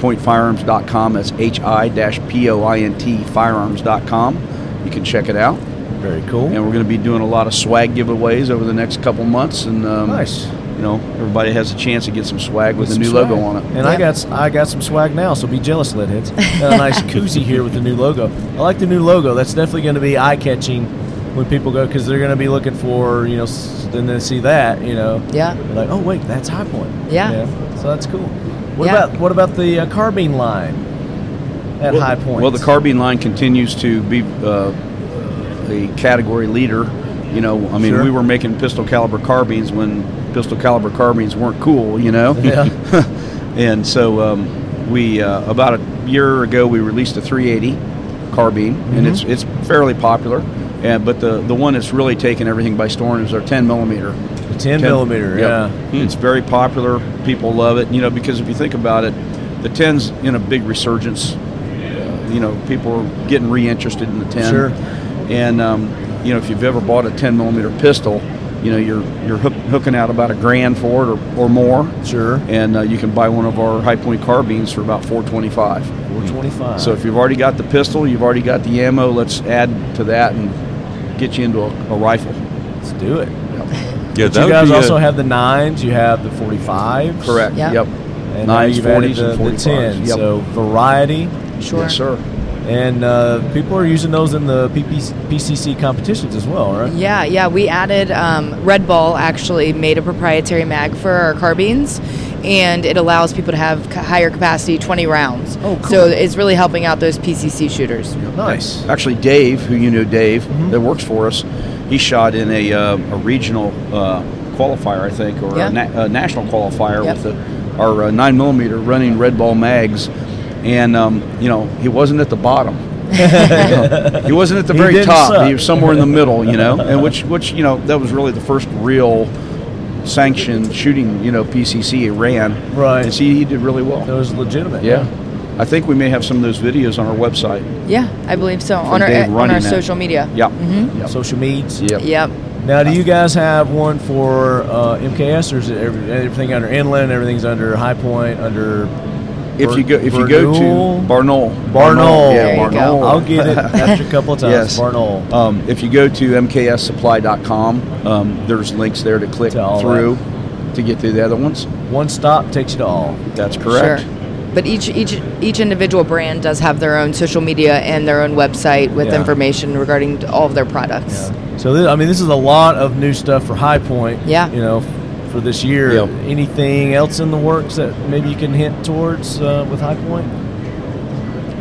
[SPEAKER 9] highpointfirearms.com, that's h-i-p-o-i-n-t firearms.com, you can check it out.
[SPEAKER 1] Very cool.
[SPEAKER 9] And we're going to be doing a lot of swag giveaways over the next couple months, and um,
[SPEAKER 1] Nice.
[SPEAKER 9] You know, everybody has a chance to get some swag with
[SPEAKER 1] Get
[SPEAKER 9] a
[SPEAKER 1] some
[SPEAKER 9] new
[SPEAKER 1] swag.
[SPEAKER 9] logo on it.
[SPEAKER 1] And I got s- I got some swag now, so be jealous, leadheads. Got a nice koozie here with the new logo. I like the new logo. That's definitely going to be eye catching when people go because they're going to be looking for you know, s- and then see that you know.
[SPEAKER 7] Yeah.
[SPEAKER 1] They're like, oh wait, that's High Point.
[SPEAKER 7] Yeah.
[SPEAKER 1] So that's cool. What
[SPEAKER 7] Yeah.
[SPEAKER 1] about what about the uh, carbine line at High Point?
[SPEAKER 9] Well, the carbine line continues to be uh, a category leader. You know, I mean,
[SPEAKER 1] Sure.
[SPEAKER 9] we were making pistol caliber carbines when pistol caliber carbines weren't cool. You know,
[SPEAKER 1] Yeah.
[SPEAKER 9] and so um, we uh, about a year ago we released a 380 carbine, and it's
[SPEAKER 1] Mm-hmm.
[SPEAKER 9] it's fairly popular. And but the the one that's really taken everything by storm is our 10 millimeter.
[SPEAKER 1] The 10 millimeter, yeah.
[SPEAKER 9] Hmm. It's very popular. People love it. You know, because if you think about it, the 10's in a big resurgence. Uh, you know, people are getting reinterested in the 10.
[SPEAKER 1] Sure.
[SPEAKER 9] And um, you know, if you've ever bought a 10 millimeter pistol, you know you're you're hook, hooking out about a grand for it or, or more.
[SPEAKER 1] Sure.
[SPEAKER 9] And uh, you can buy one of our high point carbines for about 425.
[SPEAKER 1] 425.
[SPEAKER 9] So if you've already got the pistol, you've already got the ammo. Let's add to that and get you into a, a rifle.
[SPEAKER 1] let's do it.
[SPEAKER 8] Yeah,
[SPEAKER 1] But you guys also have the nines. You have the 45s.
[SPEAKER 9] Correct.
[SPEAKER 7] Yeah.
[SPEAKER 9] Yep.
[SPEAKER 1] And now you've added the, the 10.
[SPEAKER 9] Yep.
[SPEAKER 1] So variety.
[SPEAKER 7] Sure.
[SPEAKER 9] Yes, sir.
[SPEAKER 1] And uh, people are using those in the PP- PCC competitions as well, right?
[SPEAKER 7] Yeah, yeah. We added um, Red Ball actually made a proprietary mag for our carbines, and it allows people to have c- higher capacity, 20 rounds.
[SPEAKER 1] Oh, cool.
[SPEAKER 7] So it's really helping out those PCC shooters.
[SPEAKER 1] Nice.
[SPEAKER 9] Actually, Dave, who you know, Dave,
[SPEAKER 7] Mm-hmm.
[SPEAKER 9] that works for us, he shot in a, uh, a regional uh, qualifier, I think, or
[SPEAKER 7] Yeah.
[SPEAKER 9] a, na- a national qualifier
[SPEAKER 7] Yep.
[SPEAKER 9] with the, our uh, nine millimeter running red ball mags, and um, you know he wasn't at the bottom. he wasn't at the
[SPEAKER 1] He
[SPEAKER 9] very
[SPEAKER 1] didn't
[SPEAKER 9] top.
[SPEAKER 1] suck.
[SPEAKER 9] He was somewhere in the middle, you know, and which which you know that was really the first real sanctioned shooting, you know, PCC ran.
[SPEAKER 1] Right.
[SPEAKER 9] And see, he did really
[SPEAKER 1] That
[SPEAKER 9] well.
[SPEAKER 1] was legitimate.
[SPEAKER 9] Yeah. I think we may have some of those videos on our website.
[SPEAKER 7] Yeah, I believe so.
[SPEAKER 9] From
[SPEAKER 7] On our, e,
[SPEAKER 9] Dave
[SPEAKER 7] on
[SPEAKER 9] running
[SPEAKER 7] our
[SPEAKER 9] that.
[SPEAKER 7] social media.
[SPEAKER 9] Yeah.
[SPEAKER 7] Mhm.
[SPEAKER 9] Yep.
[SPEAKER 1] Social meds.
[SPEAKER 9] Yep.
[SPEAKER 7] Yep.
[SPEAKER 1] Now, do you guys have one for uh, MKS, or is it every, everything under Inland? Everything's under High Point, under
[SPEAKER 9] If you go, if you go to
[SPEAKER 1] Barnol.
[SPEAKER 9] Barnol,
[SPEAKER 1] Barnol.
[SPEAKER 9] yeah,
[SPEAKER 7] There you go.
[SPEAKER 9] Barnol.
[SPEAKER 1] I'll get it after a couple of times.
[SPEAKER 9] Yes.
[SPEAKER 1] Barnol.
[SPEAKER 9] Um, if you go to mkssupply.com, um, there's links there to click
[SPEAKER 1] To all that.
[SPEAKER 9] through to get through the other ones.
[SPEAKER 1] One stop takes you to all.
[SPEAKER 9] That's correct.
[SPEAKER 7] Sure. But each each each individual brand does have their own social media and their own website with
[SPEAKER 1] Yeah.
[SPEAKER 7] information regarding all of their products.
[SPEAKER 1] So this, I mean, this is a lot of new stuff for High Point.
[SPEAKER 7] Yeah.
[SPEAKER 1] You know, f- for this year.
[SPEAKER 9] Yeah.
[SPEAKER 1] Anything else in the works that maybe you can hint towards uh, with High Point?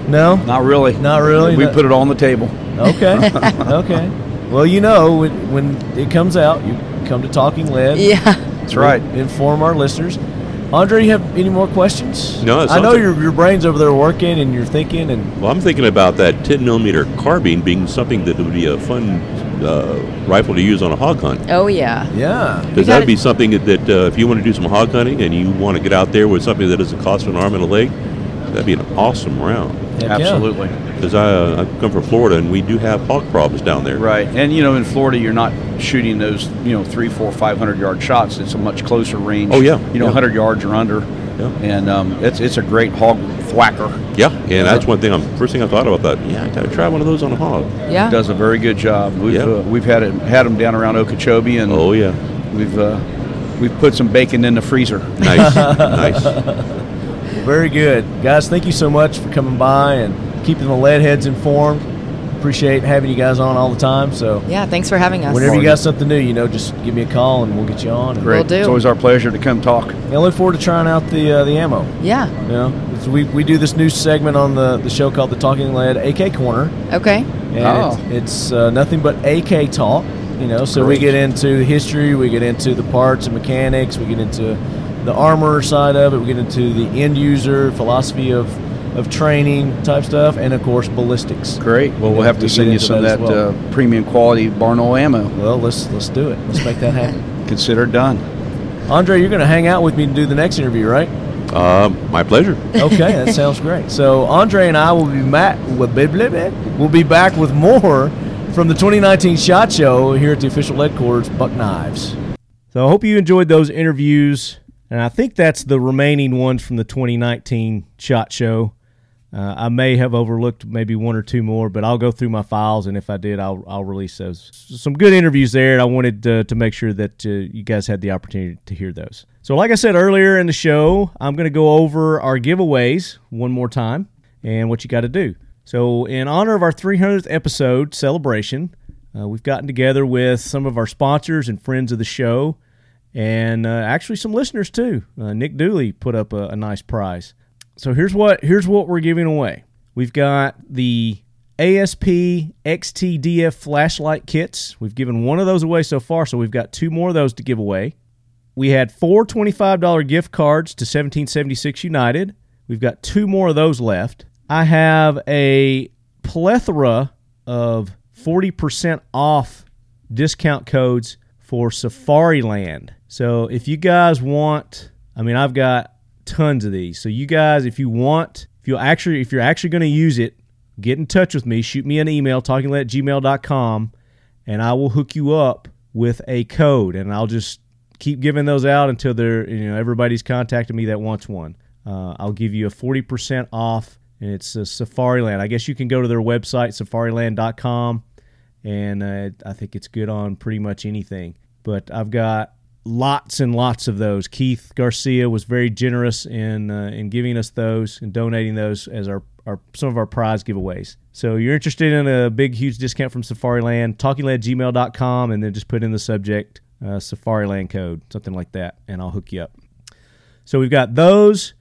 [SPEAKER 1] No.
[SPEAKER 9] Not really.
[SPEAKER 1] Not really?
[SPEAKER 9] We
[SPEAKER 1] Not-
[SPEAKER 9] put it all on the table.
[SPEAKER 1] Okay. okay. Well, you know, when, when it comes out, you come to Talking Lead.
[SPEAKER 7] Yeah.
[SPEAKER 9] That's right.
[SPEAKER 1] Inform our listeners. Andre, you have any more questions?
[SPEAKER 8] No, it
[SPEAKER 1] I know
[SPEAKER 8] sounds-
[SPEAKER 1] your, your brain's over there working and you're thinking and
[SPEAKER 8] Well, I'm thinking about that 10 millimeter carbine being something that would be a fun uh, rifle to use on a hog hunt.
[SPEAKER 7] Oh yeah.
[SPEAKER 1] yeah.
[SPEAKER 8] Because that
[SPEAKER 7] You gotta-
[SPEAKER 8] would be something that, that uh, if you want to do some hog hunting and you want to get out there with something that doesn't cost an arm and a leg, that'd be an awesome round.
[SPEAKER 1] Heck yeah.
[SPEAKER 9] Absolutely.
[SPEAKER 8] Because I, uh, I come from Florida and we do have hog problems down there.
[SPEAKER 9] Right. And you know, in Florida, you're not shooting those you know three, four, five hundred yard shots. It's a much closer range.
[SPEAKER 8] Oh, yeah.
[SPEAKER 9] You know,
[SPEAKER 8] Yeah.
[SPEAKER 9] hundred yards or under.
[SPEAKER 8] Yeah.
[SPEAKER 9] And um, it's it's a great hog thwacker.
[SPEAKER 8] Yeah, and that's one thing. I'm first thing I thought about that. Yeah, I gotta try one of those on a hog.
[SPEAKER 7] Yeah.
[SPEAKER 9] Does a very good job. We've
[SPEAKER 8] Yeah.
[SPEAKER 9] uh, we've had it had them down around Okeechobee and
[SPEAKER 8] Oh yeah,
[SPEAKER 9] We've uh, We've put some bacon in the freezer.
[SPEAKER 8] Nice, nice.
[SPEAKER 11] Well, very good. Guys, thank you so much for coming by and keeping the lead heads informed. Appreciate having you guys on all the time. So
[SPEAKER 7] Yeah, thanks for having us.
[SPEAKER 11] whenever you got something new, you know, just give me a call and we'll get you on. And
[SPEAKER 9] Great.
[SPEAKER 7] do.
[SPEAKER 9] It's always our pleasure to come talk.
[SPEAKER 11] I look forward to trying out the uh, the ammo.
[SPEAKER 7] Yeah.
[SPEAKER 11] You know, It's- we, we do this new segment on the, the show called the Talking Lead AK Corner.
[SPEAKER 7] Okay.
[SPEAKER 11] and
[SPEAKER 9] Oh.
[SPEAKER 11] it's, it's uh, nothing but AK talk. You know, so we
[SPEAKER 9] Great.
[SPEAKER 11] get into history, we get into the parts and mechanics, we get into the armor side of it, we get into the end user philosophy of of training type stuff, and of course ballistics.
[SPEAKER 9] Great. Well, we'll
[SPEAKER 11] Yeah,
[SPEAKER 9] have
[SPEAKER 11] we
[SPEAKER 9] to
[SPEAKER 11] get
[SPEAKER 9] send you
[SPEAKER 11] into
[SPEAKER 9] some of
[SPEAKER 11] that
[SPEAKER 9] that
[SPEAKER 11] as well.
[SPEAKER 9] uh, premium quality Barnwell ammo.
[SPEAKER 11] Well, let's let's do it. Let's make that happen.
[SPEAKER 9] Consider it done.
[SPEAKER 11] Andre, you're going to hang out with me to do the next interview, right?
[SPEAKER 8] Uh, my pleasure.
[SPEAKER 11] Okay, that sounds great. So Andre and I will be back. We'll be back with more from the 2019 Shot Show here at the official headquarters, Buck Knives.
[SPEAKER 1] So I hope you enjoyed those interviews, and I think that's the remaining ones from the 2019 Shot Show. Uh, I may have overlooked maybe one or two more, but I'll go through my files, and if I did, I'll I'll release those. S- Some good interviews there, and I wanted uh, to make sure that uh, you guys had the opportunity to hear those. So, like I said earlier in the show, I'm going to go over our giveaways one more time and what you got to do. So, in honor of our 300th episode celebration, uh, we've gotten together with some of our sponsors and friends of the show, and uh, actually some listeners too. Uh, Nick Dooley put up a, a nice prize. So here's what here's what we're giving away. We've got the ASP XTDF flashlight kits. We've given one of those away so far, so we've got two more of those to give away. We had four $25 gift cards to 1776 United. We've got two more of those left. I have a plethora of 40% off discount codes for Safariland. So if you guys want, I mean, I've got tons of these. So you guys, if you want, if you actually, if you're actually going to use it, get in touch with me. Shoot me an email, talkinglet gmail.com, and I will hook you up with a code, and I'll just keep giving those out until they're you know everybody's contacted me that wants one. Uh, I'll give you a forty percent off, and it's uh, Safariland. I guess you can go to their website safariland.com, and uh, I think it's good on pretty much anything. But I've got lots and lots of those. Keith Garcia was very generous in uh, in giving us those and donating those as our our some of our prize giveaways. So you're interested in a big huge discount from Safariland, talkingledgmail.com and then just put in the subject uh, Safariland code, something like that, and I'll hook you up. So we've got those.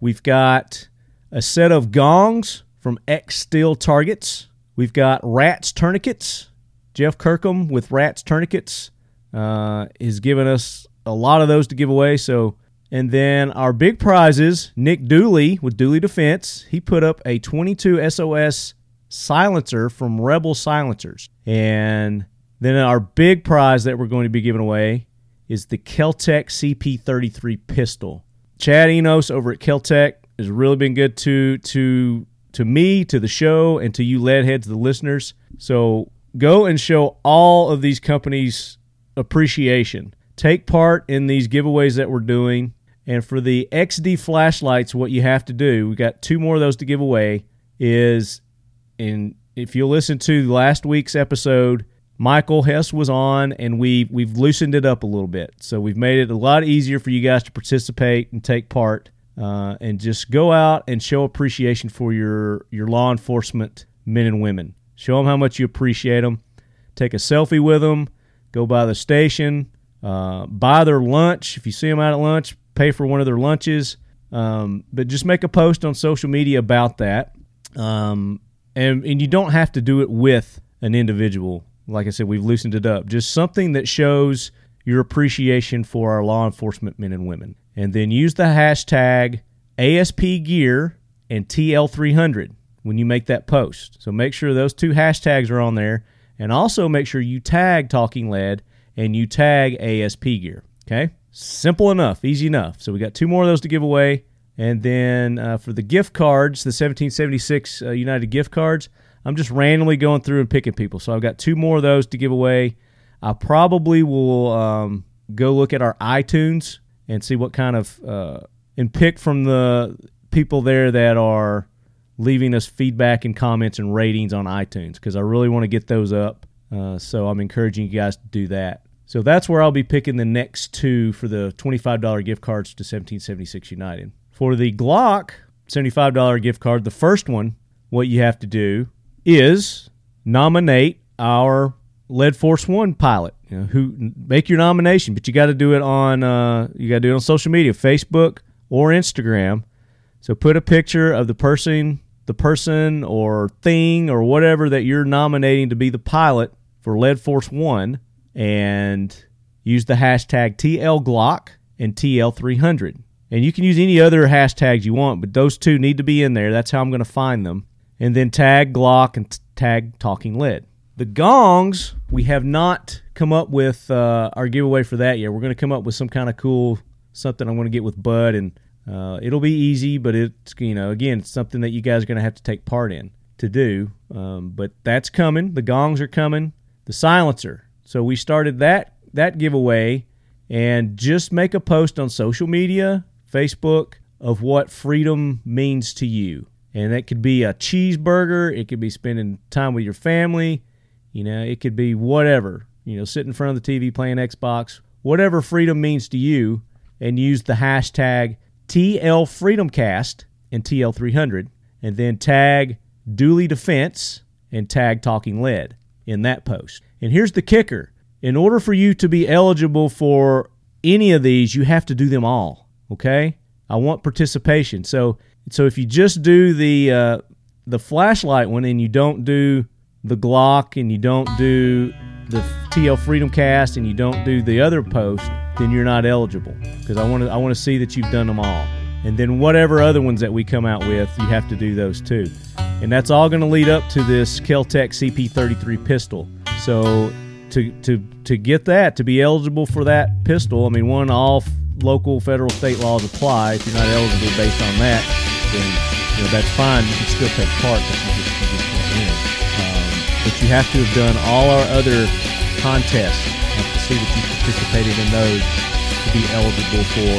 [SPEAKER 1] We've got a set of gongs from X Steel Targets. We've got Rats Tourniquets. Jeff Kirkham with Rats Tourniquets uh, has given us a lot of those to give away. So, and then our big prizes: Nick Dooley with Dooley Defense. He put up a 22 SOS silencer from Rebel Silencers, and then our big prize that we're going to be giving away is the Keltec CP33 pistol. Chad Enos over at Keltec has really been good to to to me, to the show, and to you leadheads, the listeners. So go and show all of these companies appreciation. Take part in these giveaways that we're doing. And for the XD flashlights, what you have to do, we got two more of those to give away, is and if you listen to last week's episode, Michael Hess was on, and we we've loosened it up a little bit. So we've made it a lot easier for you guys to participate and take part, uh, and just go out and show appreciation for your your law enforcement men and women. Show them how much you appreciate them. Take a selfie with them. Go by the station. Uh, buy their lunch if you see them out at lunch. Pay for one of their lunches. Um, but just make a post on social media about that um, and and you don't have to do it with an individual. Like I said, we've loosened it up. Just something that shows your appreciation for our law enforcement men and women, and then use the hashtag ASP Gear and TL300 when you make that post. So make sure those two hashtags are on there, and also make sure you tag Talking Lead and you tag ASP Gear. Okay, simple enough, easy enough. So we got two more of those to give away. And then uh, for the gift cards, the 1776 uh, United gift cards, I'm just randomly going through and picking people. So I've got two more of those to give away. I probably will um, go look at our iTunes and see what kind of uh, and pick from the people there that are leaving us feedback and comments and ratings on iTunes because I really want to get those up. Uh, so I'm encouraging you guys to do that. So that's where I'll be picking the next two for the $25 gift cards to 1776 United. For the Glock $75 gift card, the first one, what you have to do is nominate our Lead Force One pilot. You know, who make your nomination, but you got to do it on uh, you got to do it on social media, Facebook or Instagram. So put a picture of the person, the person or thing or whatever that you're nominating to be the pilot for Lead Force One, and use the hashtag TLGlock and TL300. And you can use any other hashtags you want, but those two need to be in there. That's how I'm going to find them. And then tag Glock and t- tag Talking Lead. The gongs, we have not come up with uh, our giveaway for that yet. We're going to come up with some kind of cool something I'm going to get with Bud, and uh, it'll be easy, but it's you know again it's something that you guys are going to have to take part in to do. Um, but that's coming. The gongs are coming. The silencer. So we started that that giveaway, and just make a post on social media, Facebook, of what freedom means to you. And that could be a cheeseburger. It could be spending time with your family. You know, it could be whatever. You know, sit in front of the TV playing Xbox, whatever freedom means to you, and use the hashtag TLFreedomCast and TL300, and then tag Dooley Defense and tag Talking Lead in that post. And here's the kicker in order for you to be eligible for any of these, you have to do them all. Okay? I want participation. So, so if you just do the uh, the flashlight one and you don't do the Glock and you don't do the TL Freedom Cast and you don't do the other post, then you're not eligible because I want to I want to see that you've done them all. And then whatever other ones that we come out with, you have to do those too. And that's all going to lead up to this Keltec CP33 pistol. So to to to get that to be eligible for that pistol, I mean one all f- local, federal, state laws apply. If you're not eligible based on that, then you know that's fine. You can still take part, but you just, you just can't win. Um, but you have to have done all our other contests and to see that you participated in those to be eligible for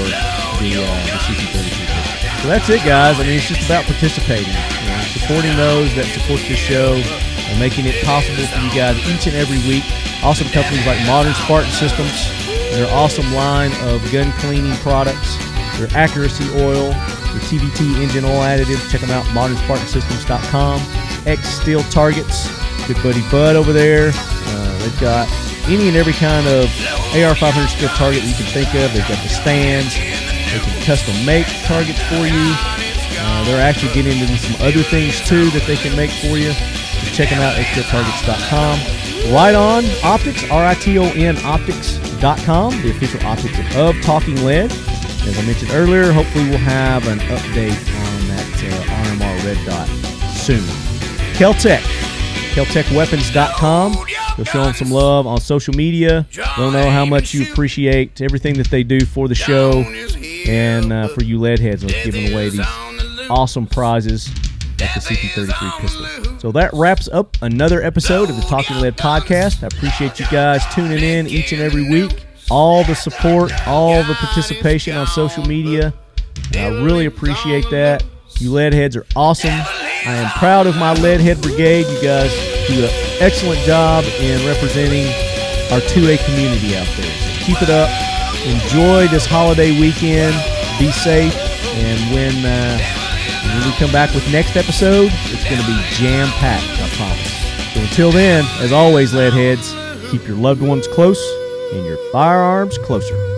[SPEAKER 1] the, uh, the CP32 pistol. So that's it, guys. I mean, it's just about participating, you know, supporting those that support this show, and making it possible for you guys each and every week. Awesome companies like Modern Spartan Systems, their awesome line of gun cleaning products, their accuracy oil, their TVT engine oil additives. Check them out, modernspartansystems.com. X Steel Targets, good buddy Bud over there. Uh, they've got any and every kind of AR-500 steel target that you can think of. They've got the stands. They can custom make targets for you. Uh, they're actually getting into some other things too that they can make for you. Just check them out at xsteeltargets.com. Right on optics, R-I-T-O-N optics.com, the official optics of Talking Lead. As I mentioned earlier, hopefully we'll have an update on that uh, RMR Red Dot soon. Keltec, keltecweapons.com. Go show them some love on social media. They'll know how much you appreciate everything that they do for the show and uh, for you lead heads. Let's give them away these awesome prizes at the CP33 pistol. So that wraps up another episode of the Talking Lead podcast. I appreciate you guys tuning in each and every week. All the support, all the participation on social media. I really appreciate that. You lead heads are awesome. I am proud of my lead head brigade. You guys do an excellent job in representing our 2A community out there. So keep it up. Enjoy this holiday weekend. Be safe. And when uh, when we come back with next episode, it's going to be jam packed. I promise. So until then, as always, lead heads, keep your loved ones close and your firearms closer.